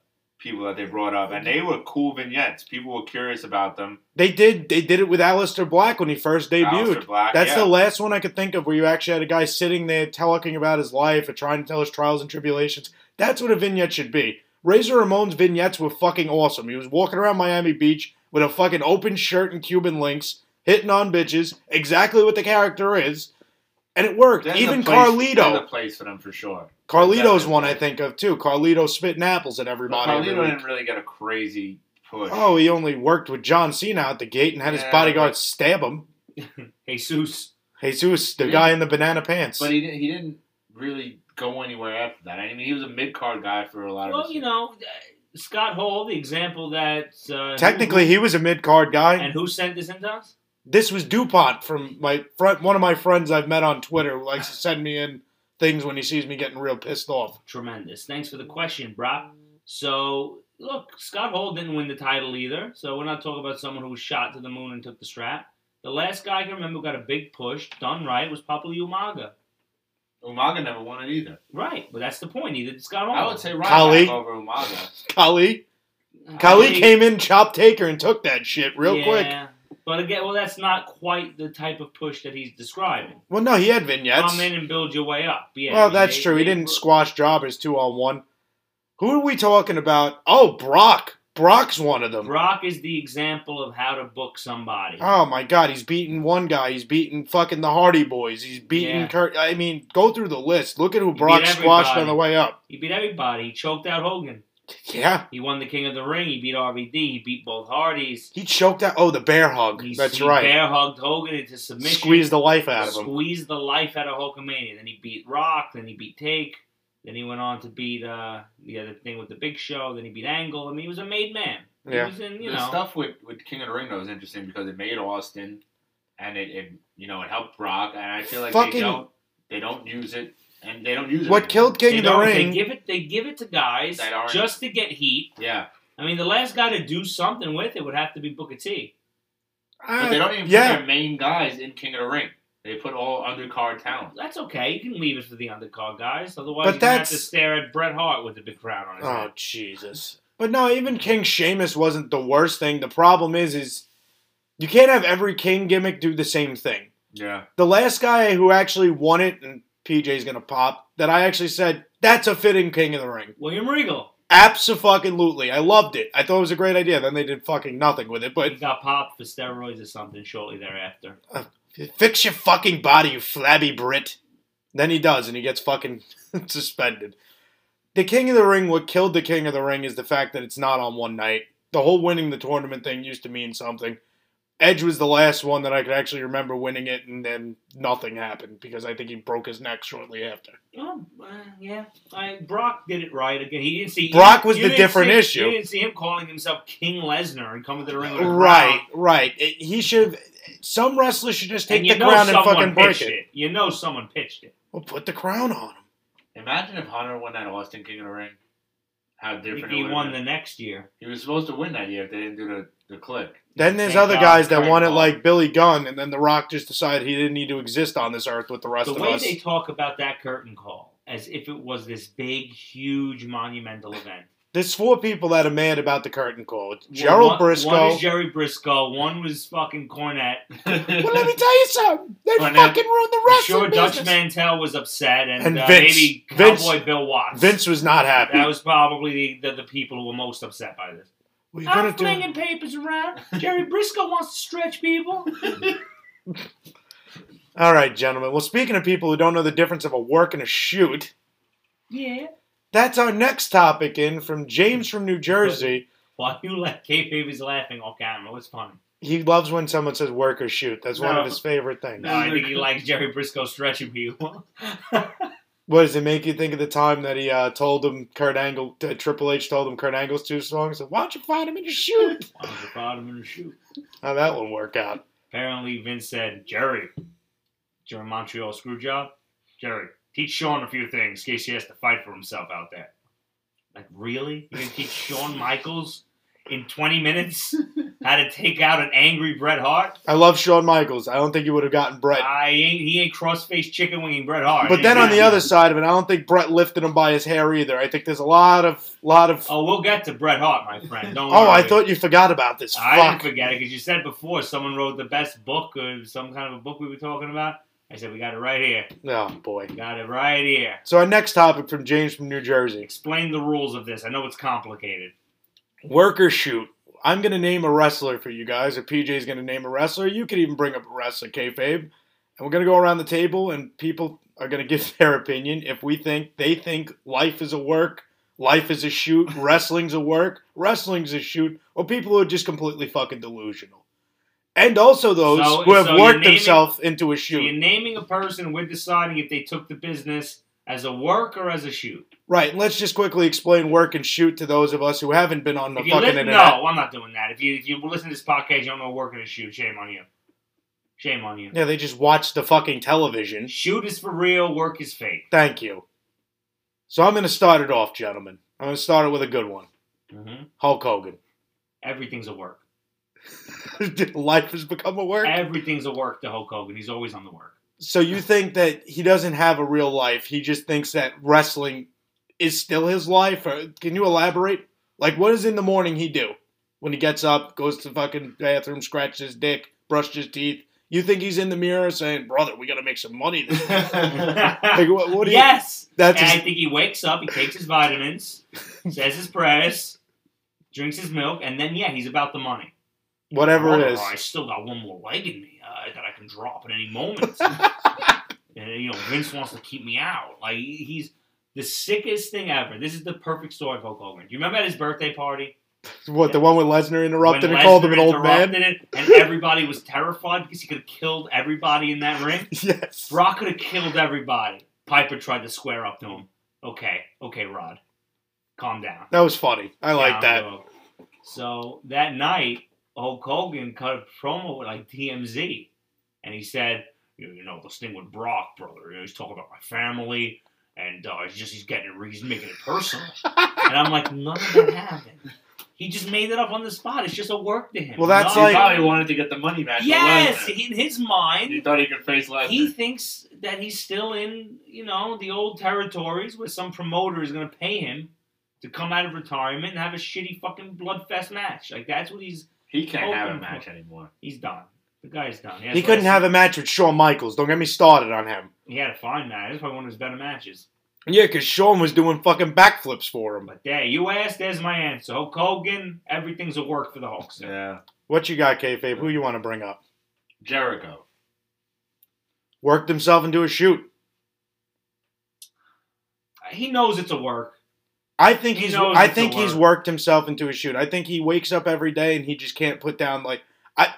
Speaker 2: people that they brought up, and they were cool vignettes. People were curious about them.
Speaker 3: They did. They did it with Alistair Black when he first debuted.
Speaker 2: Aleister Black,
Speaker 3: That's
Speaker 2: Uh, yeah.
Speaker 3: the last one I could think of where you actually had a guy sitting there talking about his life or trying to tell his trials and tribulations. That's what a vignette should be. Razor Ramon's vignettes were fucking awesome. He was walking around Miami Beach with a fucking open shirt and Cuban links, hitting on bitches, exactly what the character is, and it worked.
Speaker 2: There's
Speaker 3: Even
Speaker 2: a place, There's
Speaker 3: Carlito.
Speaker 2: a place for them for sure.
Speaker 3: Carlito's
Speaker 2: Definitely.
Speaker 3: one I think of too. Carlito spitting apples at
Speaker 2: But
Speaker 3: everybody. every
Speaker 2: Carlito
Speaker 3: week.
Speaker 2: didn't really get a crazy push.
Speaker 3: Oh, he only worked with John Cena out the gate and had his
Speaker 2: Yeah,
Speaker 3: bodyguards stab him.
Speaker 1: Jesus.
Speaker 3: Jesus, the
Speaker 2: Yeah.
Speaker 3: guy in the banana pants.
Speaker 2: But he didn't. He didn't really go anywhere after that. I mean, he was a mid card guy for a lot of.
Speaker 1: Well,
Speaker 2: his-
Speaker 1: you know, uh, Scott Hall, the example that uh,
Speaker 3: Technically,
Speaker 1: who-
Speaker 3: he was a mid card guy.
Speaker 1: and who sent this into us?
Speaker 3: this was Dupont from my friend, one of my friends I've met on Twitter, who likes to send me in things when he sees me getting real pissed off.
Speaker 1: Tremendous. Thanks for the question, Brock. So, look, Scott Hall didn't win the title either, so we're not talking about someone who was shot to the moon and took the strap. The last guy I can remember who got a big push, done right, was Papa Umaga.
Speaker 2: Umaga never won it either.
Speaker 1: Right, but that's the point. He did Scott Hall.
Speaker 2: I would say Ryback
Speaker 3: Kali.
Speaker 2: over Umaga.
Speaker 3: Kali,
Speaker 1: Uh,
Speaker 3: Kali
Speaker 1: I-
Speaker 3: came in, chopped Taker, and took that shit real quick.
Speaker 1: Yeah. But again, well, that's not quite the type of push that he's describing.
Speaker 3: Well, no, he had vignettes.
Speaker 1: Come in and build your way up. Yeah, I
Speaker 3: well,
Speaker 1: mean,
Speaker 3: that's
Speaker 1: they-
Speaker 3: true. He
Speaker 1: they
Speaker 3: didn't
Speaker 1: were-
Speaker 3: squash jobbers two on one. Who are we talking about? Oh, Brock. Brock's one of them.
Speaker 1: Brock is the example of how to book somebody.
Speaker 3: Oh my God, he's beating one guy. He's beating fucking the Hardy Boys. He's beating
Speaker 1: Yeah.
Speaker 3: Kurt. I mean, go through the list. Look at who
Speaker 1: beat
Speaker 3: Brock squashed
Speaker 1: everybody.
Speaker 3: on the way up.
Speaker 1: He beat everybody. He choked out Hogan.
Speaker 3: Yeah,
Speaker 1: He won the King of the Ring. He beat RVD. He beat both Hardys.
Speaker 3: he choked out. Oh, the bear hug.
Speaker 1: He,
Speaker 3: That's
Speaker 1: he
Speaker 3: right.
Speaker 1: bear hugged Hogan into submission.
Speaker 3: Squeezed the life out of him.
Speaker 1: Squeezed the life out of Hulkamania. Then he beat Rock. Then he beat Take. Then he went on to beat uh, the other thing with the Big Show. Then he beat Angle. I mean, he was a made man.
Speaker 3: Yeah.
Speaker 1: He was in, you
Speaker 2: the
Speaker 1: know.
Speaker 2: stuff with, with King of the Ring though is interesting because it made Austin, and it, it you know it helped Brock, and I feel like
Speaker 3: Fucking-
Speaker 2: they don't they don't use it, and they don't use it.
Speaker 3: What
Speaker 2: anymore.
Speaker 3: killed King
Speaker 1: they
Speaker 3: of the
Speaker 1: don't- They
Speaker 3: Ring?
Speaker 1: give it. They give it to guys
Speaker 2: That aren't-
Speaker 1: just to get heat.
Speaker 2: Yeah,
Speaker 1: I mean, the last guy to do something with it would have to be Booker T.
Speaker 2: but they
Speaker 3: Uh,
Speaker 2: don't even
Speaker 3: yeah.
Speaker 2: put their main guys in King of the Ring. They put all undercard talent.
Speaker 1: That's okay. You can leave it for the undercard guys. Otherwise,
Speaker 3: But
Speaker 1: you're gonna have to
Speaker 3: that's-
Speaker 1: stare at Bret Hart with the big crown on his head.
Speaker 3: Oh Jesus! But no, even King Sheamus wasn't the worst thing. The problem is, is you can't have every King gimmick do the same thing.
Speaker 2: Yeah,
Speaker 3: The last guy who actually won it, and PJ's gonna pop, that I actually said that's a fitting King of the Ring.
Speaker 1: William Regal.
Speaker 3: Absolutely, I loved it. I thought it was a great idea. Then they did fucking nothing with it. But
Speaker 1: he got popped for steroids or something shortly thereafter.
Speaker 3: fix your fucking body, you flabby Brit. Then he does, and he gets fucking suspended. The King of the Ring, what killed the King of the Ring is the fact that it's not on one night. The whole winning the tournament thing used to mean something. Edge was the last one that I could actually remember winning it, and then nothing happened because I think he broke his neck shortly after.
Speaker 1: Oh, uh, yeah. I, Brock did it right again. He didn't see
Speaker 3: Brock was
Speaker 1: you
Speaker 3: the
Speaker 1: didn't
Speaker 3: different
Speaker 1: see-
Speaker 3: issue.
Speaker 1: You didn't see him calling himself King Lesnar and coming to the ring with a crown.
Speaker 3: Right, right. It- he should. Some wrestler should just take
Speaker 1: And you
Speaker 3: the
Speaker 1: know
Speaker 3: crown and
Speaker 1: someone
Speaker 3: fucking break
Speaker 1: pitched
Speaker 3: it.
Speaker 1: You know someone pitched it.
Speaker 3: Well, put the crown on him.
Speaker 2: imagine if Hunter won that Austin King of the Ring. How
Speaker 1: I
Speaker 2: different
Speaker 1: think
Speaker 2: it
Speaker 1: he
Speaker 2: would've
Speaker 1: won the
Speaker 2: been.
Speaker 1: next year.
Speaker 2: He was supposed to win that year if they didn't do the the click.
Speaker 3: Then there's
Speaker 1: Thank
Speaker 3: other
Speaker 1: God,
Speaker 3: guys that
Speaker 1: Kurt
Speaker 3: want it
Speaker 1: Angle.
Speaker 3: like Billy Gunn, and then The Rock just decided he didn't need to exist on this earth with the rest
Speaker 1: The
Speaker 3: of
Speaker 1: way
Speaker 3: us.
Speaker 1: they talk about that curtain call as if it was this big, huge, monumental event.
Speaker 3: There's four people that are mad about the curtain call. It's
Speaker 1: Well,
Speaker 3: Gerald
Speaker 1: one,
Speaker 3: Briscoe.
Speaker 1: One is Jerry Briscoe. One was fucking Cornette.
Speaker 3: well, let me tell you something. They
Speaker 2: Cornette.
Speaker 3: fucking ruined the
Speaker 1: I'm
Speaker 3: rest
Speaker 1: sure
Speaker 3: of the
Speaker 1: Dutch Mantel was upset, and,
Speaker 3: And
Speaker 1: uh,
Speaker 3: Vince.
Speaker 1: maybe
Speaker 3: Vince-
Speaker 1: Cowboy Bill Watts.
Speaker 3: Vince was not happy.
Speaker 1: That was probably the, the, the people who were most upset by this.
Speaker 3: We're
Speaker 1: I'm
Speaker 3: gonna do.
Speaker 1: flinging papers around. Jerry Briscoe wants to stretch people.
Speaker 3: All right, gentlemen. Well, speaking of people who don't know the difference of a work and a shoot,
Speaker 1: yeah.
Speaker 3: that's our next topic in from James from New Jersey.
Speaker 1: Why you like K-Babe is laughing off camera? It's funny.
Speaker 3: He loves when someone says work or shoot. That's one
Speaker 1: No.
Speaker 3: of his favorite things.
Speaker 1: No, I think he likes Jerry Briscoe stretching people.
Speaker 3: What does it make you think of the time that he uh, told him Kurt Angle, uh, Triple H told him Kurt Angle's two songs? Said, "Why don't you find him in your shoot?"
Speaker 1: I was about him in the shoe.
Speaker 3: How that one work out?
Speaker 1: Apparently, Vince said, Jerry, you're a Montreal screw job. Jerry, teach Sean a few things in case he has to fight for himself out there. Like, really? You're going to teach Shawn Michaels? in 20 minutes how to take out an angry Bret Hart.
Speaker 3: I love Shawn Michaels. I don't think you would have gotten Brett.
Speaker 1: I ain't he ain't cross-faced chicken winging Bret Hart.
Speaker 3: But then on the other side of it, I don't think Brett lifted him by his hair either. I think there's a lot of lot of.
Speaker 1: Oh, we'll get to Bret Hart, my friend. Don't
Speaker 3: Oh, I
Speaker 1: worry.
Speaker 3: thought you forgot about this.
Speaker 1: I didn't
Speaker 3: Fuck.
Speaker 1: forget it because you said before someone wrote the best book or some kind of a book we were talking about. I said we got it right here.
Speaker 3: Oh boy.
Speaker 1: We got it right here.
Speaker 3: So our next topic from James from New Jersey:
Speaker 1: Explain the rules of this. I know it's complicated.
Speaker 3: worker shoot. I'm gonna name a wrestler for you guys, or PJ's gonna name a wrestler. You could even bring up a wrestler, kayfabe, and we're gonna go around the table, and people are gonna give their opinion. If we think they think life is a work, life is a shoot, wrestling's a work, wrestling's a shoot, or people who are just completely fucking delusional, and also those
Speaker 1: So-
Speaker 3: who have
Speaker 1: so you're
Speaker 3: worked
Speaker 1: naming-
Speaker 3: themselves into a
Speaker 1: So
Speaker 3: shoot.
Speaker 1: you're naming a person. We're deciding if they took the business as a work or as a shoot.
Speaker 3: Right, and let's just quickly explain work and shoot to those of us who haven't been on the
Speaker 1: If you
Speaker 3: fucking
Speaker 1: listen,
Speaker 3: internet.
Speaker 1: no, I'm not doing that. If you if you listen to this podcast, you don't know work or a shoot. Shame on you. Shame on you.
Speaker 3: Yeah, they just watch the fucking television.
Speaker 1: Shoot is for real. Work is fake.
Speaker 3: Thank you. So I'm going to start it off, gentlemen. I'm going to start it with a good one.
Speaker 1: Mm-hmm.
Speaker 3: Hulk Hogan.
Speaker 1: Everything's a work.
Speaker 3: Life has become a work.
Speaker 1: Everything's a work to Hulk Hogan. He's always on the work.
Speaker 3: So you think that he doesn't have a real life? He just thinks that wrestling is still his life. Or can you elaborate? Like, what is in the morning he do when he gets up, goes to the fucking bathroom, scratches his dick, brushes his teeth? You think he's in the mirror saying, "Brother, we got to make some money." This Like, what, what do you?
Speaker 1: yes.
Speaker 3: That's
Speaker 1: and I
Speaker 3: his,
Speaker 1: think he wakes up, he takes his vitamins, says his prayers, drinks his milk, and then yeah, he's about the money.
Speaker 3: whatever it is.
Speaker 1: Oh, I still got one more leg in me uh, that I can drop at any moment. and you know, Vince wants to keep me out. Like he's the sickest thing ever. This is the perfect story of Hulk Hogan. Do you remember at his birthday party?
Speaker 3: What the one when Lesnar interrupted
Speaker 1: when
Speaker 3: and called him
Speaker 1: Lesnar
Speaker 3: an old man?
Speaker 1: interrupted it, and everybody was terrified because he could have killed everybody in that ring.
Speaker 3: Yes.
Speaker 1: Brock could have killed everybody. Piper tried to square up to him. Okay, okay, Rod, calm down.
Speaker 3: That was funny. I
Speaker 1: Down
Speaker 3: like that.
Speaker 1: low. So that night, Hulk Hogan cut a promo with like DMZ, and he said, "You you know, this thing with Brock, brother. You know, he's talking about my family, and uh, he's just he's getting it, he's making it personal." and I'm like, none of that happened. He just made it up on the spot. It's just a work to him.
Speaker 3: Well, that's
Speaker 2: he
Speaker 1: None-
Speaker 3: like-
Speaker 2: probably wanted to get the money back. to
Speaker 1: yes,
Speaker 2: Lesnar.
Speaker 1: in his mind,
Speaker 2: He thought he could face Lesnar.
Speaker 1: he thinks that he's still in, you know, the old territories where some promoter is going to pay him to come out of retirement and have a shitty fucking bloodfest match. Like that's what he's
Speaker 2: He can't have
Speaker 1: Open
Speaker 2: a match anymore.
Speaker 1: he's done. The guy's done.
Speaker 3: He couldn't have a match with Shawn Michaels. Don't get me started on him.
Speaker 1: He had a fine match. That's probably one of his better matches.
Speaker 3: Yeah, because Shawn was doing fucking backflips for him.
Speaker 1: But there, you asked. There's my answer. Hulk Hogan. Everything's a work for the Hulkster.
Speaker 2: Yeah.
Speaker 3: What you got, kayfabe? Who you want to bring up?
Speaker 2: Jericho.
Speaker 3: Worked himself into a shoot.
Speaker 1: He knows it's a work.
Speaker 3: I think
Speaker 1: He
Speaker 3: he's.
Speaker 1: knows
Speaker 3: I
Speaker 1: it's a
Speaker 3: think he's
Speaker 1: work.
Speaker 3: worked himself into a shoot. I think he wakes up every day and he just can't put down like. I.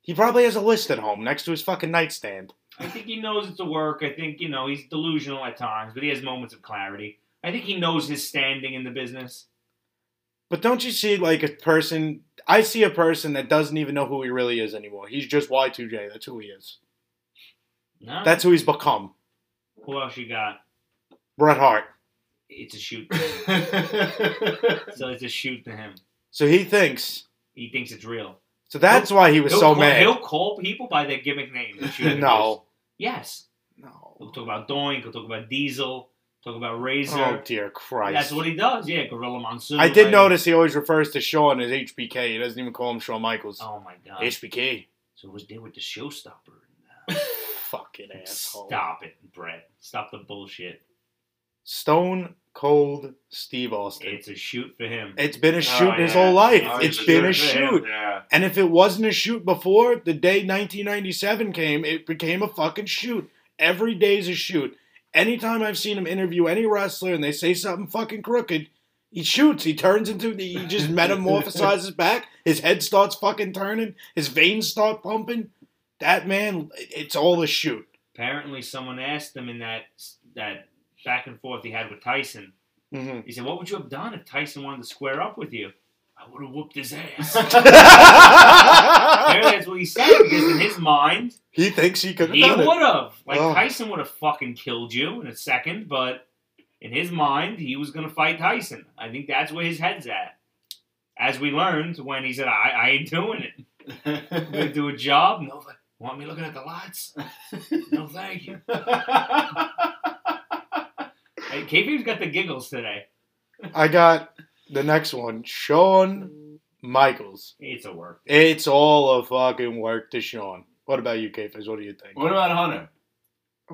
Speaker 3: He probably has a list at home next to his fucking nightstand.
Speaker 1: I think he knows it's a work. I think you know he's delusional at times, but he has moments of clarity. I think he knows his standing in the business.
Speaker 3: But don't you see like a person? I see a person that doesn't even know who he really is anymore. He's just Y2J. That's who he is.
Speaker 1: No.
Speaker 3: That's who he's become.
Speaker 1: Who else you got?
Speaker 3: Bret Hart.
Speaker 1: It's a shoot.
Speaker 2: That's
Speaker 1: So it's a shoot to him.
Speaker 3: So he thinks.
Speaker 1: He thinks it's real.
Speaker 3: So that's why he was
Speaker 1: He'll
Speaker 3: so
Speaker 1: call,
Speaker 3: mad.
Speaker 1: He'll call people by their gimmick names. and shoot them.
Speaker 3: No.
Speaker 1: Yes. He'll
Speaker 3: No.
Speaker 1: talk about Doink. He'll talk about Diesel. Talk about
Speaker 3: Oh
Speaker 1: Razor.
Speaker 3: dear Christ.
Speaker 1: That's what he does. Yeah, Gorilla Monsoon.
Speaker 3: I did
Speaker 1: right?
Speaker 3: notice he always refers to Shawn as HBK. He doesn't even call him Shawn Michaels.
Speaker 1: Oh my god.
Speaker 3: HBK.
Speaker 1: so it was there with the showstopper.
Speaker 3: Fucking asshole.
Speaker 1: Stop it, Brett. Stop the bullshit.
Speaker 3: Stone Cold Steve Austin.
Speaker 1: It's a shoot for him.
Speaker 3: it's been a shoot
Speaker 2: Oh,
Speaker 3: his
Speaker 2: yeah.
Speaker 3: whole life.
Speaker 2: Oh,
Speaker 3: it's
Speaker 2: he's
Speaker 3: been a
Speaker 2: good for
Speaker 3: shoot.
Speaker 2: him. Yeah.
Speaker 3: And if it wasn't a shoot before, the day 1997 came, it became a fucking shoot. Every day's a shoot. Anytime I've seen him interview any wrestler and they say something fucking crooked, he shoots. He turns into, he just metamorphosizes back. His head starts fucking turning. His veins start pumping. That man, it's all a shoot.
Speaker 1: Apparently, someone asked him in that that back and forth he had with Tyson.
Speaker 3: hmm
Speaker 1: He said, "What would you have done if Tyson wanted to square up with you?" I would have whooped his ass. Apparently that's what he said because in his mind,
Speaker 3: he thinks he could have
Speaker 1: he
Speaker 3: done it.
Speaker 1: would have. Like
Speaker 3: Oh.
Speaker 1: Tyson would have fucking killed you in a second, but in his mind, he was gonna fight Tyson. I think that's where his head's at. as we learned when he said, I, I ain't doing it. I'm going to do a job. No, th- want me looking at the lights? no, thank you. Hey, KP's got the giggles today.
Speaker 3: I got the next one, Sean Michaels.
Speaker 1: It's a work.
Speaker 3: It's all a fucking work to Sean. What about you, Kafis? What do you think?
Speaker 2: what about Hunter?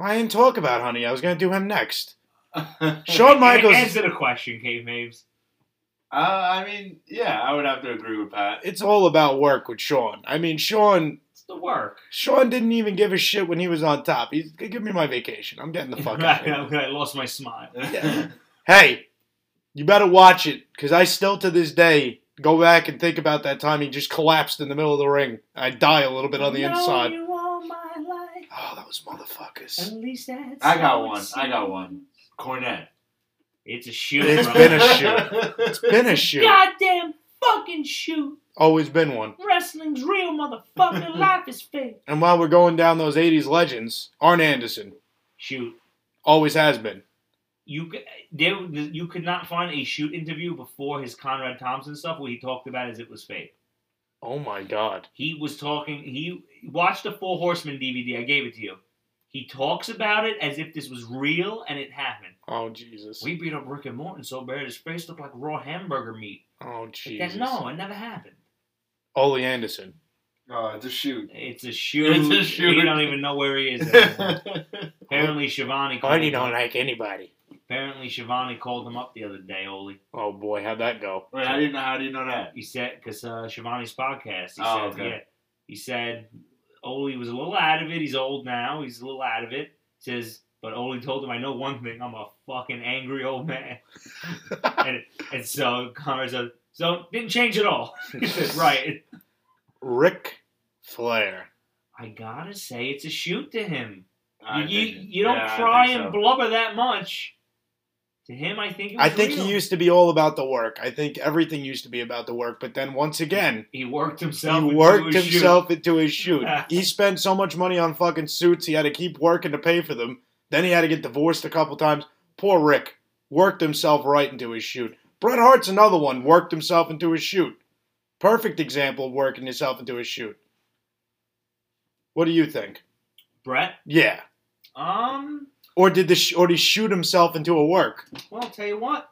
Speaker 3: I didn't talk about Honey. I was gonna do him next. Shawn Michaels.
Speaker 1: A- Answer the question, K Maves.
Speaker 2: Uh, I mean, yeah, I would have to agree with Pat.
Speaker 3: It's all about work with Sean. I mean, Sean.
Speaker 1: It's the work.
Speaker 3: Sean didn't even give a shit when he was on top. He's give me my vacation. I'm getting the fuck out. Of
Speaker 1: Right,
Speaker 3: here.
Speaker 1: I lost my smile.
Speaker 3: Yeah. Hey, you better watch it because I still to this day go back and think about that time he just collapsed in the middle of the ring. I die a little bit on the
Speaker 1: Know
Speaker 3: inside.
Speaker 1: you all my life.
Speaker 3: Oh, those motherfuckers.
Speaker 1: At least that's
Speaker 2: I got
Speaker 1: how it
Speaker 2: one. I got one. Cornette.
Speaker 1: It's a shoot.
Speaker 3: It's
Speaker 1: bro.
Speaker 3: been a shoot. Been a shoot.
Speaker 1: Goddamn fucking shoot.
Speaker 3: Always been one.
Speaker 1: Wrestling's real, motherfucker. Life is fake.
Speaker 3: And while we're going down those 80s legends, Arn Anderson
Speaker 1: Shoot.
Speaker 3: always has been.
Speaker 1: You c- there, you could not find a shoot interview before his Conrad Thompson stuff where he talked about as it was fake.
Speaker 3: Oh my God.
Speaker 1: He was talking. He watched the Four Horsemen DVD. I gave it to you. He talks about it as if this was real and it happened.
Speaker 3: Oh Jesus.
Speaker 1: We beat up Rick and Morton so bad his face looked like raw hamburger meat.
Speaker 3: Oh
Speaker 1: Like that,
Speaker 3: Jesus.
Speaker 1: no, it never happened.
Speaker 3: Ole Anderson.
Speaker 2: Oh, it's a shoot.
Speaker 1: It's a shoot.
Speaker 2: It's a shoot.
Speaker 1: We don't even know where he is. anymore.
Speaker 2: That's
Speaker 1: apparently, Shivani. Called
Speaker 3: Arnie
Speaker 1: him
Speaker 3: don't
Speaker 1: up.
Speaker 3: like anybody.
Speaker 1: Apparently, Shivani called him up the other day. Oli,
Speaker 3: Oh boy, how'd that go?
Speaker 2: Wait, how do you know? How do you know that?
Speaker 1: he said, because uh, Shivani's podcast. He
Speaker 2: Oh,
Speaker 1: said,
Speaker 2: okay.
Speaker 1: yeah. He said, Oli was a little out of it. He's old now. He's a little out of it. He says, but Oli told him, I know one thing. I'm a fucking angry old man. and, and so Conrad said, so didn't change at all. he said, right.
Speaker 3: Rick Flair.
Speaker 1: I gotta say, it's a shoot to him.
Speaker 2: I
Speaker 1: you, you,
Speaker 2: think-
Speaker 1: you don't
Speaker 2: yeah, I
Speaker 1: cry
Speaker 2: think
Speaker 1: and
Speaker 2: so.
Speaker 1: blubber that much. To him, I think it was
Speaker 3: I think
Speaker 1: real.
Speaker 3: he used to be all about the work. I think everything used to be about the work, but then once again,
Speaker 1: He worked himself.
Speaker 3: he
Speaker 1: into
Speaker 3: worked
Speaker 1: a shoot.
Speaker 3: himself into his shoot. he spent so much money on fucking suits, he had to keep working to pay for them. Then he had to get divorced a couple times. Poor Rick worked himself right into his shoot. Bret Hart's another one, worked himself into his shoot. Perfect example of working yourself into a shoot. What do you think?
Speaker 1: Brett,
Speaker 3: Yeah.
Speaker 1: um,
Speaker 3: Or did the sh- or did he shoot himself into a work?
Speaker 1: well, I'll tell you what.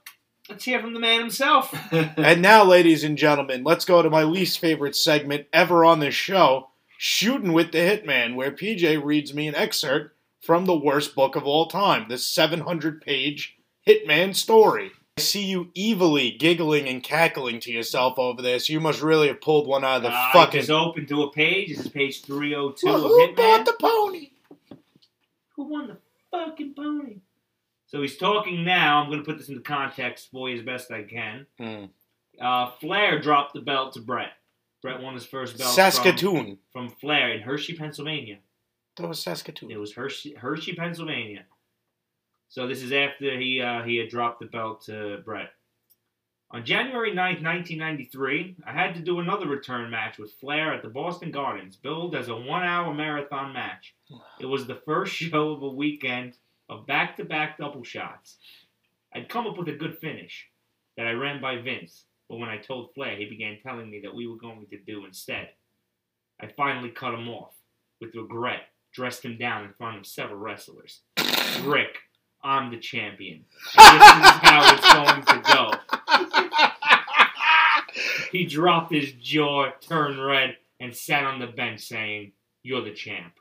Speaker 1: Let's hear from the man himself.
Speaker 3: And now, ladies and gentlemen, let's go to my least favorite segment ever on this show Shooting with the Hitman, where PJ reads me an excerpt from the worst book of all time, the 700 page Hitman story. I see you evilly giggling and cackling to yourself over this. You must really have pulled one out of the
Speaker 1: Uh,
Speaker 3: fucking.
Speaker 1: It's open to a page. This is page 302
Speaker 3: Well,
Speaker 1: of
Speaker 3: who
Speaker 1: Hitman.
Speaker 3: bought the pony?
Speaker 1: Who won the fucking pony? So he's talking now. I'm going to put this into context for you as best I can. Uh, Flair dropped the belt to Brett. Brett won his first belt. from-
Speaker 3: Saskatoon.
Speaker 1: from Flair in Hershey, Pennsylvania.
Speaker 3: That was Saskatoon.
Speaker 1: It was Hershey, Hershey, Pennsylvania. So this is after he uh, he had dropped the belt to Brett. On January 9th, 1993, I had to do another return match with Flair at the Boston Gardens, billed as a one-hour marathon match. It was the first show of a weekend of back-to-back double shots. I'd come up with a good finish that I ran by Vince, but when I told Flair, he began telling me that we were going to do instead. I finally cut him off with regret dressed him down in front of several wrestlers. Rick, I'm the champion. And this is how it's going to go. He dropped his jaw, turned red, and sat on the bench saying, You're the champ.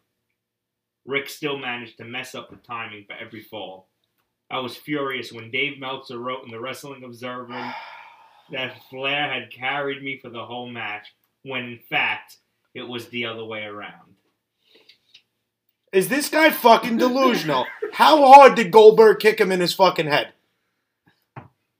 Speaker 1: Rick still managed to mess up the timing for every fall. I was furious when Dave Meltzer wrote in the Wrestling Observer that Flair had carried me for the whole match, when in fact, it was the other way around.
Speaker 3: Is this guy fucking delusional? How hard did Goldberg kick him in his fucking head?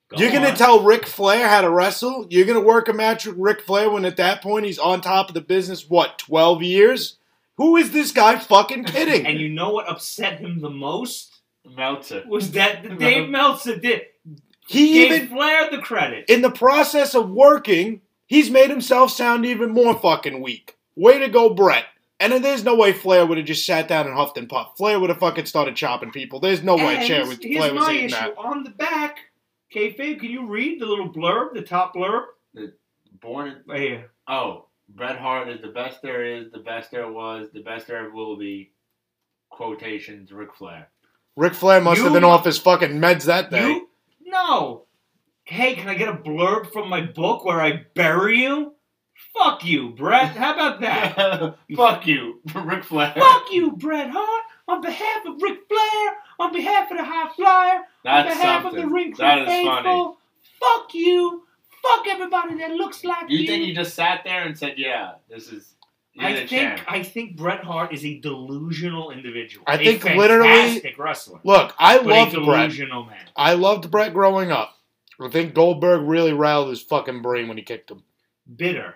Speaker 1: Go
Speaker 3: You're gonna
Speaker 1: on.
Speaker 3: tell Ric Flair how to wrestle? You're gonna work a match with Ric Flair when at that point he's on top of the business, what, 12 years? Who is this guy fucking kidding?
Speaker 1: And you know what upset him the most
Speaker 2: Meltzer.
Speaker 1: was that the Dave Meltzer did
Speaker 3: he
Speaker 1: gave
Speaker 3: even,
Speaker 1: Flair the credit.
Speaker 3: in the process of working, he's made himself sound even more fucking weak. Way to go, Brett. And then there's no way Flair would have just sat down and huffed and puffed. Flair would have fucking started chopping people. There's no way
Speaker 1: And
Speaker 3: chair
Speaker 1: here's-
Speaker 3: was,
Speaker 1: here's
Speaker 3: Flair was
Speaker 1: my
Speaker 3: eating
Speaker 1: issue
Speaker 3: that.
Speaker 1: on the back. Kayfabe, can you read the little blurb, the top blurb?
Speaker 2: Born in
Speaker 1: Right here.
Speaker 2: Oh, Bret Hart is the best there is, the best there was, the best there will be. Quotations, Ric Flair.
Speaker 3: Ric Flair must have
Speaker 1: You-
Speaker 3: been off his fucking meds that day.
Speaker 1: You? No. Hey, can I get a blurb from my book where I bury you? Fuck you, Brett. How about that?
Speaker 2: Fuck you, Ric Flair.
Speaker 1: Fuck you, Bret Hart. On behalf of Ric Flair, on behalf of the High Flyer, on
Speaker 2: That's
Speaker 1: behalf
Speaker 2: something.
Speaker 1: of the Ring Crew
Speaker 2: that is
Speaker 1: Faithful,
Speaker 2: funny.
Speaker 1: fuck you. Fuck everybody that looks like you.
Speaker 2: You think you just sat there and said, "Yeah, this is." You're
Speaker 1: I
Speaker 2: the
Speaker 1: think
Speaker 2: champ."
Speaker 1: I think Bret Hart is a delusional individual.
Speaker 3: I
Speaker 1: A
Speaker 3: think literally-
Speaker 1: fantastic wrestler,
Speaker 3: Look, I
Speaker 1: but a
Speaker 3: loved Brett.
Speaker 1: delusional man.
Speaker 3: I loved Brett growing up. I think Goldberg really riled his fucking brain when he kicked him.
Speaker 1: bitter,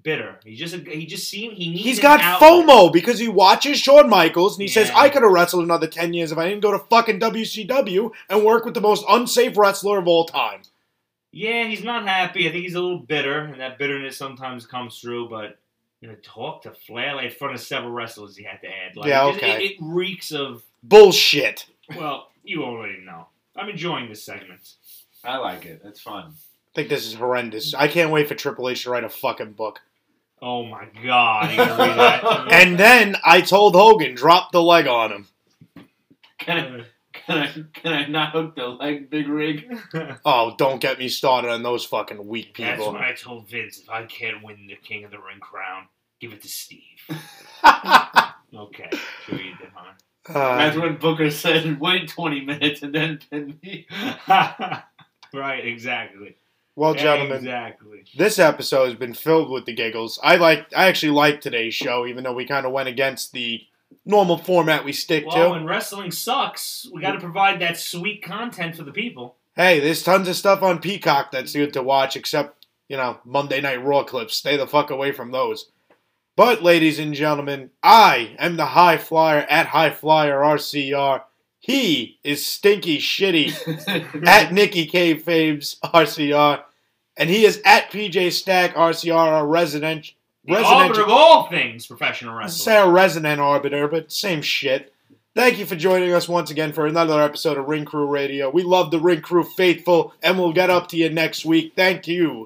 Speaker 1: bitter. He just he just seemed he needs.
Speaker 3: He's
Speaker 1: an
Speaker 3: got
Speaker 1: outlet.
Speaker 3: FOMO because he watches Shawn Michaels and he says,
Speaker 1: Yeah.
Speaker 3: I could have wrestled another 10 years if I didn't go to fucking WCW and work with the most unsafe wrestler of all time.
Speaker 1: Yeah, he's not happy. I think he's a little bitter, and that bitterness sometimes comes through. But you know, talk to Flair like, in front of several wrestlers. He had to add, like,
Speaker 3: Yeah,
Speaker 1: it-
Speaker 3: okay.
Speaker 1: It, it reeks of
Speaker 3: Bullshit.
Speaker 1: well, you already know. I'm enjoying this segment.
Speaker 2: I like it. It's fun.
Speaker 3: I think this is horrendous. I can't wait for Triple H to write a fucking book.
Speaker 1: Oh my god! you gonna read that?
Speaker 3: And then I told Hogan, drop the leg on him.
Speaker 2: Can I, can I, can I not hook the leg, Big Rig?
Speaker 3: Oh, don't get me started on those fucking weak
Speaker 1: That's
Speaker 3: people.
Speaker 1: what I told Vince. If I can't win the King of the Ring crown, give it to Steve. Okay, sure you did, huh?
Speaker 2: That's
Speaker 3: Uh,
Speaker 2: when Booker said, "Wait 20 minutes and then pin me."
Speaker 1: right, exactly.
Speaker 3: well, gentlemen,
Speaker 1: Exactly.
Speaker 3: this episode has been filled with the giggles. I like. I actually like today's show, even though we kind of went against the normal format we stick
Speaker 1: Well,
Speaker 3: to.
Speaker 1: when wrestling sucks, we got to provide that sweet content for the people.
Speaker 3: Hey, there's tons of stuff on Peacock that's good to watch, except you know Monday Night Raw clips. Stay the fuck away from those. But, ladies and gentlemen, I am the High Flyer at High Flyer RCR. He is Stinky Shitty at Nikki K Faves RCR, and he is at PJ Stack RCR, our resident
Speaker 1: The arbiter of
Speaker 3: resident.
Speaker 1: all things professional
Speaker 3: Say
Speaker 1: wrestling.
Speaker 3: a resident arbiter, but same shit. Thank you for joining us once again for another episode of Ring Crew Radio. We love the Ring Crew faithful, and we'll get up to you next week. Thank you.